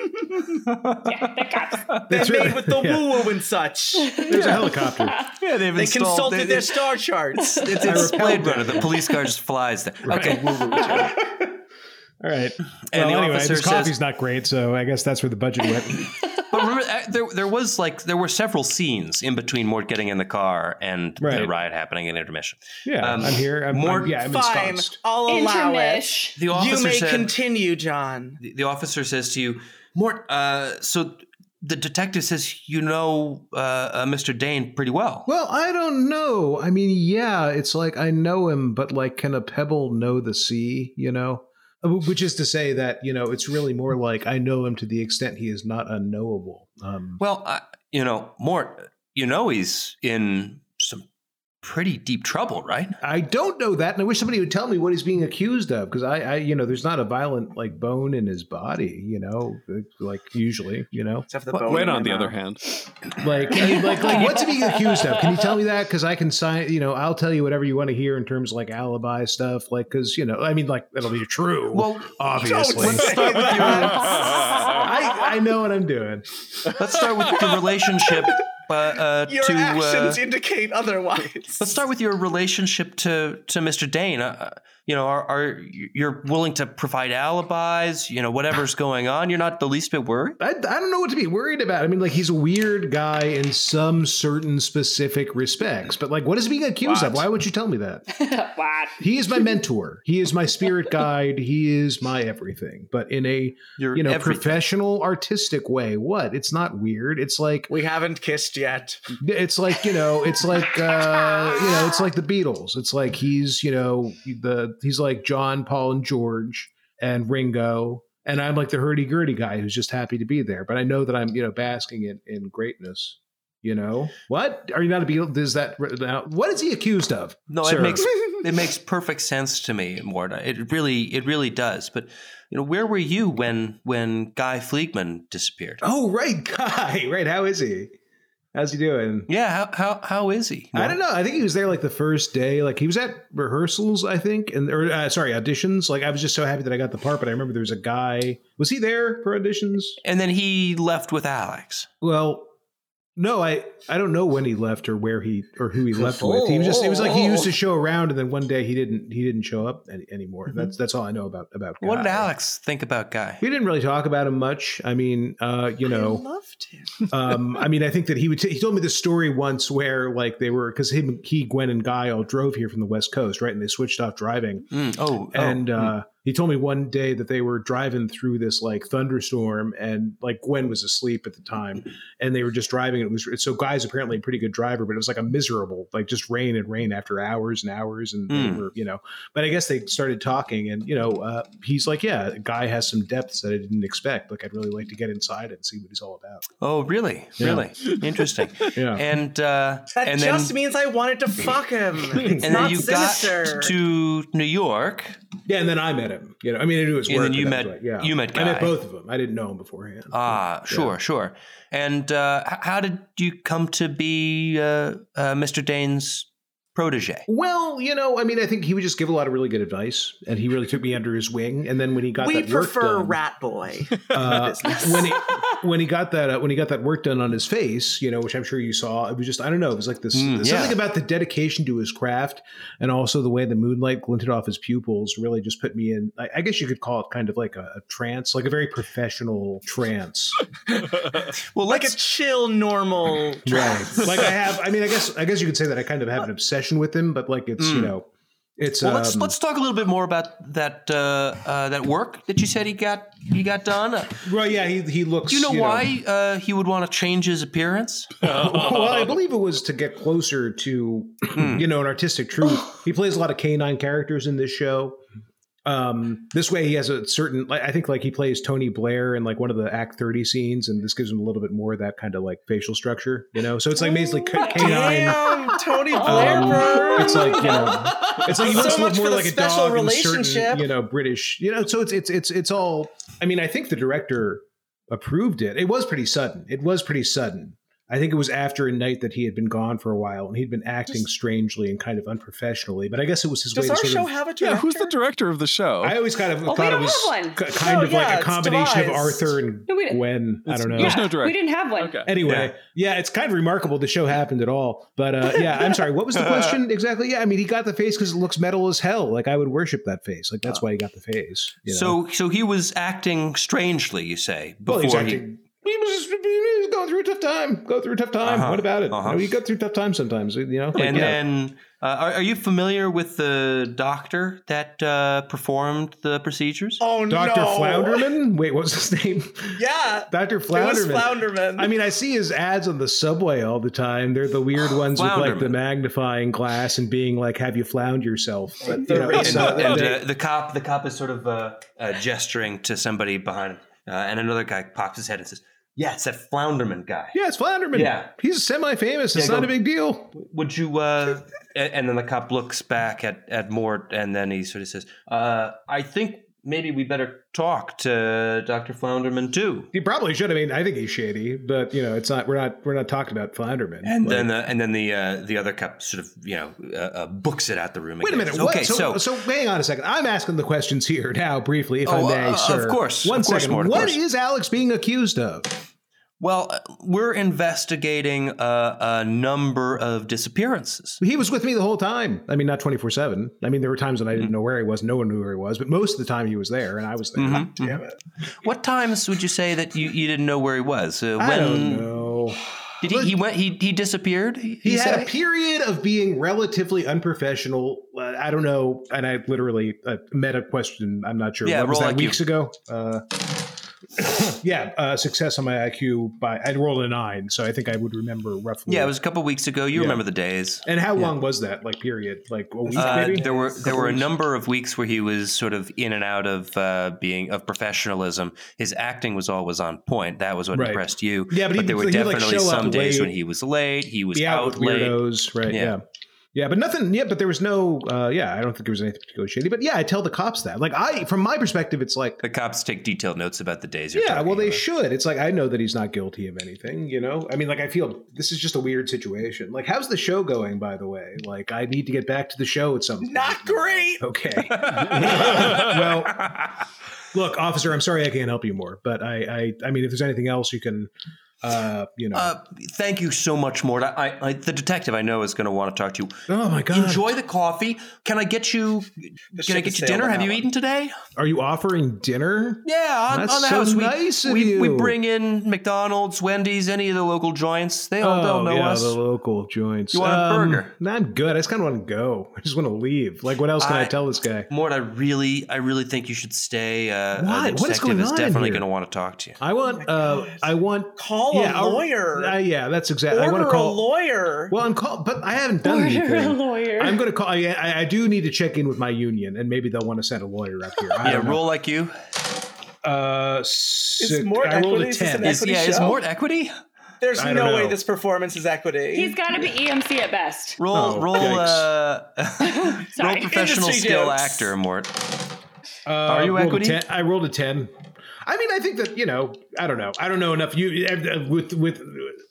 Speaker 5: Yeah, they're cops.
Speaker 4: They're
Speaker 3: That's right.
Speaker 4: made with the
Speaker 3: Yeah.
Speaker 4: woo woo
Speaker 2: <laughs>
Speaker 4: and such.
Speaker 3: There's a helicopter.
Speaker 2: yeah, they've
Speaker 4: They consulted their star
Speaker 2: <laughs>
Speaker 4: charts.
Speaker 2: It's,
Speaker 3: I
Speaker 2: it's Blade
Speaker 3: repelled
Speaker 2: Runner. The police car just flies there. Okay.
Speaker 3: All right.
Speaker 2: And
Speaker 3: well,
Speaker 2: the
Speaker 3: anyway,
Speaker 2: officer
Speaker 3: this
Speaker 2: says-
Speaker 3: coffee's not great, so I guess that's where the budget
Speaker 4: <laughs>
Speaker 3: went.
Speaker 2: But remember, uh, there there was like there were several scenes in between Mort getting in the car and the
Speaker 3: Right.
Speaker 2: riot happening in intermission.
Speaker 3: Yeah,
Speaker 2: Um,
Speaker 3: I'm here. I'm,
Speaker 2: more-
Speaker 3: I'm- yeah, I'm
Speaker 4: Fine,
Speaker 3: ensconced.
Speaker 4: I'll allow it.
Speaker 5: Intermish.
Speaker 2: The
Speaker 4: You
Speaker 2: officer
Speaker 4: may
Speaker 2: said,
Speaker 4: continue, John.
Speaker 2: the, the officer says to you, Mort. Uh, so the detective says you know uh, uh, Mr. Dane pretty well.
Speaker 3: Well, I don't know. I mean, yeah, it's like I know him, but like, can a pebble know the sea? You know, Uh, wh- which is to say that you know, it's really more like I know him to the extent he is not unknowable. Um,
Speaker 2: Well, I, you know Mort. You know he's in some pretty deep trouble, right?
Speaker 3: I don't know that, and I wish somebody would tell me what he's being accused of, because I, I, you know, there's not a violent like bone in his body, you know, uh, like usually, you know,
Speaker 4: Except for the bone
Speaker 6: When,
Speaker 4: in
Speaker 6: on the
Speaker 4: my
Speaker 6: other
Speaker 4: mouth.
Speaker 6: hand,
Speaker 3: like, I mean, like, like, what's he being accused of? Can you tell me that? Because I can sign, you know, I'll tell you whatever you want to hear in terms of like alibi stuff, like, because you know, I mean, like, that'll be true.
Speaker 2: Well,
Speaker 3: obviously.
Speaker 4: <laughs> Don't say
Speaker 3: <laughs>
Speaker 4: that.
Speaker 3: I, I know what I'm doing.
Speaker 2: let's start with the relationship uh, uh,
Speaker 4: <laughs> Your
Speaker 2: to. uh,
Speaker 4: actions indicate otherwise.
Speaker 2: <laughs> Let's start with your relationship to to Mr. Dane. Uh, uh, you know, are, are you're willing to provide alibis? You know, whatever's going on, you're not the least bit worried.
Speaker 3: I, I don't know what to be worried about. I mean, like, he's a weird guy in some certain specific respects, but like, what is he being accused of? Why would you tell me that?
Speaker 5: <laughs> what?
Speaker 3: He is my mentor. He is my <laughs> spirit guide. He is my everything, but in a,
Speaker 2: You're
Speaker 3: you know,
Speaker 2: everything.
Speaker 3: professional, artistic way. What? It's not weird. It's like,
Speaker 4: We haven't kissed yet.
Speaker 3: it's like, you know, it's like, uh, you know, it's like the Beatles. It's like he's, you know, the, he's like John, Paul, and George and Ringo. and I'm like the hurdy gurdy guy who's just happy to be there. But I know that I'm, you know, basking in, in greatness. You know what? Are you not to be? Is that what is he accused of?
Speaker 2: No,
Speaker 3: sir?
Speaker 2: it
Speaker 4: <laughs>
Speaker 2: makes it makes perfect sense to me, Morda. It really it really does. But you know, where were you when when Guy Fleegman disappeared?
Speaker 3: <laughs> Oh right, guy, right? How is he? How's he doing?
Speaker 2: Yeah, how how how is he?
Speaker 3: I don't know. I think he was there like the first day. Like he was at rehearsals, I think, and or uh, sorry, auditions. Like I was just so happy that I got the part, but I remember there was a guy. Was he there for auditions?
Speaker 2: And then he left with Alex.
Speaker 3: Well, no, I I don't know when he left or where he or who he left with. He was just it was like he used to show around, and then one day he didn't he didn't show up any, anymore. That's that's all I know about about.
Speaker 2: What did
Speaker 3: Guy.
Speaker 2: Alex think about Guy?
Speaker 3: We didn't really talk about him much. I mean, uh, you know,
Speaker 4: I loved him.
Speaker 3: <laughs> um, I mean, I think that he would. T- he told me the story once where, like, they were because him, he, Gwen, and Guy all drove here from the West Coast, right? And they switched off driving.
Speaker 2: Mm, oh, oh,
Speaker 3: And uh, he told me one day that they were driving through this like thunderstorm, and like Gwen was asleep at the time, and they were just driving. It was so Guy's apparently a pretty good driver, but it was like a miserable, like just rain and rain after hours and hours, and they
Speaker 2: Mm.
Speaker 3: were, you know. But I guess they started talking, and you know, uh, he's like, "Yeah, Guy has some depths that I didn't expect. Like, I'd really like to get inside and see what he's all
Speaker 2: <laughs>
Speaker 3: about."
Speaker 2: oh, really,
Speaker 3: Yeah.
Speaker 2: really interesting.
Speaker 3: Yeah.
Speaker 2: And uh,
Speaker 4: That
Speaker 2: and
Speaker 4: just
Speaker 2: then
Speaker 4: means I wanted to fuck him.
Speaker 3: <laughs>
Speaker 4: It's
Speaker 2: and
Speaker 4: not
Speaker 2: then you
Speaker 4: sinister.
Speaker 2: got to New York.
Speaker 3: Yeah, and then I met him. You know, I mean, I knew his
Speaker 2: And
Speaker 3: work.
Speaker 2: then you
Speaker 3: but that
Speaker 2: met-
Speaker 3: was like, yeah,
Speaker 2: you met
Speaker 3: I met
Speaker 2: Guy.
Speaker 3: both of them. I didn't know him beforehand.
Speaker 2: Ah, sure, sure. And uh, h- how did you come to be uh, uh, Mr. Dane's protege?
Speaker 3: well, you know, I mean, I think he would just give a lot of really good advice, and he really took me under his wing. And then when he got
Speaker 4: we
Speaker 3: that work
Speaker 4: prefer
Speaker 3: done-
Speaker 4: Rat
Speaker 3: <laughs>
Speaker 4: Boy.
Speaker 3: uh, when he when he got that uh, when he got that work done on his face, you know, which I'm sure you saw, it was just I don't know, it was like this
Speaker 2: Mm, yeah.
Speaker 3: something about the dedication to his craft, and also the way the moonlight glinted off his pupils really just put me in. I, I guess you could call it kind of like a, a trance, like a very professional trance.
Speaker 2: Well,
Speaker 4: like a
Speaker 2: let's-
Speaker 4: chill, normal.
Speaker 3: <laughs> Right. like I have. I mean, I guess I guess you could say that I kind of have an obsession with him, but like it's you
Speaker 2: Mm.
Speaker 3: know, it's
Speaker 2: well, let's
Speaker 3: um,
Speaker 2: let's talk a little bit more about that uh, uh, that work that you said he got he got done. Uh,
Speaker 3: well, yeah. He he looks.
Speaker 2: do you know why uh, he would want to change his appearance?
Speaker 3: <laughs> well, I believe it was to get closer to you know an artistic truth.
Speaker 2: <sighs>
Speaker 3: he plays a lot of canine characters in this show. Um, this way, he has a certain. like, I think like he plays Tony Blair in like one of the Act Thirty scenes, and this gives him a little bit more of that kind of like facial structure, you know. So it's like
Speaker 2: Oh
Speaker 3: basically ca- canine.
Speaker 4: Damn, Tony Blair.
Speaker 3: Um,
Speaker 4: bro.
Speaker 3: it's like you know, it's
Speaker 4: <laughs>
Speaker 3: like he
Speaker 4: So
Speaker 3: looks a little
Speaker 4: much
Speaker 3: more
Speaker 4: for the
Speaker 3: like a
Speaker 4: special
Speaker 3: dog in
Speaker 4: relationship.
Speaker 3: certain, you know, British, you know. So it's it's it's it's all. I mean, I think the director approved it. It was pretty sudden. It was pretty sudden. I think it was after a night that he had been gone for a while and he'd been acting strangely and kind of unprofessionally. But I guess it was his way
Speaker 4: Does
Speaker 3: to
Speaker 4: our
Speaker 3: sort
Speaker 4: show
Speaker 3: of.
Speaker 4: have Oh, a director?
Speaker 6: Yeah, who's the director of the show?
Speaker 3: I always kind of
Speaker 5: we
Speaker 3: thought it
Speaker 5: don't
Speaker 3: was
Speaker 5: have one.
Speaker 3: ki- kind
Speaker 4: No,
Speaker 3: of
Speaker 4: Oh, yeah,
Speaker 3: like a
Speaker 4: it's
Speaker 3: combination of
Speaker 4: devised.
Speaker 3: Arthur and
Speaker 5: No, we don't-
Speaker 3: Gwen. I
Speaker 6: It's-
Speaker 3: don't know.
Speaker 6: There's
Speaker 5: yeah,
Speaker 6: no director.
Speaker 5: We didn't have one.
Speaker 6: okay.
Speaker 3: Anyway, yeah. it's kind of remarkable the show happened at all. But uh, yeah, I'm sorry.
Speaker 2: <laughs>
Speaker 3: What was the question exactly? Yeah, I mean, he got the face because it looks metal as hell. Like I would worship that face. Like that's why he got the face. you
Speaker 2: Uh,
Speaker 3: know?
Speaker 2: So so he was acting strangely, you say,
Speaker 3: well,
Speaker 2: before
Speaker 3: he's
Speaker 2: he
Speaker 3: acting. He was, just, he was going through a tough time. Go through a tough time.
Speaker 2: Uh-huh,
Speaker 3: What about it?
Speaker 2: uh-huh.
Speaker 3: You, know, you go through tough times sometimes. You know. Like,
Speaker 2: and
Speaker 3: yeah.
Speaker 2: then uh, are, are you familiar with the doctor that uh, performed the procedures
Speaker 4: Oh
Speaker 3: Doctor
Speaker 4: no,
Speaker 3: Flounderman. Wait, what was his name? <laughs>
Speaker 4: Yeah,
Speaker 3: Doctor
Speaker 4: it was
Speaker 3: Flounderman.
Speaker 4: Flounderman.
Speaker 3: I mean, I see his ads on the subway all the time. They're the weird ones with like the
Speaker 2: Flounderman.
Speaker 3: magnifying glass and being like, "Have you flound yourself?" But,
Speaker 4: The
Speaker 3: you know,
Speaker 2: and,
Speaker 3: it's, uh,
Speaker 2: and,
Speaker 3: they-
Speaker 2: uh, the cop the cop is sort of uh, uh, gesturing to somebody behind him uh, and another guy pops his head and says yeah it's that flounderman guy
Speaker 3: Yeah, it's Flounderman.
Speaker 2: Yeah.
Speaker 3: He's semi famous. It's
Speaker 2: Yeah,
Speaker 3: not
Speaker 2: go-
Speaker 3: a big deal.
Speaker 2: would you uh, a- and then the cop looks back at at Mort and then he sort of says uh, i think maybe we better talk to dr flounderman too
Speaker 3: He probably should. I mean, I think he's shady, but you know, it's not we're not we're not talking about Flounderman.
Speaker 2: And
Speaker 3: Like-
Speaker 2: then the and then the uh, the other cup sort of you know uh, uh, books it out the room.
Speaker 3: Wait a
Speaker 2: again.
Speaker 3: minute.
Speaker 2: So-
Speaker 3: what?
Speaker 2: Okay, so,
Speaker 3: so, so hang on a second. I'm asking the questions here now, briefly, if
Speaker 2: Oh,
Speaker 3: I may,
Speaker 2: uh, of
Speaker 3: sir.
Speaker 2: course,
Speaker 3: One
Speaker 2: of course,
Speaker 3: second.
Speaker 2: Mort, of
Speaker 3: What
Speaker 2: course.
Speaker 3: is Alex being accused of?
Speaker 2: well, uh, we're investigating a, a number of disappearances.
Speaker 3: He was with me the whole time. I mean, not 24 seven. I mean, there were times when I
Speaker 2: Mm-hmm.
Speaker 3: didn't know where he was. No one knew where he was, but most of the time he was there, and I was there.
Speaker 2: Mhm,
Speaker 3: Damn it!
Speaker 2: What times would you say that you, you didn't know where he was? Uh,
Speaker 3: I don't know.
Speaker 2: did he, he went? He he disappeared. He,
Speaker 3: he
Speaker 2: you
Speaker 3: had
Speaker 2: say?
Speaker 3: a period of being relatively unprofessional. Uh, I don't know, and I literally uh, met a question. I'm not sure.
Speaker 2: Yeah,
Speaker 3: what was
Speaker 2: roll
Speaker 3: that
Speaker 2: IQ.
Speaker 3: weeks ago? Uh, <coughs> yeah, uh, success on my IQ by I'd roll a nine, so I think I would remember roughly.
Speaker 2: Yeah, it was a couple weeks ago. You
Speaker 3: Yeah.
Speaker 2: remember the days.
Speaker 3: And how long was that? Like period, like a week
Speaker 2: Uh,
Speaker 3: maybe.
Speaker 2: there were there
Speaker 3: Couple
Speaker 2: were a
Speaker 3: weeks?
Speaker 2: number of weeks where he was sort of in and out of uh, being of professionalism. His acting was always on point. That was what
Speaker 3: Right.
Speaker 2: impressed you.
Speaker 3: Yeah, but
Speaker 2: but
Speaker 3: he
Speaker 2: there
Speaker 3: would-
Speaker 2: were
Speaker 3: he'd, like,
Speaker 2: definitely
Speaker 3: show up
Speaker 2: some days
Speaker 3: late.
Speaker 2: when he was late. He was
Speaker 3: yeah,
Speaker 2: out
Speaker 3: with
Speaker 2: late.
Speaker 3: weirdos, right?
Speaker 2: Yeah.
Speaker 3: Yeah. yeah. but nothing. Yeah, but there was no. Uh, yeah, I don't think there was anything particularly shady. But yeah, I tell the cops that. Like I, from my perspective, it's like,
Speaker 2: The cops take detailed notes about the days. You're
Speaker 3: yeah,
Speaker 2: talking
Speaker 3: well, they
Speaker 2: about.
Speaker 3: should. It's like I know that he's not guilty of anything. You know, I mean, like I feel this is just a weird situation. Like, how's the show going? By the way, like I need to get back to the show at some. point.
Speaker 4: Not great.
Speaker 2: <laughs>
Speaker 3: Okay. well, look, officer, I'm sorry I can't help you more, but I, I, I mean, if there's anything else you can, uh, you know.
Speaker 2: Uh, thank you so much, Mort. I, I, the detective I know is going to want to talk to you.
Speaker 3: oh my god!
Speaker 2: Enjoy the coffee. Can I get you? Can I
Speaker 4: ship
Speaker 2: get
Speaker 4: has
Speaker 2: you
Speaker 4: sailed
Speaker 2: dinner?
Speaker 4: on
Speaker 2: Have
Speaker 4: that
Speaker 2: you
Speaker 4: one.
Speaker 2: eaten today?
Speaker 3: Are you offering dinner?
Speaker 2: Yeah, on,
Speaker 3: That's
Speaker 2: on the
Speaker 3: so
Speaker 2: house we,
Speaker 3: nice of
Speaker 2: we, we
Speaker 3: you.
Speaker 2: bring in McDonald's, Wendy's, any of the local joints. They all don't know
Speaker 3: Oh, yeah,
Speaker 2: us.
Speaker 3: the local joints.
Speaker 2: You want a burger?
Speaker 3: No, I'm good. I just kind of want to go. I just want to leave. Like, what else can I,
Speaker 2: I-
Speaker 3: tell this guy?
Speaker 2: Mort, I really, I really think you should stay. Uh, uh,
Speaker 3: Why?
Speaker 2: The
Speaker 3: What
Speaker 2: detective
Speaker 3: is going
Speaker 2: is
Speaker 3: on in
Speaker 2: definitely
Speaker 3: here?
Speaker 2: going to want to talk to you.
Speaker 3: I want. uh, I want.
Speaker 4: Call
Speaker 3: yeah,
Speaker 4: a
Speaker 3: I'll-
Speaker 4: lawyer.
Speaker 3: Uh, yeah, that's exactly. I
Speaker 4: Order
Speaker 3: want to
Speaker 4: a
Speaker 3: call.
Speaker 4: lawyer.
Speaker 3: Well, I'm call, but I haven't done
Speaker 5: Order a
Speaker 3: anything.
Speaker 5: lawyer.
Speaker 3: I'm going to call. I, I I do need to check in with my union, and maybe they'll want to send a lawyer up here. I
Speaker 2: yeah,
Speaker 3: don't know.
Speaker 2: roll like you.
Speaker 3: Uh, six,
Speaker 4: more
Speaker 3: I rolled a
Speaker 4: equity
Speaker 3: ten.
Speaker 4: system
Speaker 2: Is,
Speaker 4: Equity
Speaker 2: yeah, is
Speaker 4: show?
Speaker 2: Mort equity?
Speaker 4: There's
Speaker 3: I
Speaker 4: no
Speaker 3: don't
Speaker 4: way
Speaker 3: know.
Speaker 4: this performance is equity.
Speaker 5: <laughs> He's got to be EMC at best.
Speaker 2: Roll,
Speaker 3: Oh,
Speaker 2: roll,
Speaker 3: yikes.
Speaker 2: uh, <laughs> roll
Speaker 5: Sorry.
Speaker 2: professional
Speaker 4: Industry
Speaker 2: skill
Speaker 4: jokes.
Speaker 2: actor, Mort.
Speaker 3: Uh,
Speaker 2: Are you
Speaker 3: rolled a
Speaker 2: equity?
Speaker 3: 10. I rolled a ten. I mean, I think that you know, I don't know, I don't know enough. You uh, with with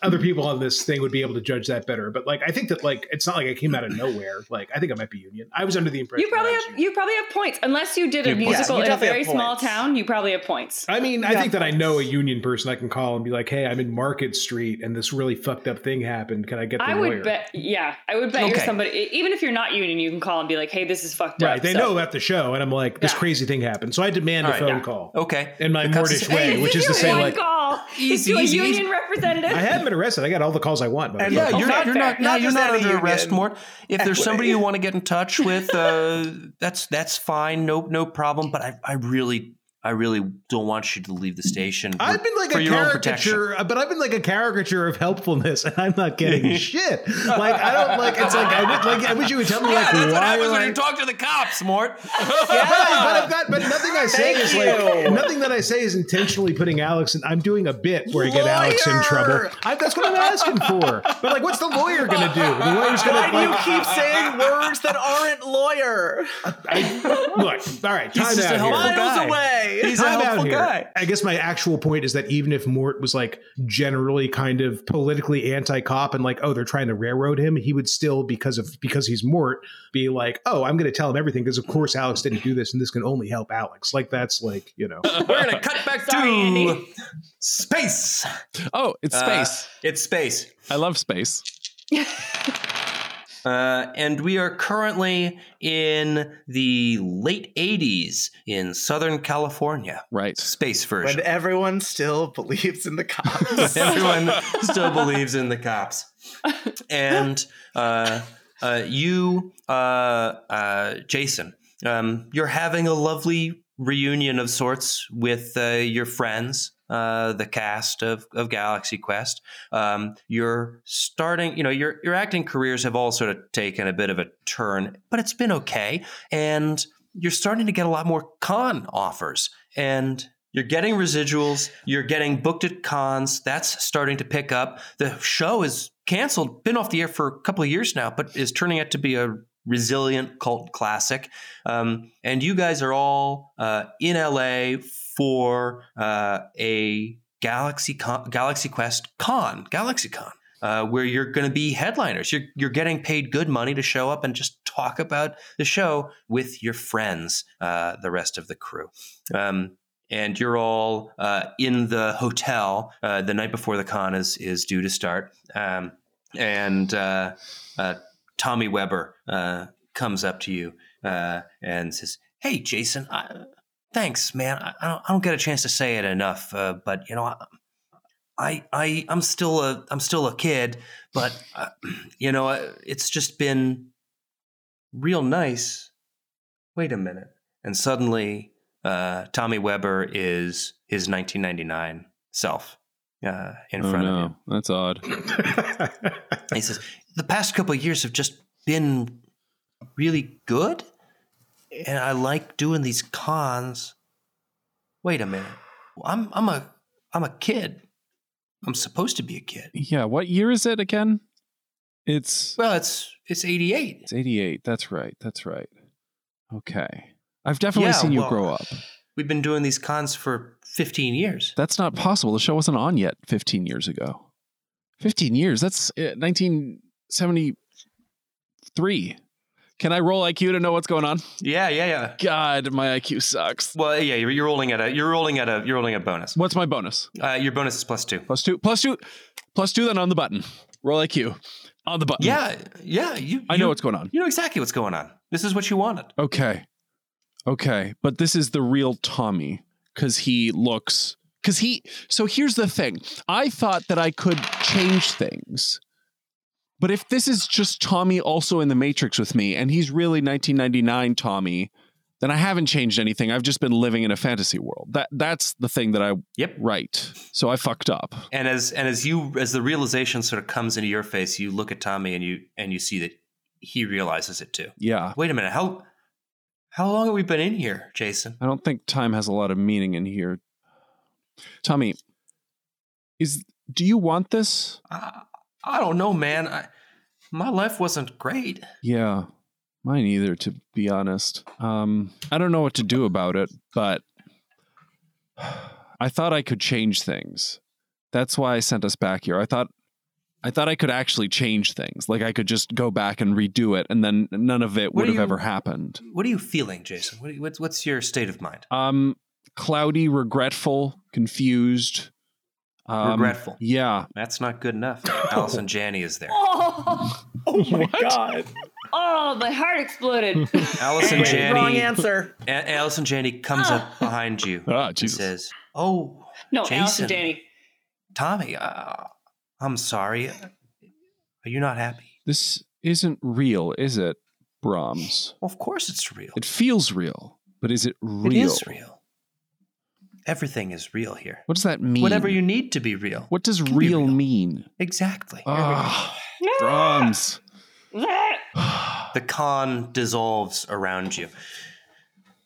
Speaker 3: other people on this thing would be able to judge that better. But like, I think that like it's not like I came out of nowhere. Like, I think I might be union. I was under the impression.
Speaker 5: <laughs> You probably
Speaker 3: that I was
Speaker 5: have you probably have points unless you did a
Speaker 2: have points.
Speaker 5: musical
Speaker 4: Yeah, you
Speaker 5: in a
Speaker 4: definitely
Speaker 5: very
Speaker 4: have
Speaker 5: small
Speaker 4: points.
Speaker 5: town. You probably have points.
Speaker 3: I mean, I think that I know a union person I can call and be like, "Hey, I'm in Market Street, and this really fucked up thing happened. Can I get the
Speaker 5: I
Speaker 3: lawyer?"
Speaker 5: would bet. Yeah, I would bet you're
Speaker 2: Okay.
Speaker 5: somebody. e- Even if you're not union, you can call and be like, "Hey, this is fucked
Speaker 3: Right?
Speaker 5: up."
Speaker 3: They
Speaker 5: so-
Speaker 3: know at the show, and I'm like, "This
Speaker 5: Yeah.
Speaker 3: crazy thing happened," so I demand
Speaker 2: All
Speaker 3: a
Speaker 2: right,
Speaker 3: phone
Speaker 2: yeah. Oh,
Speaker 3: call
Speaker 2: Okay.
Speaker 3: in my
Speaker 2: The cops
Speaker 3: Mortish
Speaker 2: say-
Speaker 5: Hey,
Speaker 3: way,
Speaker 5: this
Speaker 3: which
Speaker 5: is
Speaker 3: is to
Speaker 5: your
Speaker 3: say,
Speaker 5: one
Speaker 3: like,
Speaker 5: call.
Speaker 2: Easy,
Speaker 5: to a
Speaker 2: easy,
Speaker 5: union representative.
Speaker 3: I haven't been arrested. I got all the calls I want. motherfucker.
Speaker 4: And
Speaker 2: Yeah,
Speaker 4: Oh,
Speaker 2: you're,
Speaker 5: not
Speaker 2: you're
Speaker 5: fair.
Speaker 2: not. No,
Speaker 4: Not
Speaker 2: you're
Speaker 4: just
Speaker 2: not
Speaker 4: any
Speaker 2: under arrest,
Speaker 4: union.
Speaker 2: Mort. If there's
Speaker 4: Equity.
Speaker 2: somebody you want to get in <laughs> touch with, uh, that's that's fine. No, no problem. But I, I really, I really don't want you to leave the station. for-
Speaker 3: I've been like
Speaker 2: for
Speaker 3: a
Speaker 2: your own protection.
Speaker 3: caricature, but I've been like a caricature of helpfulness, and I'm not getting <laughs> shit. Like I don't like. It's like I would like. I wish you would tell <laughs> me like
Speaker 2: <laughs> Yeah, that's what
Speaker 3: why.
Speaker 2: happens when
Speaker 3: like,
Speaker 2: you talk to the cops, Mort.
Speaker 3: Yeah, <laughs> but I've got. But nothing I say
Speaker 4: Thank
Speaker 3: is like
Speaker 4: you.
Speaker 3: nothing that I say is intentionally putting Alex. in I'm doing a bit where you get Alex in
Speaker 4: Lawyer!
Speaker 3: trouble. I, that's what I'm asking for. But like, what's the lawyer gonna do? The lawyer's gonna
Speaker 4: Why do you
Speaker 3: like,
Speaker 4: keep saying words that
Speaker 2: <laughs>
Speaker 4: aren't lawyer?
Speaker 3: look. All right, time
Speaker 2: just a
Speaker 3: out
Speaker 2: helpful
Speaker 3: here.
Speaker 2: guy.
Speaker 4: Miles away.
Speaker 2: He's a
Speaker 3: I'm out
Speaker 2: helpful
Speaker 3: here.
Speaker 2: guy.
Speaker 3: I guess my actual point is that even if Mort was like generally kind of politically anti-cop and like, oh, they're trying to railroad him, he would still because of because he's Mort be like, oh, I'm going to tell him everything because of course Alex didn't do this and this can only help Alex. Like that's like
Speaker 2: <laughs>
Speaker 3: you know,
Speaker 2: We're gonna cut back <laughs>
Speaker 5: Sorry,
Speaker 2: to
Speaker 5: Andy.
Speaker 2: space.
Speaker 6: Oh, it's
Speaker 2: Uh,
Speaker 6: space.
Speaker 2: It's space.
Speaker 6: I love space.
Speaker 2: Uh, and we are currently in the late 80s in Southern California.
Speaker 6: Right.
Speaker 2: Space version.
Speaker 4: When everyone still believes in the cops.
Speaker 7: <laughs>
Speaker 2: Everyone still believes in the cops. And uh, uh, you, uh, uh, Jason, um, you're having a lovely reunion of sorts with uh, your friends, uh, the cast of, of Galaxy Quest. Um, you're starting, you know, your your acting careers have all sort of taken a bit of a turn, but it's been okay, and you're starting to get a lot more con offers, and you're getting residuals, you're getting booked at cons. That's starting to pick up. The show is canceled, been off the air for a couple of years now, but is turning out to be a resilient cult classic. Um, and you guys are all uh, in LA for uh, a Galaxy Con- Galaxy Quest Con, GalaxyCon, uh, where you're going to be headliners. You're you're getting paid good money to show up and just talk about the show with your friends, uh, the rest of the crew. Um, and you're all uh, in the hotel uh, the night before the con is is due to start. Um, and uh, uh, Tommy Weber uh, comes up to you uh, and says, "Hey, Jason, I, thanks, man. I, I, don't, I don't get a chance to say it enough, uh, but you know, I, I, I, I'm still a, I'm still a kid, but uh, <clears throat> you know, uh, it's just been real nice. Wait a minute." And suddenly, uh, Tommy Weber is his 1999 self uh, in
Speaker 6: oh
Speaker 2: front of
Speaker 6: no,
Speaker 2: him.
Speaker 6: that's odd.
Speaker 2: And he says, "The past couple of years have just been really good, and I like doing these cons. Wait a minute, I'm I'm a I'm a kid. I'm supposed to be a kid.
Speaker 6: Yeah, what year is it again? It's
Speaker 2: Well, it's it's 88.
Speaker 6: it's 88. That's right. That's right. Okay. I've definitely
Speaker 2: Yeah,
Speaker 6: seen you
Speaker 2: well-
Speaker 6: grow up.
Speaker 2: We've been doing these cons for 15 years.
Speaker 6: That's not possible. The show wasn't on yet 15 years ago. 15 years. That's uh, 1973. Can I roll IQ to know what's going on?
Speaker 2: Yeah, yeah, yeah.
Speaker 6: God, my IQ sucks.
Speaker 2: Well, yeah, you're, you're rolling at a you're rolling at a you're rolling a bonus.
Speaker 6: What's my bonus?
Speaker 2: Uh, your bonus is plus two.
Speaker 6: Plus two, plus two, plus two, then on the button. Roll IQ on the button.
Speaker 2: Yeah, yeah. You
Speaker 6: I know
Speaker 2: you-
Speaker 6: what's going on.
Speaker 2: you know exactly what's going on. This is what you wanted.
Speaker 6: Okay. Okay. But this is the real Tommy because he looks. Because he. So here's the thing I thought that I could change things. But if this is just Tommy also in the Matrix with me and he's really 1999 Tommy, then I haven't changed anything. I've just been living in a fantasy world. That That's the thing that I
Speaker 2: Yep.
Speaker 6: write. So I fucked up.
Speaker 2: And as and as you as the realization sort of comes into your face, you look at Tommy and you and you see that he realizes it too.
Speaker 6: Yeah.
Speaker 2: Wait a minute, how how long have we been in here, Jason?
Speaker 6: I don't think time has a lot of meaning in here. Tommy, is do you want this?
Speaker 2: I, I don't know, man. I, my life wasn't great.
Speaker 6: Yeah, mine either. To be honest, um, I don't know what to do about it, but I thought I could change things. That's why I sent us back here. I thought, I thought I could actually change things. Like I could just go back and redo it, and then none of it
Speaker 2: What
Speaker 6: would
Speaker 2: do
Speaker 6: have
Speaker 2: you-
Speaker 6: ever happened.
Speaker 2: What are you feeling, Jason? What, what's what's your state of mind?
Speaker 6: Um, cloudy, regretful, confused. Um,
Speaker 2: Regretful.
Speaker 6: Yeah.
Speaker 2: That's not good
Speaker 6: <laughs>
Speaker 2: enough. Allison Janney is there.
Speaker 5: Oh,
Speaker 3: oh my god!
Speaker 5: oh, my heart <laughs> exploded.
Speaker 2: Allison
Speaker 4: Wrong
Speaker 2: Janney.
Speaker 4: answer.
Speaker 2: A- Allison Janney comes
Speaker 6: <laughs>
Speaker 2: up behind you
Speaker 6: Ah,
Speaker 2: and
Speaker 6: Jesus.
Speaker 2: says, "Oh,
Speaker 5: No, Alice
Speaker 2: Jason.
Speaker 5: and Danny.
Speaker 2: Tommy, uh, I'm sorry. Are you not happy?"
Speaker 6: This isn't real, is it, Brahms?
Speaker 2: Of course it's real.
Speaker 6: It feels real, but is it real?
Speaker 2: It is real. Everything is real here.
Speaker 6: What does that mean?
Speaker 2: Whatever you need to be real.
Speaker 6: What does
Speaker 2: can be
Speaker 6: real,
Speaker 2: real.
Speaker 6: mean?
Speaker 2: Exactly.
Speaker 6: Ah, drums.
Speaker 2: the con dissolves around you.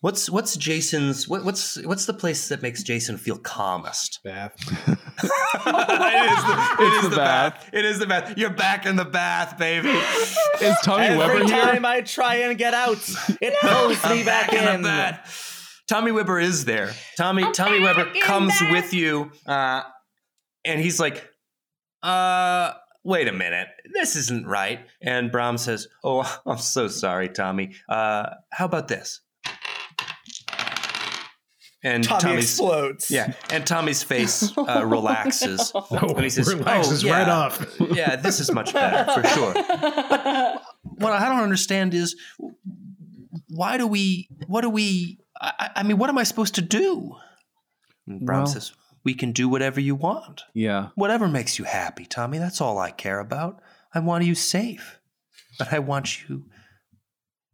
Speaker 2: What's what's Jason's what, what's what's the place that makes Jason feel calmest? <laughs> it is the, it
Speaker 6: the bath.
Speaker 2: It is the bath. You're back in the bath, baby.
Speaker 6: Is Tommy Weber
Speaker 4: Every
Speaker 6: here?
Speaker 4: time I try and get out, it pulls me back,
Speaker 2: in
Speaker 4: in.
Speaker 2: the bath. Tommy Weber is there. Tommy Tommy Weber
Speaker 5: back in
Speaker 2: comes
Speaker 5: bath.
Speaker 2: with you, uh, and he's like, "Uh, wait a minute, this isn't right." And Brom says, "Oh, <laughs> I'm so sorry, Tommy. Uh, how about this?" And
Speaker 4: Tommy
Speaker 2: Tommy's
Speaker 4: explodes.
Speaker 2: yeah, and Tommy's face
Speaker 4: <laughs>
Speaker 2: uh, relaxes,
Speaker 3: <laughs>
Speaker 2: and he says,
Speaker 3: relaxes
Speaker 2: "Oh, yeah,
Speaker 3: right off.
Speaker 2: yeah, this is much better for sure." what I don't understand is why do we what do we I, I- I mean what am I supposed to do? And Brown
Speaker 6: Well-
Speaker 2: Mm, says we can do whatever you want.
Speaker 6: Yeah.
Speaker 2: Whatever makes you happy, Tommy. That's all I care about. I want you safe, but I want you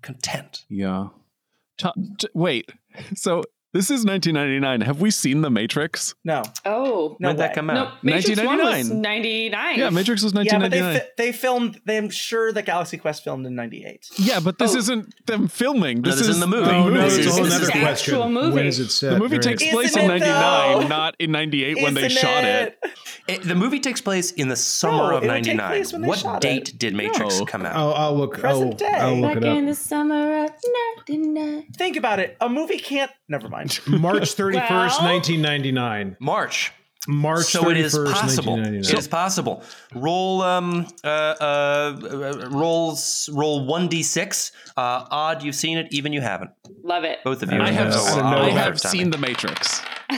Speaker 2: content.
Speaker 6: Yeah. To- t- wait. So this is 1999. Have we seen The Matrix?
Speaker 4: No.
Speaker 5: <laughs> oh,
Speaker 4: No
Speaker 2: When did
Speaker 4: way.
Speaker 2: that come
Speaker 5: no,
Speaker 2: out?
Speaker 5: Matrix 1 was
Speaker 6: 1999.
Speaker 5: 99.
Speaker 6: Yeah, Matrix was
Speaker 4: Yeah, but they,
Speaker 6: 1999. Yeah,
Speaker 4: fi- they filmed. They, I'm sure that Galaxy Quest filmed in '98.
Speaker 6: but this
Speaker 5: Oh.
Speaker 6: isn't them filming.
Speaker 2: No,
Speaker 6: This,
Speaker 2: this
Speaker 6: is
Speaker 2: is in the movie.
Speaker 6: Oh, no,
Speaker 2: This
Speaker 6: it's
Speaker 2: is-
Speaker 6: a whole
Speaker 5: this
Speaker 6: nother
Speaker 5: is
Speaker 6: question.
Speaker 5: actual movie.
Speaker 3: When is it set?
Speaker 6: The movie
Speaker 3: You're
Speaker 6: takes
Speaker 3: right.
Speaker 4: Isn't
Speaker 6: place in
Speaker 4: it though?
Speaker 6: 99, not in 98 when they
Speaker 4: Isn't
Speaker 6: shot it.
Speaker 2: It- the movie takes place in the summer
Speaker 4: No,
Speaker 2: of
Speaker 4: it would take
Speaker 2: '99.
Speaker 4: place when they
Speaker 2: What
Speaker 4: shot
Speaker 2: date did Matrix
Speaker 6: No.
Speaker 2: come out?
Speaker 3: I'll, I'll look. I'll,
Speaker 4: Present day.
Speaker 3: I'll look
Speaker 5: Back
Speaker 3: it
Speaker 5: in
Speaker 3: up.
Speaker 5: the summer of 99.
Speaker 4: Think about it. A movie can't. Never mind.
Speaker 3: March 31st,
Speaker 5: Well-
Speaker 3: 1999.
Speaker 2: March.
Speaker 3: March
Speaker 2: So
Speaker 3: 31st,
Speaker 2: it is possible. It
Speaker 3: 1999.
Speaker 2: is possible. Roll um uh uh rolls roll one d six. Uh, odd you've seen it, even you haven't.
Speaker 5: Love it.
Speaker 2: Both of you.
Speaker 6: I have,
Speaker 3: no,
Speaker 2: So, uh,
Speaker 3: no.
Speaker 6: I
Speaker 2: I'll
Speaker 6: have
Speaker 2: for Tommy.
Speaker 6: seen The Matrix.
Speaker 3: <laughs>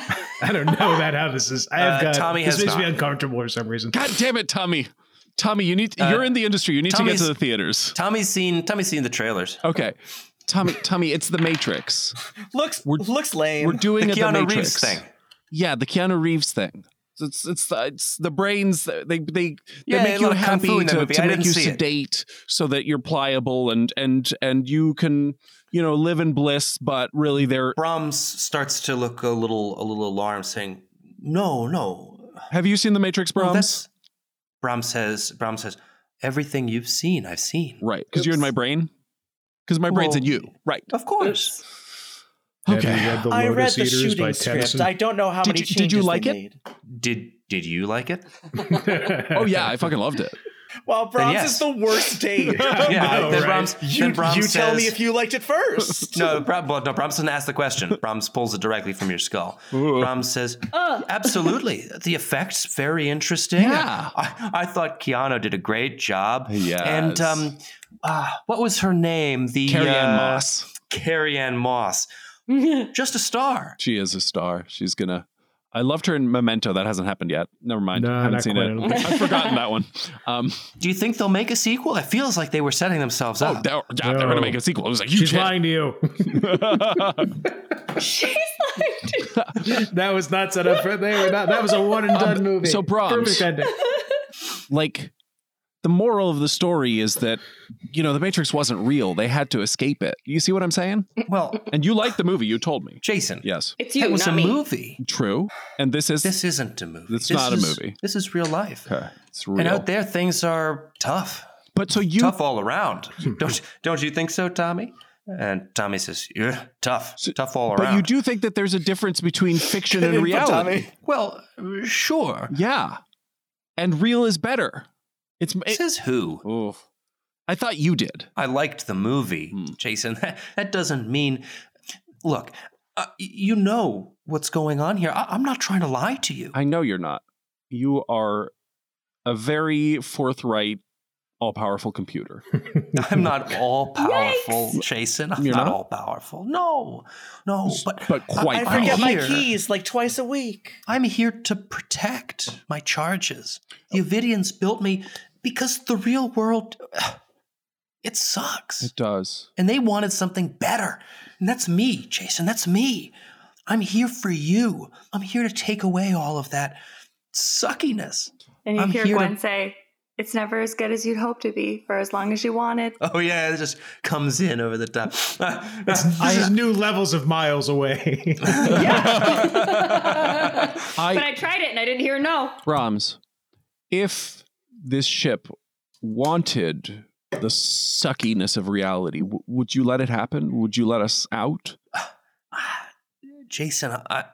Speaker 3: I don't know about how this is. I have
Speaker 2: Uh,
Speaker 3: got.
Speaker 2: Tommy
Speaker 3: this
Speaker 2: has
Speaker 3: makes me
Speaker 2: not.
Speaker 3: uncomfortable for some reason.
Speaker 6: God damn it, Tommy. Tommy, you need
Speaker 2: Uh,
Speaker 6: you're in the industry. You need to get
Speaker 2: Tommy's-
Speaker 6: to the theaters.
Speaker 2: Tommy's seen Tommy's seen the trailers.
Speaker 6: Okay. Tommy, Tommy, it's the Matrix.
Speaker 4: looks
Speaker 6: We're-
Speaker 4: looks lame.
Speaker 6: We're doing
Speaker 2: the
Speaker 6: it the
Speaker 2: Keanu
Speaker 6: Matrix
Speaker 2: Reeves thing.
Speaker 6: Yeah, the Keanu Reeves thing. So It's it's the, it's the brains that- they they
Speaker 2: Yeah,
Speaker 6: they
Speaker 2: a
Speaker 6: make you
Speaker 2: lot of kung fu
Speaker 6: happy
Speaker 2: in that
Speaker 6: to,
Speaker 2: movie.
Speaker 6: to
Speaker 2: I
Speaker 6: make
Speaker 2: didn't
Speaker 6: you
Speaker 2: see it.
Speaker 6: sedate so that you're pliable and and and you can you know, live in bliss, but really they're.
Speaker 2: Brahms starts to look a little a little alarmed, saying, "No, no,
Speaker 6: Have you seen The Matrix,
Speaker 2: no,
Speaker 6: Brahms?
Speaker 2: Oh, that's-" Brahms says, "Brahms says, everything you've seen, I've seen.
Speaker 6: right, because you're in my brain. Because my brain's in
Speaker 2: Well-
Speaker 6: you. Right.
Speaker 2: Of course."
Speaker 6: Okay.
Speaker 3: Have you read the
Speaker 7: I read
Speaker 3: Lotus
Speaker 7: the
Speaker 3: Eaters by
Speaker 7: shooting script.
Speaker 3: Tennyson? <laughs>
Speaker 4: <laughs>
Speaker 7: I don't know how
Speaker 6: Did
Speaker 7: many
Speaker 6: you- did
Speaker 7: changes
Speaker 6: you like
Speaker 7: they
Speaker 6: it?
Speaker 7: made.
Speaker 2: Did did you like it?
Speaker 6: Oh yeah, I fucking loved it.
Speaker 7: Well, Brahms
Speaker 2: yes.
Speaker 7: is the worst date.
Speaker 2: <laughs>
Speaker 7: <laughs>
Speaker 2: Yeah,
Speaker 3: No,
Speaker 2: then
Speaker 3: right.
Speaker 2: Brahms,
Speaker 7: you
Speaker 2: then Brahms
Speaker 7: you
Speaker 2: says,
Speaker 7: tell me if you liked
Speaker 2: <laughs>
Speaker 7: it first.
Speaker 2: No, Bra- well, no, Brahms doesn't ask the
Speaker 6: <laughs>
Speaker 2: question. Brahms pulls it directly from your skull.
Speaker 6: Ooh.
Speaker 2: Brahms says,
Speaker 5: Ugh.
Speaker 2: absolutely. The effects, very interesting.
Speaker 6: Yeah.
Speaker 2: I, I thought Keanu did a great job.
Speaker 6: Yes.
Speaker 2: And um, uh, what was her name? The
Speaker 6: Carrie Ann
Speaker 2: uh,
Speaker 6: Moss.
Speaker 2: Carrie Ann Moss. Just a star.
Speaker 6: She is a star. She's gonna. I loved her in Memento. That hasn't happened yet. Never mind.
Speaker 3: No,
Speaker 6: haven't
Speaker 3: not
Speaker 6: seen
Speaker 3: quite, I
Speaker 6: it.
Speaker 3: don't
Speaker 5: think.
Speaker 6: I've forgotten that one. <laughs> Um,
Speaker 2: Do you think they'll make a sequel? It feels like they were setting themselves
Speaker 6: oh,
Speaker 2: up.
Speaker 6: they're, yeah, they're gonna
Speaker 3: No.
Speaker 6: make a sequel. It was like you
Speaker 3: She's
Speaker 6: can't-
Speaker 3: lying to you.
Speaker 5: <laughs>
Speaker 6: <laughs>
Speaker 5: She's like,
Speaker 3: that was not set up for they were not that was a one and done
Speaker 6: Um,
Speaker 3: movie.
Speaker 6: so Brahms-
Speaker 3: Perfect ending.
Speaker 6: like the moral of the story is that you know the matrix wasn't real they had to escape it you see what i'm saying
Speaker 2: Well,
Speaker 6: and you liked the movie you told me
Speaker 2: Jason,
Speaker 6: yes
Speaker 5: it's
Speaker 2: that
Speaker 5: you,
Speaker 2: was
Speaker 5: not
Speaker 2: a
Speaker 5: me.
Speaker 2: movie.
Speaker 6: true and this is
Speaker 2: This isn't a movie.
Speaker 6: It's
Speaker 2: This
Speaker 6: not a
Speaker 2: is-
Speaker 6: movie.
Speaker 2: This is real life.
Speaker 6: okay it's real
Speaker 2: And out there, things are tough.
Speaker 6: but so you
Speaker 2: tough all around.
Speaker 6: <laughs>
Speaker 2: Don't don't you think so, Tommy? And Tommy says, "Yeah, tough,
Speaker 6: So-
Speaker 2: tough all
Speaker 6: but
Speaker 2: around."
Speaker 6: you do think that there's a difference <laughs> between fiction and
Speaker 7: Input,
Speaker 6: reality
Speaker 7: Tommy.
Speaker 2: well, sure.
Speaker 6: yeah and real is better it's it,
Speaker 2: says who?
Speaker 6: oof. i thought you did
Speaker 2: I liked the movie,
Speaker 6: Hmm.
Speaker 2: Jason. <laughs> That, that doesn't mean. Look, uh, y- you know what's going on here. I, I'm not trying to lie to you.
Speaker 6: i know you're not you are a very forthright all-powerful computer
Speaker 2: I'm not
Speaker 6: <laughs>
Speaker 2: all powerful,
Speaker 5: Yikes.
Speaker 2: Jason. I'm
Speaker 6: You're
Speaker 2: not,
Speaker 6: not?
Speaker 2: all powerful. No, no. But
Speaker 6: but quite
Speaker 7: I forget
Speaker 2: I'm
Speaker 7: my
Speaker 2: here.
Speaker 7: keys like twice a week.
Speaker 2: I'm here to protect my charges. The Ovidians built me because the real world, <sighs> it sucks.
Speaker 6: it does
Speaker 2: And they wanted something better. And that's me, Jason. That's me. I'm here for you. I'm here to take away all of that suckiness.
Speaker 5: And you
Speaker 2: I'm
Speaker 5: hear
Speaker 2: here to-
Speaker 5: Gwen say, "It's never as good as you'd hope to be for as long as you want <laughs> it."
Speaker 2: Oh, yeah, it just comes in over the top. <laughs>
Speaker 3: This is new levels of miles away.
Speaker 5: Yeah.
Speaker 6: I-
Speaker 5: but I tried it and I didn't hear no.
Speaker 6: Brahms, if this ship wanted the suckiness of reality, w- would you let it happen? Would you let us out?
Speaker 2: <sighs> Jason, I,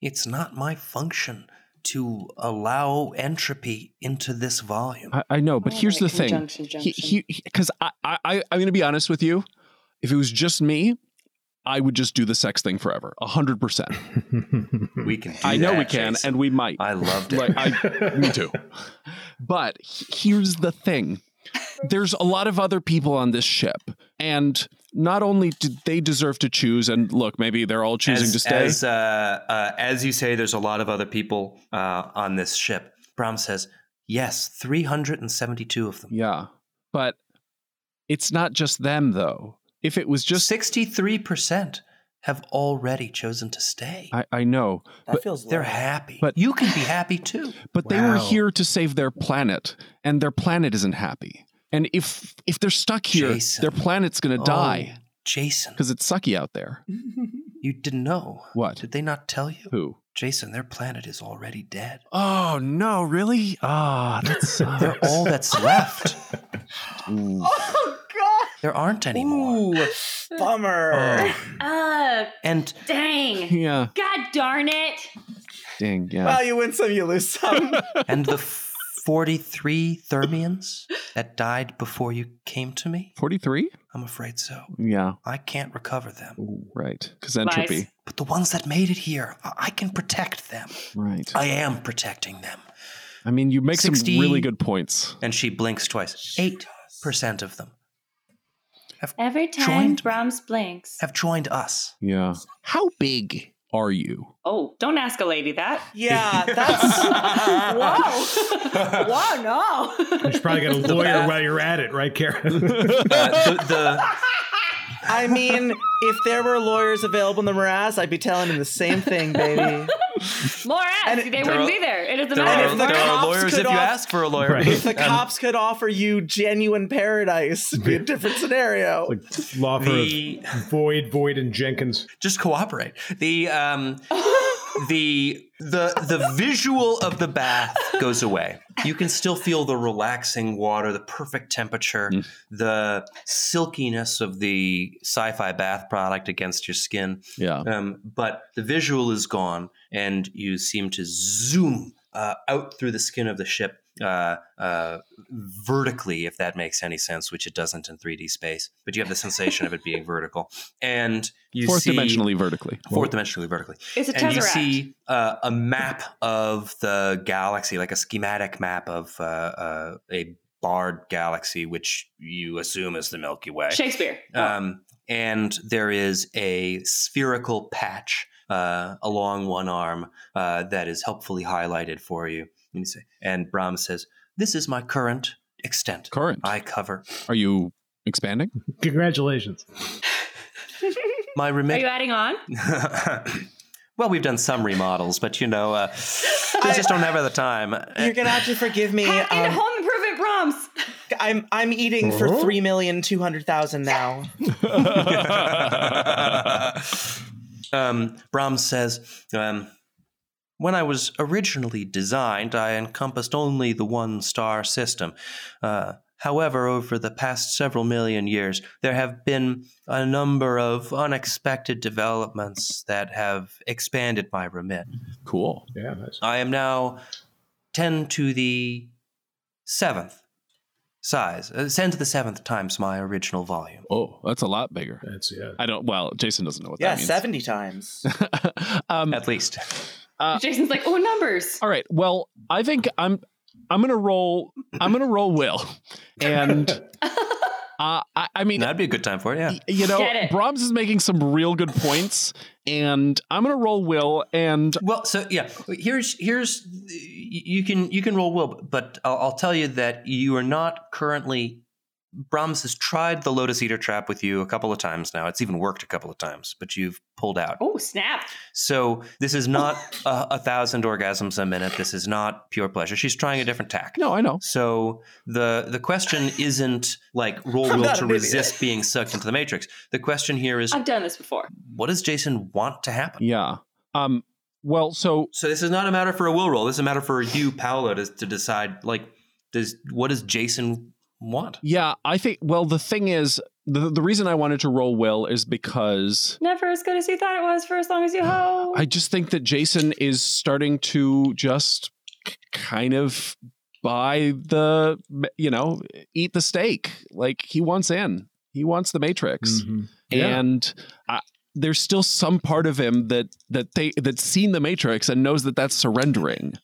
Speaker 2: it's not my function to allow entropy into this volume.
Speaker 6: I, I know, but
Speaker 5: Oh,
Speaker 6: here's the
Speaker 5: right,
Speaker 6: thing.
Speaker 5: conjunction,
Speaker 6: He,
Speaker 5: junction.
Speaker 6: he, because I, I, I, I'm going to be honest with you. If it was just me, I would just do the sex thing forever, a hundred percent.
Speaker 2: we can do
Speaker 6: I know
Speaker 2: that,
Speaker 6: we can,
Speaker 2: Jason.
Speaker 6: and we might.
Speaker 2: I loved it.
Speaker 6: Like, I, me too. <laughs> But he- here's the thing there's a lot of other people on this ship, and not only do they deserve to choose, and look, maybe they're all choosing
Speaker 2: as,
Speaker 6: to stay.
Speaker 2: As, uh, uh, as you say, there's a lot of other people uh, on this ship. Brom says, yes, 372 of them.
Speaker 6: yeah. But it's not just them, though. If it was just.
Speaker 2: 63% have already chosen to stay.
Speaker 6: I, I know,
Speaker 7: That feels
Speaker 2: They're
Speaker 7: low.
Speaker 2: happy.
Speaker 6: But-
Speaker 2: you can be happy too.
Speaker 6: but they were
Speaker 3: Wow.
Speaker 6: here to save their planet, and their planet isn't happy. And if if they're stuck here,
Speaker 2: Jason.
Speaker 6: their planet's gonna
Speaker 2: Oh,
Speaker 6: <laughs> die
Speaker 2: Jason,
Speaker 6: because it's sucky out there.
Speaker 2: you didn't know.
Speaker 6: What?
Speaker 2: Did they not tell you?
Speaker 6: Who?
Speaker 2: Jason, their planet is already dead.
Speaker 6: Oh no, really? Ah, that's
Speaker 7: Oh,
Speaker 2: They're all that's
Speaker 7: <laughs>
Speaker 2: left.
Speaker 5: <laughs> Oh God!
Speaker 2: There aren't any more.
Speaker 7: Ooh,
Speaker 3: Oh.
Speaker 7: bummer. <laughs>
Speaker 5: Uh,
Speaker 2: And
Speaker 5: dang!
Speaker 6: yeah.
Speaker 5: God darn it!
Speaker 6: Dang, yeah.
Speaker 7: Well, you win some, you
Speaker 2: <laughs>
Speaker 7: lose some.
Speaker 2: and the 43 Thermians that died before you came to me?
Speaker 6: 43?
Speaker 2: I'm afraid so.
Speaker 6: Yeah,
Speaker 2: I can't recover them.
Speaker 6: right. Because entropy.
Speaker 2: But the ones that made it here, I, I can protect them.
Speaker 6: Right.
Speaker 2: I am protecting them.
Speaker 6: I mean, you make
Speaker 2: 60
Speaker 6: some really good points.
Speaker 2: And she blinks twice. Eight percent of them
Speaker 5: Every time
Speaker 2: Joined-
Speaker 5: Brahms blinks.
Speaker 2: have joined us.
Speaker 6: Yeah. How big are you?
Speaker 5: Oh, don't ask a lady that.
Speaker 7: yeah, that's
Speaker 5: Wow! wow! No.
Speaker 7: <laughs>
Speaker 6: <laughs>
Speaker 3: you should probably get a lawyer while you're at it, right, Karen?
Speaker 2: Uh, the, the
Speaker 7: I mean, if there were lawyers available in the morass, I'd be telling them the same thing, baby.
Speaker 5: More ask.
Speaker 7: And-
Speaker 5: They
Speaker 2: There
Speaker 5: wouldn't
Speaker 2: are-
Speaker 5: be there. It doesn't
Speaker 2: There are,
Speaker 5: matter.
Speaker 7: the
Speaker 2: there are
Speaker 7: cops
Speaker 2: lawyers
Speaker 7: could
Speaker 2: if you
Speaker 7: off-
Speaker 2: ask for a lawyer.
Speaker 3: Right.
Speaker 7: If the cops could offer you genuine paradise, it'd be a different scenario.
Speaker 3: Like law firm
Speaker 2: The
Speaker 3: Void, Void, and Jenkins.
Speaker 2: just cooperate. The um the the the visual of the bath goes away. You can still feel the relaxing water, the perfect temperature,
Speaker 6: Mm.
Speaker 2: the silkiness of the sci-fi bath product against your skin.
Speaker 6: Yeah.
Speaker 2: Um, but the visual is gone, and you seem to zoom uh, out through the skin of the ship uh, uh, vertically, if that makes any sense, which it doesn't in 3D space. But you have the sensation of it being vertical, and you
Speaker 6: Fourth
Speaker 2: see
Speaker 6: dimensionally vertically.
Speaker 2: fourth dimensionally vertically
Speaker 5: It's a
Speaker 2: and you
Speaker 5: tesseract.
Speaker 2: see uh, a map of the galaxy, like a schematic map of uh, uh, a barred galaxy, which you assume is the Milky Way.
Speaker 5: Shakespeare.
Speaker 2: Um, and there is a spherical patch uh, along one arm uh, that is helpfully highlighted for you. And, you say, and Brahm says, "This is my current extent.
Speaker 6: Current.
Speaker 2: I cover
Speaker 6: Are you expanding? <laughs>
Speaker 3: Congratulations.
Speaker 2: my
Speaker 5: Are you
Speaker 2: remit."
Speaker 5: adding on? <laughs>
Speaker 2: <laughs> well, we've done some remodels, but you know,
Speaker 5: <laughs>
Speaker 2: uh, we just don't have the time.
Speaker 7: You're gonna have to forgive me.
Speaker 5: Hack into
Speaker 7: um,
Speaker 5: home improvement proms.
Speaker 7: I'm I'm eating for
Speaker 2: Uh-huh.
Speaker 3: Huh?
Speaker 7: three million two hundred thousand now.
Speaker 2: <laughs> um, Brahms says, um, when I was originally designed, I encompassed only the one star system. Uh, however, over the past several million years, there have been a number of unexpected developments that have expanded my remit.
Speaker 6: Cool.
Speaker 3: Yeah, nice.
Speaker 2: I am now 10 to the seventh size, uh, 10 to the seventh times my original volume.
Speaker 6: Oh, that's a lot bigger.
Speaker 3: That's yeah.
Speaker 6: I don't. Well, Jason doesn't know what
Speaker 7: Yeah,
Speaker 6: that means.
Speaker 2: <laughs>
Speaker 7: seventy times.
Speaker 6: <laughs> um,
Speaker 2: At least.
Speaker 5: Jason's like, oh, numbers.
Speaker 6: all right. Well, I think I'm. I'm gonna roll. I'm gonna roll will, and uh, I, I mean,
Speaker 2: That'd be a good time for it, yeah.
Speaker 6: you know,
Speaker 5: Get it.
Speaker 6: Brahms is making some real good points, and I'm gonna roll will, and
Speaker 2: Well, so yeah, here's here's you can you can roll will, but I'll, I'll tell you that you are not currently. Brahms has tried the lotus eater trap with you a couple of times now. It's even worked a couple of times, but you've pulled out.
Speaker 5: Oh, snap.
Speaker 2: So this is
Speaker 7: <laughs>
Speaker 2: not a, a thousand orgasms a minute. This is not pure pleasure. She's trying a different tack.
Speaker 6: no, I know.
Speaker 2: So the the question isn't like roll
Speaker 7: I'm
Speaker 2: will
Speaker 7: not
Speaker 2: to
Speaker 7: an idiot.
Speaker 2: resist being sucked into the matrix. The question here is
Speaker 5: I've done this before.
Speaker 2: what does Jason want to happen?
Speaker 6: Yeah. Um. Well, so
Speaker 2: So this is not a matter for a will roll. This is a matter for you, Paolo, to, to decide. Like, does what does Jason want?
Speaker 6: yeah, I think. Well, the thing is, the the reason I wanted to roll will is because
Speaker 5: Never as good as you thought it was for as long as you ho.
Speaker 6: I just think that Jason is starting to just k- kind of buy the, you know, eat the steak. Like he wants in, he wants the Matrix,
Speaker 3: Mhm. Yeah.
Speaker 6: and I, there's still some part of him that that they that's seen the Matrix and knows that that's surrendering.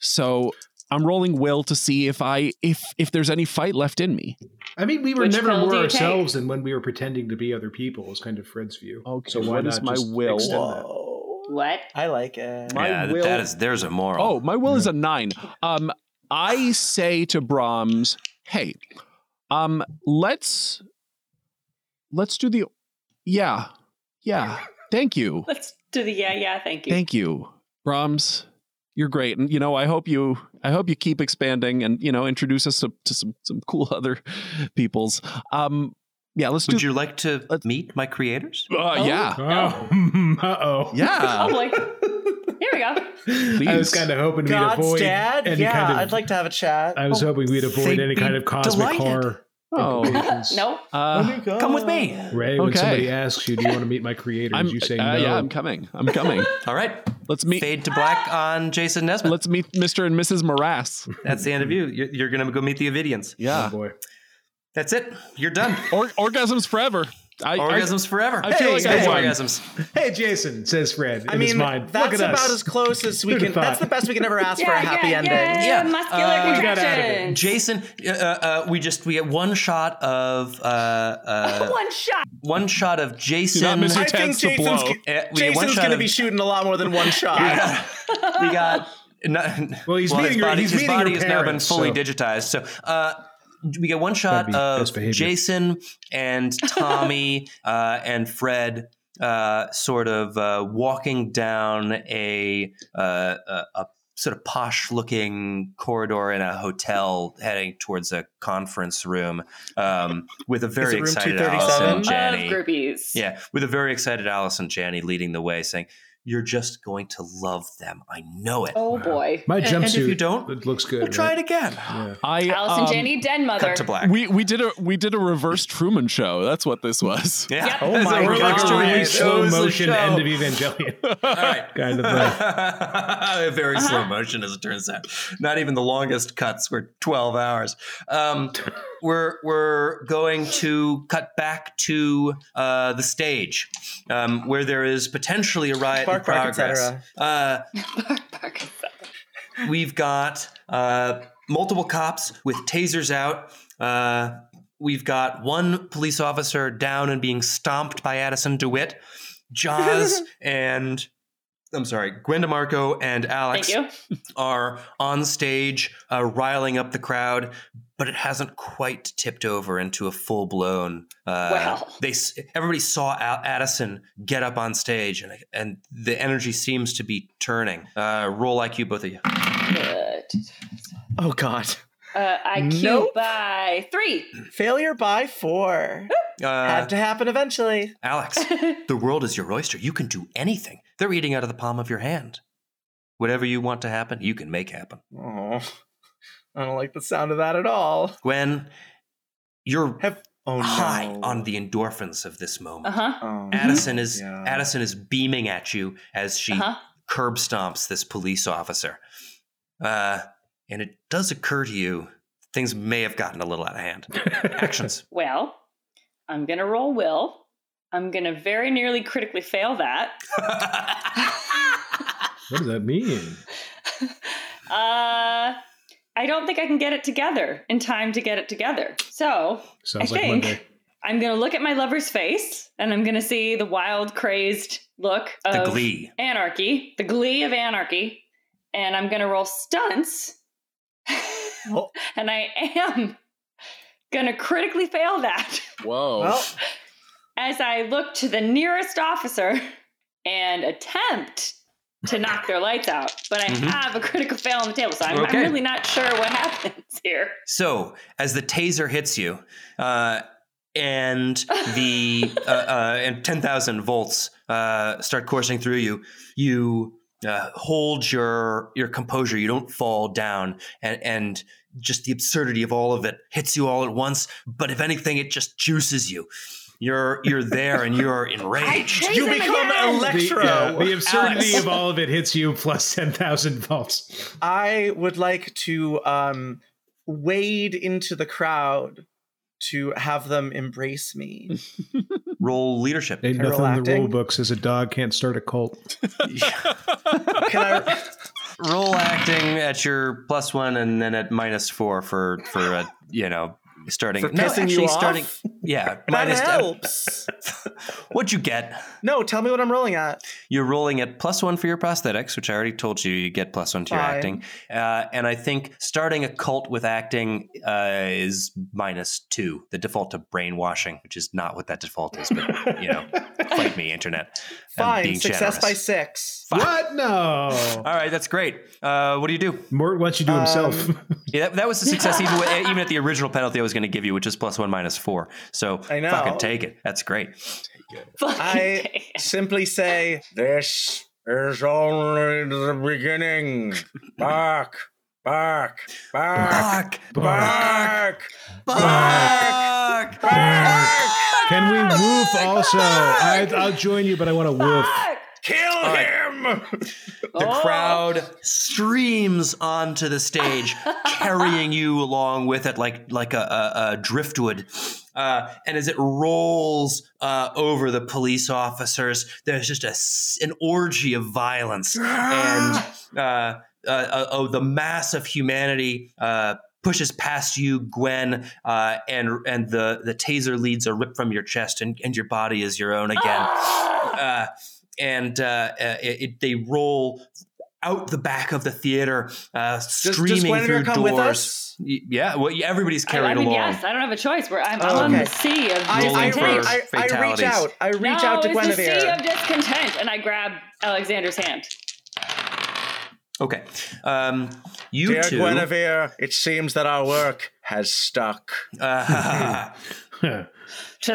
Speaker 6: So I'm rolling will to see if I if if there's any fight left in me.
Speaker 3: I mean, we were
Speaker 5: Which
Speaker 3: never
Speaker 5: pill
Speaker 3: more
Speaker 5: do you
Speaker 3: ourselves than when we were pretending to be other people. Is kind of Fred's view.
Speaker 6: Okay,
Speaker 3: So why
Speaker 6: what is
Speaker 3: not
Speaker 6: my
Speaker 3: just
Speaker 6: will?
Speaker 3: extend that?
Speaker 7: Whoa.
Speaker 5: What?
Speaker 7: I like it.
Speaker 6: My
Speaker 2: yeah,
Speaker 6: will-
Speaker 2: that is there's a moral.
Speaker 6: Oh, my will is a nine. Um, I say to Brahms, "Hey, um, let's let's do the, yeah, yeah. Thank you,
Speaker 5: Let's do the yeah, yeah, thank you.
Speaker 6: thank you, Brahms. You're great, and you know I hope you I hope you keep expanding and you know introduce us to, to some some cool <laughs> other peoples. Um, yeah, let's
Speaker 2: would
Speaker 6: do.
Speaker 2: you like to
Speaker 6: let's-
Speaker 2: meet my creators?
Speaker 6: <laughs> uh, yeah,
Speaker 3: Oh, <laughs> uh oh.
Speaker 5: oh, <laughs>
Speaker 6: yeah.
Speaker 5: like, here we go.
Speaker 3: I was kind of hoping we'd
Speaker 7: God's
Speaker 3: avoid
Speaker 7: dad?
Speaker 3: any
Speaker 7: Yeah,
Speaker 3: kind of.
Speaker 7: I'd like to have a chat.
Speaker 3: I was hoping we'd avoid
Speaker 2: They'd
Speaker 3: any
Speaker 2: be
Speaker 3: kind of cosmic
Speaker 2: delighted.
Speaker 3: horror.
Speaker 6: Oh,
Speaker 7: <laughs>
Speaker 3: implications.
Speaker 5: No.
Speaker 6: uh,
Speaker 2: Come with me.
Speaker 3: Ray, when
Speaker 6: Okay.
Speaker 3: somebody asks you, "Do you want to meet my creators?"
Speaker 6: I'm.
Speaker 3: you say,
Speaker 6: uh,
Speaker 3: "No."
Speaker 6: Yeah, I'm coming. I'm coming.
Speaker 2: All right,
Speaker 6: Let's meet.
Speaker 2: fade to black on Jason Nesmith.
Speaker 6: Let's meet Mr. and Mrs. Morass.
Speaker 2: That's the end of you. You're, you're gonna go meet the Avidians.
Speaker 3: oh
Speaker 6: Yeah.
Speaker 3: boy.
Speaker 2: That's it. You're done.
Speaker 6: Or- orgasms forever. I,
Speaker 2: orgasms forever.
Speaker 6: I feel
Speaker 2: Hey,
Speaker 6: like
Speaker 2: space
Speaker 6: I won.
Speaker 2: orgasms.
Speaker 3: Hey, Jason says Fred.
Speaker 7: I
Speaker 3: in his
Speaker 7: mean,
Speaker 3: mind.
Speaker 7: that's
Speaker 3: Look at
Speaker 7: about
Speaker 3: us.
Speaker 7: as close
Speaker 3: <laughs>
Speaker 7: as we
Speaker 3: Who'd
Speaker 7: can.
Speaker 3: have thought?
Speaker 7: That's the best we can ever ask for a happy ending. Oh,
Speaker 5: Yeah,
Speaker 2: Yeah.
Speaker 5: muscular
Speaker 2: Uh,
Speaker 3: We got out of it.
Speaker 5: contractions.
Speaker 2: Jason, uh, uh, we just we get one shot of uh, uh,
Speaker 5: <laughs> One shot.
Speaker 2: one shot of Jason.
Speaker 6: not miss your
Speaker 7: I think
Speaker 6: chance to
Speaker 7: Jason's,
Speaker 6: blow.
Speaker 7: g-
Speaker 2: Uh, we get one
Speaker 7: Jason's
Speaker 2: shot
Speaker 7: going to
Speaker 2: of-
Speaker 7: be shooting a lot more than one shot.
Speaker 2: <laughs> we got. No,
Speaker 3: Well, he's
Speaker 2: his
Speaker 6: <laughs>
Speaker 7: <laughs>
Speaker 3: meeting her-
Speaker 2: body,
Speaker 3: he's
Speaker 2: his
Speaker 3: meeting her
Speaker 2: body has now been
Speaker 3: parents,
Speaker 2: fully
Speaker 3: so-
Speaker 2: digitized. So, uh, we get one shot
Speaker 3: That'd be best
Speaker 2: of
Speaker 3: behavior.
Speaker 2: Jason
Speaker 3: <laughs>
Speaker 2: and Tommy uh, and Fred uh, sort of uh, walking down a, uh, a a sort of posh looking corridor in a hotel, heading towards a conference room um, with a very
Speaker 7: room
Speaker 2: excited
Speaker 7: 237?
Speaker 2: Allison
Speaker 5: of
Speaker 2: Janney.
Speaker 5: groupies.
Speaker 2: Yeah, with a very excited Allison Janney leading the way, saying, "You're just going to love them. I know it."
Speaker 5: Oh boy.
Speaker 3: My
Speaker 2: And-
Speaker 3: jumpsuit.
Speaker 2: and if you don't,
Speaker 3: it looks good.
Speaker 2: we'll try
Speaker 3: right?
Speaker 2: it again.
Speaker 3: Yeah.
Speaker 6: I
Speaker 5: Allison
Speaker 6: um,
Speaker 5: Janney Den
Speaker 2: Cut
Speaker 5: Mother.
Speaker 2: to
Speaker 5: <laughs>
Speaker 2: black.
Speaker 6: We we did a we did a reverse Truman Show. That's what this was.
Speaker 2: yeah.
Speaker 5: Yep.
Speaker 3: Oh my
Speaker 5: It's a
Speaker 3: god!
Speaker 5: real
Speaker 3: Really slow
Speaker 5: story.
Speaker 2: Shows the
Speaker 3: motion
Speaker 2: show.
Speaker 3: end of
Speaker 7: <laughs>
Speaker 3: Evangelion.
Speaker 2: All
Speaker 3: <laughs>
Speaker 2: right. <laughs>
Speaker 3: Kind of
Speaker 2: Very slow motion, as it turns out. Not even the longest cuts were 12 hours. Um, we're, we're going to cut back to uh, the stage um, where there is potentially a riot in
Speaker 7: Bark, bark, et
Speaker 2: progress.
Speaker 7: cetera.
Speaker 2: Uh,
Speaker 5: Bark.
Speaker 2: We've got uh, multiple cops with tasers out. Uh, we've got one police officer down and being stomped by Addison DeWitt.
Speaker 5: <laughs>
Speaker 2: Jaws and I'm sorry, Gwenda Marco and
Speaker 5: Thank
Speaker 2: Alex
Speaker 5: you.
Speaker 2: are on stage, uh, riling up the crowd, but it hasn't quite tipped over into a full blown. Uh,
Speaker 5: Well.
Speaker 2: they s- everybody saw Al- Addison get up on stage, and and the energy seems to be turning. Uh, roll like you, both of you.
Speaker 5: Good.
Speaker 7: Oh god.
Speaker 5: Uh, IQ
Speaker 7: Nope.
Speaker 5: by three.
Speaker 7: Failure by four.
Speaker 2: Uh,
Speaker 7: Had to happen eventually.
Speaker 5: <laughs>
Speaker 2: Alex, the world is your oyster. You can do anything. They're eating out of the palm of your hand. Whatever you want to happen, you can make happen.
Speaker 7: Oh, I don't like the sound of that at all.
Speaker 2: Gwen, you're
Speaker 7: Have
Speaker 4: Oh no.
Speaker 2: high on the endorphins of this moment.
Speaker 5: Uh huh.
Speaker 4: Oh.
Speaker 2: Addison is
Speaker 4: Yeah.
Speaker 2: Addison is beaming at you as she
Speaker 5: Uh huh.
Speaker 2: curb stomps this police officer. Uh, and it does occur to you things may have gotten a little out of
Speaker 4: <laughs>
Speaker 2: hand. Actions. <laughs>
Speaker 5: Well, I'm gonna roll will. I'm gonna very nearly critically fail that. <laughs>
Speaker 3: What does that mean?
Speaker 5: uh, I don't think I can get it together in time to get it together. So
Speaker 3: Sounds
Speaker 5: I
Speaker 3: like
Speaker 5: think
Speaker 3: Monday.
Speaker 5: I'm gonna look at my lover's face and I'm gonna see the wild, crazed look of
Speaker 2: the glee.
Speaker 5: anarchy, the glee of anarchy, and I'm gonna roll stunts.
Speaker 7: Well-
Speaker 5: <laughs> and I am gonna critically fail that <laughs>
Speaker 6: Whoa.
Speaker 7: well,
Speaker 5: as I look to the nearest officer and attempt
Speaker 2: <laughs>
Speaker 5: to knock their lights out. But I
Speaker 2: Mhm.
Speaker 5: have a critical fail on the table, so I'm, I'm
Speaker 2: Okay.
Speaker 5: really not sure what <laughs> happens here.
Speaker 2: So, as the taser hits you, uh, and the uh, uh, and ten thousand volts uh, start coursing through you, you uh, hold your your composure. You don't fall down, and and just the absurdity of all of it hits you all at once. But if anything, it just juices you. You're you're there, and you're enraged.
Speaker 5: Raise
Speaker 4: You
Speaker 5: him
Speaker 4: become
Speaker 5: again!
Speaker 4: electro.
Speaker 3: The, yeah, the absurdity
Speaker 5: Alex.
Speaker 3: of all of it hits you plus ten thousand volts.
Speaker 7: I would like to um, wade into the crowd to have them embrace me.
Speaker 2: Roll leadership.
Speaker 3: Ain't
Speaker 7: Carol
Speaker 3: nothing in the
Speaker 7: acting.
Speaker 3: rule book says a dog can't start a
Speaker 7: <laughs>
Speaker 3: cult.
Speaker 7: Can <laughs> I?
Speaker 2: roll acting at your plus one and then at minus four for for uh, you know starting
Speaker 7: For pissing you off?
Speaker 2: starting yeah
Speaker 7: That
Speaker 2: minus
Speaker 7: <laughs> helps.
Speaker 2: uh, <laughs> what'd you get
Speaker 7: no, tell me what I'm rolling at.
Speaker 2: you're rolling at plus one for your prosthetics which i already told you you get plus one to your
Speaker 7: Fine.
Speaker 2: acting uh, and i think starting a cult with acting uh, is minus two the default to brainwashing which is not what that default is but you
Speaker 7: <laughs>
Speaker 2: know fight me internet I'm
Speaker 7: Fine,
Speaker 2: being
Speaker 7: success by
Speaker 2: generous.
Speaker 7: six.
Speaker 3: What? No.
Speaker 2: all right that's great uh, what do you do
Speaker 3: Mort wants you to himself.
Speaker 2: Yeah, that, that was a success even with, even at the original penalty I was going to give you, which is plus one minus four. So
Speaker 7: I know.
Speaker 2: fucking take it. That's great.
Speaker 5: Fucking
Speaker 7: I-
Speaker 5: day.
Speaker 7: Simply say,
Speaker 4: This is only the
Speaker 2: <laughs>
Speaker 4: beginning. Bark, bark, bark,
Speaker 2: Bark, bark,
Speaker 4: bark,
Speaker 7: Um, <laughs>
Speaker 3: <laughs>
Speaker 2: bark.
Speaker 3: Can we woof also? I, I'll join you, but I want to woof.
Speaker 4: kill him.
Speaker 2: The
Speaker 5: Oh,
Speaker 2: crowd streams onto the stage, carrying you along with it like like a, a, a driftwood. Uh, and as it rolls uh, over the police officers, there's just a s- an orgy of violence and uh, uh, uh, oh, the mass of humanity. Uh, Pushes past you, Gwen, uh, and and the the taser leads are ripped from your chest, and, and your body
Speaker 5: <gasps>
Speaker 2: is your own again.
Speaker 5: Ah!
Speaker 2: Uh, and uh, uh, it, it- they roll out the back of the theater, uh,
Speaker 7: Does,
Speaker 2: streaming
Speaker 7: does Guinevere
Speaker 2: through
Speaker 7: come
Speaker 2: doors.
Speaker 7: with us?
Speaker 2: Y- Yeah, well, yeah, everybody's
Speaker 5: I-
Speaker 2: carried
Speaker 5: I, mean,
Speaker 2: along.
Speaker 5: yes, I don't have a choice. We're, I'm,
Speaker 7: Oh,
Speaker 5: I'm on
Speaker 7: okay.
Speaker 5: the sea of
Speaker 7: I, I,
Speaker 2: Rolling for
Speaker 5: discontent.
Speaker 7: I, I reach
Speaker 2: fatalities.
Speaker 7: out. I reach out to
Speaker 5: no, it's the sea
Speaker 7: Guinevere.
Speaker 5: of discontent, and I grab Alexander's hand.
Speaker 2: Okay, um, you
Speaker 4: Dear
Speaker 2: two.
Speaker 4: Guinevere, it seems that our work has stuck.
Speaker 2: uh, <laughs>
Speaker 8: <laughs>
Speaker 5: to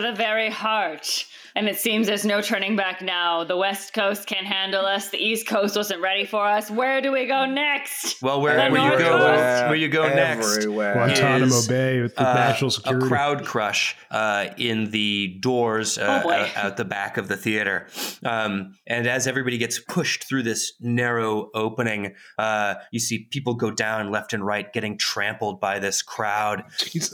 Speaker 5: the very heart. And it seems there's no turning back now. The West Coast can't handle us. The East Coast wasn't ready for us. Where do we go next?
Speaker 2: well, where,
Speaker 5: The
Speaker 2: where you
Speaker 5: North
Speaker 2: go?
Speaker 5: Coast.
Speaker 2: Where you go next?
Speaker 4: Everywhere.
Speaker 2: Guantanamo
Speaker 8: Guantanamo
Speaker 2: is,
Speaker 8: Bay with the
Speaker 2: uh,
Speaker 8: national
Speaker 2: a
Speaker 8: security.
Speaker 2: crowd crush uh, in the doors uh,
Speaker 5: Oh, boy.
Speaker 2: out, out the back of the theater. Um, and as everybody gets pushed through this narrow opening, uh, you see people go down left and right, getting trampled by this crowd.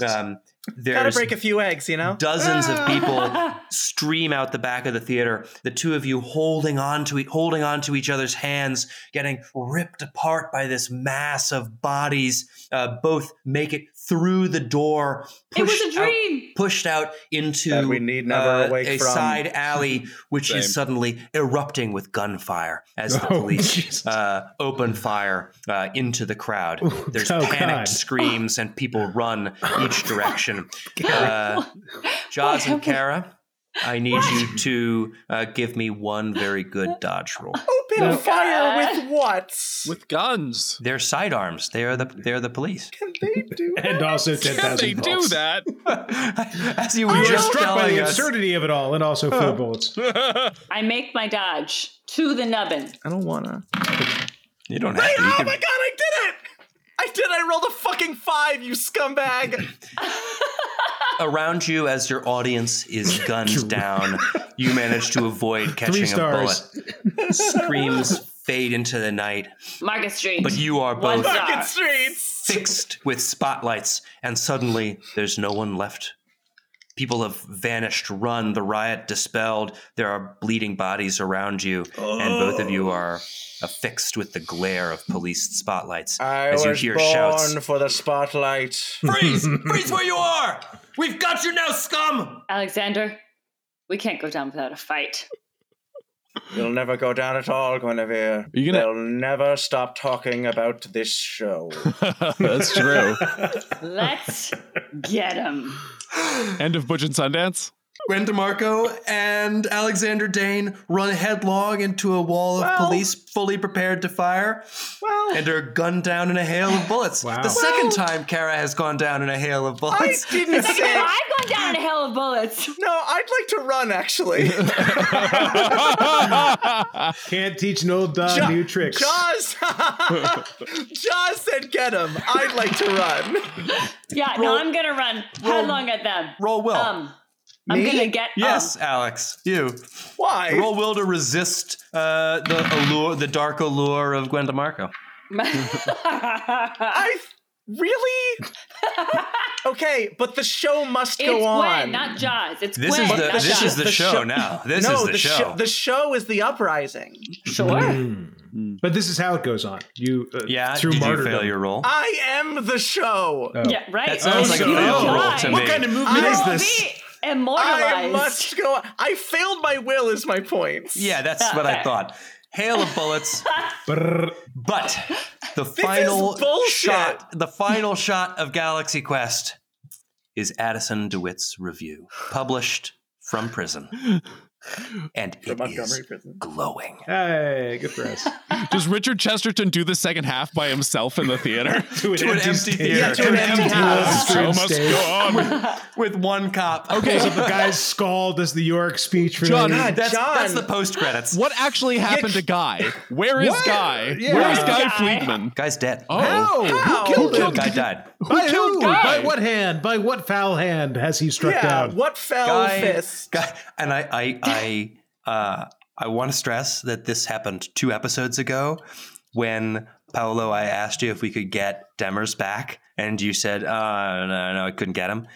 Speaker 2: Um,
Speaker 7: Gotta
Speaker 2: there's
Speaker 7: break a few eggs, you know.
Speaker 2: dozens of people
Speaker 5: <laughs>
Speaker 2: stream out the back of the theater. The two of you holding on to e- holding on to each other's hands, getting ripped apart by this mass of bodies. Uh, both make it through the door.
Speaker 5: it was a
Speaker 2: pushed out-
Speaker 5: dream.
Speaker 2: pushed out into
Speaker 4: That we need never
Speaker 2: uh,
Speaker 4: awake
Speaker 2: a
Speaker 4: from.
Speaker 2: side alley, which
Speaker 6: Same.
Speaker 2: is suddenly erupting with gunfire as the
Speaker 8: Oh,
Speaker 2: police
Speaker 8: Jesus.
Speaker 2: uh, open fire uh, into the crowd. There's
Speaker 8: oh,
Speaker 2: panicked
Speaker 8: God.
Speaker 2: screams and people run each direction. Uh, Jaws and
Speaker 5: happened?
Speaker 2: Kara, I need you to uh, give me one very good dodge roll.
Speaker 7: Open
Speaker 8: No.
Speaker 7: fire with what?
Speaker 6: with guns.
Speaker 2: They're sidearms. They are the they are the police. <laughs>
Speaker 7: Can they do?
Speaker 8: <laughs> and also ten
Speaker 6: Can they
Speaker 8: thousand
Speaker 6: do
Speaker 8: volts.
Speaker 6: that?
Speaker 2: As you
Speaker 8: We
Speaker 2: were
Speaker 8: were
Speaker 2: just
Speaker 8: struck by
Speaker 2: telling
Speaker 8: the
Speaker 2: us,
Speaker 8: absurdity of it all, and also four bullets.
Speaker 5: I make my dodge to the nubbin.
Speaker 7: I don't wanna.
Speaker 2: you don't have to. You
Speaker 4: Oh
Speaker 2: can-
Speaker 4: my god, I did it! I did, I rolled a fucking five, you scumbag!
Speaker 2: around you as your audience is gunned down, you manage to avoid
Speaker 8: Three
Speaker 2: catching a bullet.
Speaker 8: stars.
Speaker 2: Screams fade into the night,
Speaker 5: Market Street.
Speaker 2: but you are
Speaker 5: One
Speaker 2: both
Speaker 5: star.
Speaker 4: Streets!
Speaker 2: fixed with spotlights, and suddenly there's no one left. People have vanished, run, the riot dispelled. There are bleeding bodies around you, and both of you are affixed with the glare of police spotlights
Speaker 4: I
Speaker 2: as you
Speaker 4: was
Speaker 2: hear
Speaker 4: born
Speaker 2: shouts.
Speaker 4: for the
Speaker 7: <laughs>
Speaker 4: spotlight.
Speaker 2: Freeze! Freeze where you are! We've got you now, scum!
Speaker 5: Alexander, we can't go down without a fight.
Speaker 4: You'll never go down at all, Guinevere.
Speaker 6: Are you gonna-
Speaker 4: They'll never stop talking about this
Speaker 7: <laughs>
Speaker 4: show.
Speaker 6: That's true.
Speaker 5: Let's get him.
Speaker 6: End of Butch and Sundance.
Speaker 2: Gwen DeMarco and Alexander Dane run headlong into a wall of police fully prepared to fire
Speaker 7: Well,
Speaker 2: and are gunned down in a hail of bullets.
Speaker 8: Wow.
Speaker 2: The second time Kara has gone down in a hail of
Speaker 7: I
Speaker 2: bullets. <laughs>
Speaker 7: didn't
Speaker 5: I've
Speaker 7: say.
Speaker 5: gone down in a hell of bullets.
Speaker 7: No, I'd like to run actually.
Speaker 8: Can't teach an old dog
Speaker 7: Ja-
Speaker 8: new tricks.
Speaker 7: Jaws. Jaws said, "Get him." I'd like to run.
Speaker 5: <laughs> Yeah, no, I'm gonna run headlong at them.
Speaker 2: <laughs> Roll will.
Speaker 5: Um, I'm
Speaker 7: Me?
Speaker 5: gonna get. um, <laughs>
Speaker 2: yes, Alex, you.
Speaker 7: Why?
Speaker 2: Roll will to resist uh, the allure, the dark allure of Gwen DeMarco.
Speaker 7: <laughs>
Speaker 5: Um,
Speaker 7: I really. okay, but the show must
Speaker 5: It's
Speaker 7: go on.
Speaker 5: Gwen, not Jaws. It's
Speaker 2: This
Speaker 5: Gwen,
Speaker 2: is the
Speaker 5: not
Speaker 2: this
Speaker 5: Jaws.
Speaker 2: is the, show, now. This
Speaker 7: no,
Speaker 2: is the,
Speaker 7: sho-
Speaker 2: show.
Speaker 7: the show is the uprising.
Speaker 5: sure.
Speaker 8: Hmm. But this is how it goes on. You uh,
Speaker 2: yeah,
Speaker 8: through
Speaker 2: did you
Speaker 8: martyrdom.
Speaker 2: fail your roll?
Speaker 7: I am the show.
Speaker 8: Oh.
Speaker 5: Yeah, right.
Speaker 2: That sounds
Speaker 8: Oh,
Speaker 2: like a
Speaker 8: so-
Speaker 2: failed
Speaker 8: oh.
Speaker 2: roll to me.
Speaker 8: What kind of movement
Speaker 5: You
Speaker 8: is
Speaker 5: will
Speaker 8: this?
Speaker 5: be
Speaker 7: I
Speaker 5: immortalized.
Speaker 7: must go. on. I failed my will. Is my point.
Speaker 2: Yeah, that's what I thought. Hail of bullets,
Speaker 8: Brrr.
Speaker 2: but
Speaker 7: <laughs>
Speaker 2: the final
Speaker 7: bullshit.
Speaker 2: shot, the final shot of Galaxy Quest is Addison DeWitt's review, published from prison. And it is glowing.
Speaker 8: Hey, good for us.
Speaker 6: Does Richard Chesterton do the second half by himself in the theater?
Speaker 8: to an,
Speaker 2: To an empty
Speaker 8: stage.
Speaker 2: theater.
Speaker 8: Yeah,
Speaker 7: to an empty
Speaker 6: <laughs>
Speaker 7: house.
Speaker 6: Show
Speaker 8: Street
Speaker 6: must
Speaker 8: stage.
Speaker 6: go on.
Speaker 2: With one cop.
Speaker 6: Okay, so
Speaker 8: The guy's scald as the York speech for
Speaker 6: <laughs> John,
Speaker 8: the
Speaker 7: God,
Speaker 2: That's,
Speaker 7: John.
Speaker 2: that's the post credits.
Speaker 6: what actually happened to Guy? Where is Guy?
Speaker 8: Yeah.
Speaker 6: Where is Guy
Speaker 5: Guy.
Speaker 6: Friedman?
Speaker 2: Guy's dead.
Speaker 6: Oh,
Speaker 7: How?
Speaker 6: who killed him?
Speaker 2: Guy died.
Speaker 8: By
Speaker 6: killed
Speaker 8: who?
Speaker 6: Guy?
Speaker 8: By what hand? By what foul hand has he struck
Speaker 7: Yeah,
Speaker 8: down?
Speaker 7: What fell
Speaker 2: guy,
Speaker 7: fist?
Speaker 2: guy- <laughs> and I, I, I, uh, I want to stress that this happened two episodes ago when Paolo, I asked you if we could get Demers back, and you said, uh, no, no, I couldn't get him.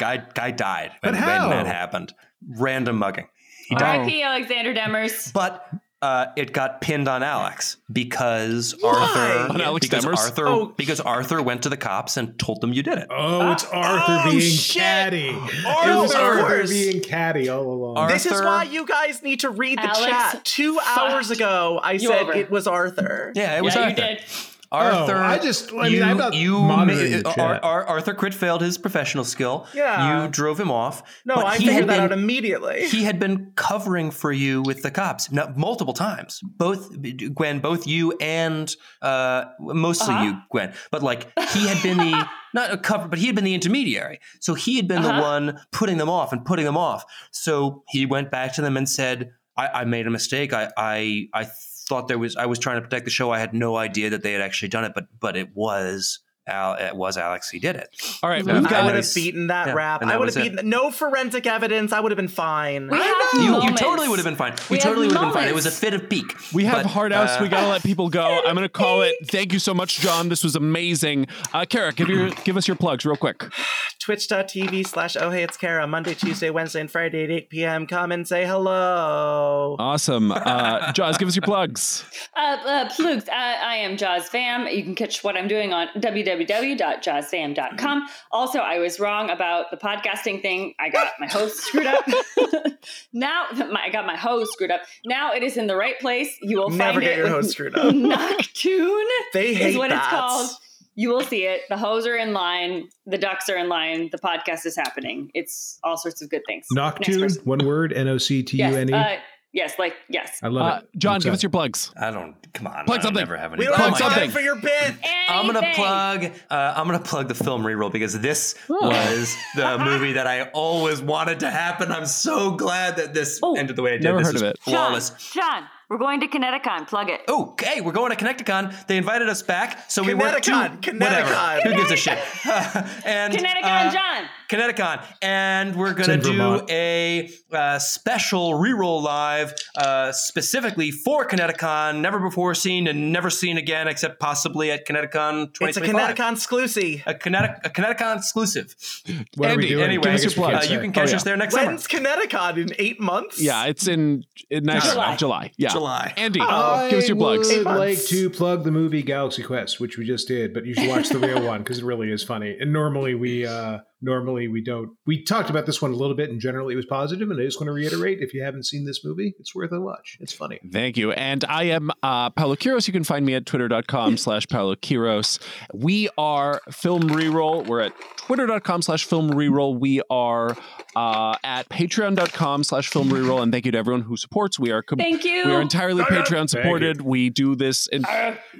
Speaker 2: guy, guy died when,
Speaker 8: But
Speaker 2: when
Speaker 8: how?
Speaker 2: that happened. Random mugging. He died.
Speaker 5: R.I.P. Alexander Demers.
Speaker 2: But uh, it got pinned on Alex because Arthur
Speaker 6: On Alex
Speaker 2: because
Speaker 6: Demers?
Speaker 2: Arthur
Speaker 8: Oh.
Speaker 2: because Arthur went to the cops and told them you did it.
Speaker 3: Oh, it's Arthur being
Speaker 8: shit.
Speaker 3: catty. it was
Speaker 8: Arthur, of
Speaker 3: Arthur
Speaker 8: course.
Speaker 3: being catty all along.
Speaker 2: Ar-
Speaker 8: This is
Speaker 2: Arthur.
Speaker 8: why you guys need to read the
Speaker 5: Alex,
Speaker 8: chat. Two
Speaker 5: fuck
Speaker 8: hours ago, I
Speaker 5: you
Speaker 8: said
Speaker 5: over.
Speaker 8: it was Arthur.
Speaker 2: Yeah, it was
Speaker 5: yeah,
Speaker 2: Arthur.
Speaker 5: you did.
Speaker 2: Arthur,
Speaker 3: Oh, I just- I mean, I'm not monitoring
Speaker 2: made-
Speaker 3: the
Speaker 2: uh, Ar-
Speaker 3: chat.
Speaker 2: Ar- Arthur Crit failed his professional skill.
Speaker 8: Yeah.
Speaker 2: you drove him off.
Speaker 8: No,
Speaker 2: but
Speaker 8: I
Speaker 2: he had
Speaker 8: figured that
Speaker 2: been-
Speaker 8: out immediately.
Speaker 2: He had been covering for you with the cops no, multiple times. Both Gwen, both you and uh, mostly
Speaker 5: Uh-huh.
Speaker 2: you, Gwen. But like he had been
Speaker 5: <laughs>
Speaker 2: the not a cover, but he had been the intermediary. So he had been the
Speaker 5: Uh-huh.
Speaker 2: one putting them off and putting them off. So he went back to them and said, "I, I made a mistake. I, I I thought there was I was trying to protect the show. I had no idea that they had actually done it, but but it was." Al, it was Alex. He did it.
Speaker 6: All right,
Speaker 5: Yeah,
Speaker 6: we've
Speaker 5: I
Speaker 8: I
Speaker 6: got
Speaker 8: would
Speaker 2: Nice.
Speaker 8: have beaten that
Speaker 2: Yeah,
Speaker 8: rap.
Speaker 2: and that
Speaker 8: I would
Speaker 2: was
Speaker 8: have
Speaker 2: it.
Speaker 8: beaten no forensic evidence. I would have been fine.
Speaker 5: We have
Speaker 2: You, you
Speaker 5: moments.
Speaker 2: totally would have been fine. You
Speaker 5: We have
Speaker 2: totally would have been fine.
Speaker 5: moments.
Speaker 2: It was a fit of pique.
Speaker 6: we have
Speaker 2: But,
Speaker 6: hard outs.
Speaker 2: uh,
Speaker 6: we gotta let people go. I'm gonna call it. Thank you so much, John. This was amazing. Uh, Kara, give your give us your plugs real quick.
Speaker 8: Twitch.tv slash Oh Hey It's Kara, Monday, Tuesday, Wednesday, and Friday at 8 p.m. Come and say hello.
Speaker 6: Awesome, uh, Jaws. Give us your plugs.
Speaker 5: Uh, uh, plugs. Uh, I am Jaws Fam. You can catch what I'm doing on www.jazzfam.com. Also, I was wrong about the podcasting thing. I got my host screwed up. <laughs> now my, I got my host screwed up. Now it is in the right place. You will
Speaker 8: Never
Speaker 5: find
Speaker 8: get
Speaker 5: it
Speaker 8: your
Speaker 5: with
Speaker 8: host screwed
Speaker 5: <laughs>
Speaker 8: up.
Speaker 5: Noctune
Speaker 8: They hate
Speaker 5: is what
Speaker 8: that.
Speaker 5: it's called. You will see it. The hoes are in line. The ducks are in line. The podcast is happening. It's all sorts of good things. Next
Speaker 3: Noctune,
Speaker 5: person.
Speaker 3: one word, N O C T U
Speaker 5: Yes.
Speaker 3: N E. I
Speaker 5: Uh, yes. Like yes.
Speaker 3: love
Speaker 6: Uh,
Speaker 3: it.
Speaker 6: John,
Speaker 3: I'm
Speaker 6: give us
Speaker 3: excited.
Speaker 6: your plugs.
Speaker 2: I don't. Come on.
Speaker 6: Plug
Speaker 2: I
Speaker 6: something.
Speaker 2: Never have any.
Speaker 8: We don't
Speaker 2: Oh
Speaker 8: have
Speaker 2: my
Speaker 6: Plug
Speaker 8: time
Speaker 6: something.
Speaker 8: for your bit.
Speaker 2: I'm gonna
Speaker 5: Anything.
Speaker 2: plug. Uh, I'm gonna plug the film reroll because this was the movie that I always wanted to happen. I'm so glad that this
Speaker 5: Oh,
Speaker 2: ended the way it did.
Speaker 6: never
Speaker 2: this
Speaker 6: heard
Speaker 2: was
Speaker 6: of it.
Speaker 2: Flawless.
Speaker 5: Sean, we're going to Connecticut. Plug it.
Speaker 2: Okay, we're going to Connecticon. They invited us back, so we went to
Speaker 8: Connecticon,
Speaker 2: whatever.
Speaker 8: Connecticon.
Speaker 2: Who gives a shit? <laughs> and
Speaker 5: Connecticut,
Speaker 2: uh,
Speaker 5: John.
Speaker 2: Connecticon, and we're gonna
Speaker 3: in
Speaker 2: do
Speaker 3: Vermont.
Speaker 2: a uh, special reroll live uh, specifically for Connecticon, never before seen and never seen again, except possibly at Connecticon. 2025.
Speaker 8: It's a Connecticut exclusive.
Speaker 2: a Connecticut, a Connecticon exclusive.
Speaker 3: What are
Speaker 6: Andy,
Speaker 3: we doing?
Speaker 2: anyway,
Speaker 3: I guess
Speaker 6: your
Speaker 2: Uh,
Speaker 3: we can't
Speaker 6: plugs.
Speaker 2: you
Speaker 3: say.
Speaker 2: can catch
Speaker 6: Oh,
Speaker 2: us
Speaker 6: yeah.
Speaker 2: there next summer,
Speaker 8: When's Connecticut? In eight months?
Speaker 6: Yeah, it's in, in next
Speaker 5: July.
Speaker 6: July. Yeah,
Speaker 2: July.
Speaker 6: Andy, Oh, give us your
Speaker 3: Oh, I
Speaker 6: plugs.
Speaker 3: would
Speaker 8: Months.
Speaker 3: like to plug the movie Galaxy Quest, which we just did, but you should watch
Speaker 9: <laughs>
Speaker 3: the real one because it really is funny. And normally we uh normally we don't. We talked about this one a little bit, and generally it was positive. And I just want to reiterate: if you haven't seen this movie, it's worth a watch. It's funny.
Speaker 6: Thank you. And I am uh, Paolo Quiros. You can find me
Speaker 3: <laughs>
Speaker 6: at twitter.com slash Paolo Quiros. We are Film Reroll. We're at twitter.com slash Film Reroll. We are uh, at patreon.com slash Film Reroll. And thank you to everyone who supports. We are com-
Speaker 5: Thank you.
Speaker 6: we are entirely Patreon supported. We do this en-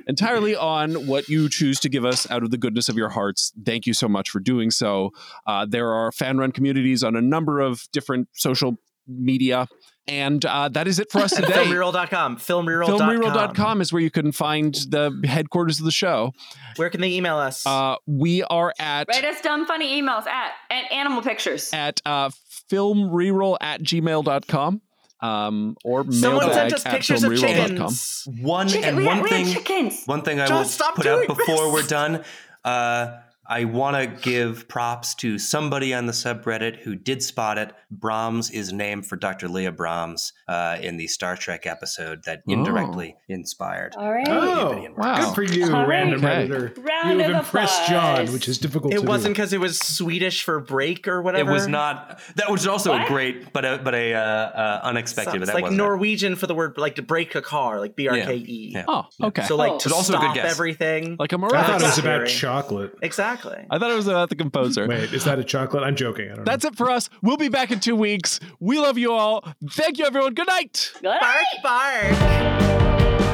Speaker 6: entirely on what you choose to give us out of the goodness of your hearts. Thank you so much for doing so. Uh, there are fan run communities on a number of different social media. And uh, that is it
Speaker 8: <laughs>
Speaker 6: for us
Speaker 8: At
Speaker 6: today.
Speaker 8: filmreroll.com. Filmreroll.com.
Speaker 6: Filmreroll.com is where you can find the headquarters of the show.
Speaker 8: Where can they email us?
Speaker 6: Uh, we are at
Speaker 5: Write us dumb, funny emails at, at Animal Pictures.
Speaker 6: at uh, filmreroll at gmail.com um, or
Speaker 8: Someone
Speaker 6: mailbag
Speaker 8: sent us
Speaker 6: at
Speaker 8: pictures of
Speaker 6: filmreroll.com.
Speaker 8: chickens.
Speaker 2: one
Speaker 5: Chicken-
Speaker 2: and
Speaker 5: we,
Speaker 2: one
Speaker 5: had, we
Speaker 2: thing.
Speaker 5: had chickens.
Speaker 2: One thing I
Speaker 8: John,
Speaker 2: will
Speaker 8: stop
Speaker 2: put out
Speaker 8: doing
Speaker 2: before
Speaker 8: this.
Speaker 2: we're done. Uh, I want to give props to somebody on the subreddit who did spot it. Brahms is named for Dr. Leah Brahms uh, in the Star Trek episode that
Speaker 6: Oh.
Speaker 2: indirectly inspired.
Speaker 5: All right.
Speaker 2: uh, the
Speaker 3: Oh,
Speaker 2: Ovidian Works.
Speaker 6: Wow.
Speaker 3: Good for you,
Speaker 5: All right.
Speaker 3: random
Speaker 6: Okay.
Speaker 3: editor.
Speaker 5: Round
Speaker 3: you
Speaker 5: of
Speaker 3: have impressed
Speaker 5: applause.
Speaker 3: John, which is difficult. to
Speaker 8: It
Speaker 3: do.
Speaker 8: wasn't because it was Swedish for break or
Speaker 2: It
Speaker 8: whatever.
Speaker 2: was not. That was also a
Speaker 5: What?
Speaker 2: great, but a, but a uh, uh, unexpected.
Speaker 8: Sounds
Speaker 2: but that
Speaker 8: like
Speaker 2: wasn't it.
Speaker 8: Norwegian for the word like to break a car, like B R K E.
Speaker 2: Yeah.
Speaker 6: Oh, okay.
Speaker 8: So like
Speaker 5: Oh.
Speaker 8: to
Speaker 2: It's also a good
Speaker 8: stop
Speaker 2: guess.
Speaker 8: everything.
Speaker 6: like a
Speaker 3: I thought it
Speaker 6: Moroccan.
Speaker 3: was about
Speaker 8: Scary.
Speaker 3: chocolate.
Speaker 8: exactly.
Speaker 6: I thought it was about the composer.
Speaker 3: Wait, is that a chocolate? I'm joking. I don't
Speaker 6: That's it for us. We'll be back in two weeks. We love you all. Thank you, everyone. Good night.
Speaker 5: Good.
Speaker 8: Bark, bark.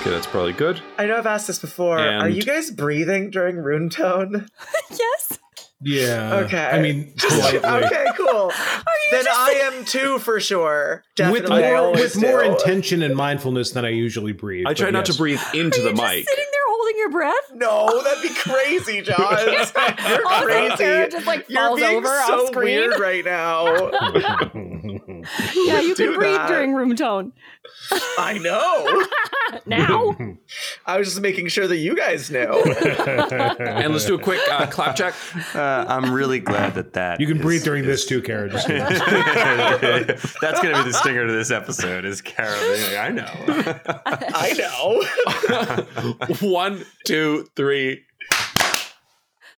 Speaker 10: Okay, that's probably good.
Speaker 9: I know I've asked this before. Are
Speaker 10: And-
Speaker 9: you guys breathing during rune tone?
Speaker 11: Yes.
Speaker 3: know. Yeah.
Speaker 9: Okay.
Speaker 3: I mean, politely.
Speaker 9: okay, cool.
Speaker 11: you
Speaker 9: then I am too for sure.
Speaker 3: With
Speaker 9: Definitely, I
Speaker 3: more,
Speaker 9: always
Speaker 3: with more
Speaker 9: do.
Speaker 3: intention and mindfulness than I usually breathe.
Speaker 10: I
Speaker 3: but
Speaker 10: try not to
Speaker 3: yes.
Speaker 10: breathe into the
Speaker 11: You're
Speaker 10: mic.
Speaker 11: just sitting there holding your breath.
Speaker 9: No, that'd be crazy, John. You're
Speaker 11: Also,
Speaker 9: crazy.
Speaker 11: Sarah just like
Speaker 9: You're
Speaker 11: falls
Speaker 9: being
Speaker 11: over
Speaker 9: so
Speaker 11: off screen.
Speaker 9: weird right now.
Speaker 5: yeah, you
Speaker 8: Do
Speaker 5: can breathe
Speaker 8: that.
Speaker 5: during room tone.
Speaker 8: I know.
Speaker 5: now?
Speaker 8: <laughs> I was just making sure that you guys know.
Speaker 3: <laughs>
Speaker 6: and
Speaker 3: and
Speaker 6: let's do a quick uh, clap check.
Speaker 2: Uh, I'm really glad that that
Speaker 3: <laughs> You can
Speaker 2: is-
Speaker 3: breathe during
Speaker 2: is-
Speaker 3: this too, Karen.
Speaker 2: <laughs>
Speaker 3: Just-
Speaker 2: That's going to be the stinger to this episode is Carol. being like, I know.
Speaker 8: I know.
Speaker 6: One, two, three,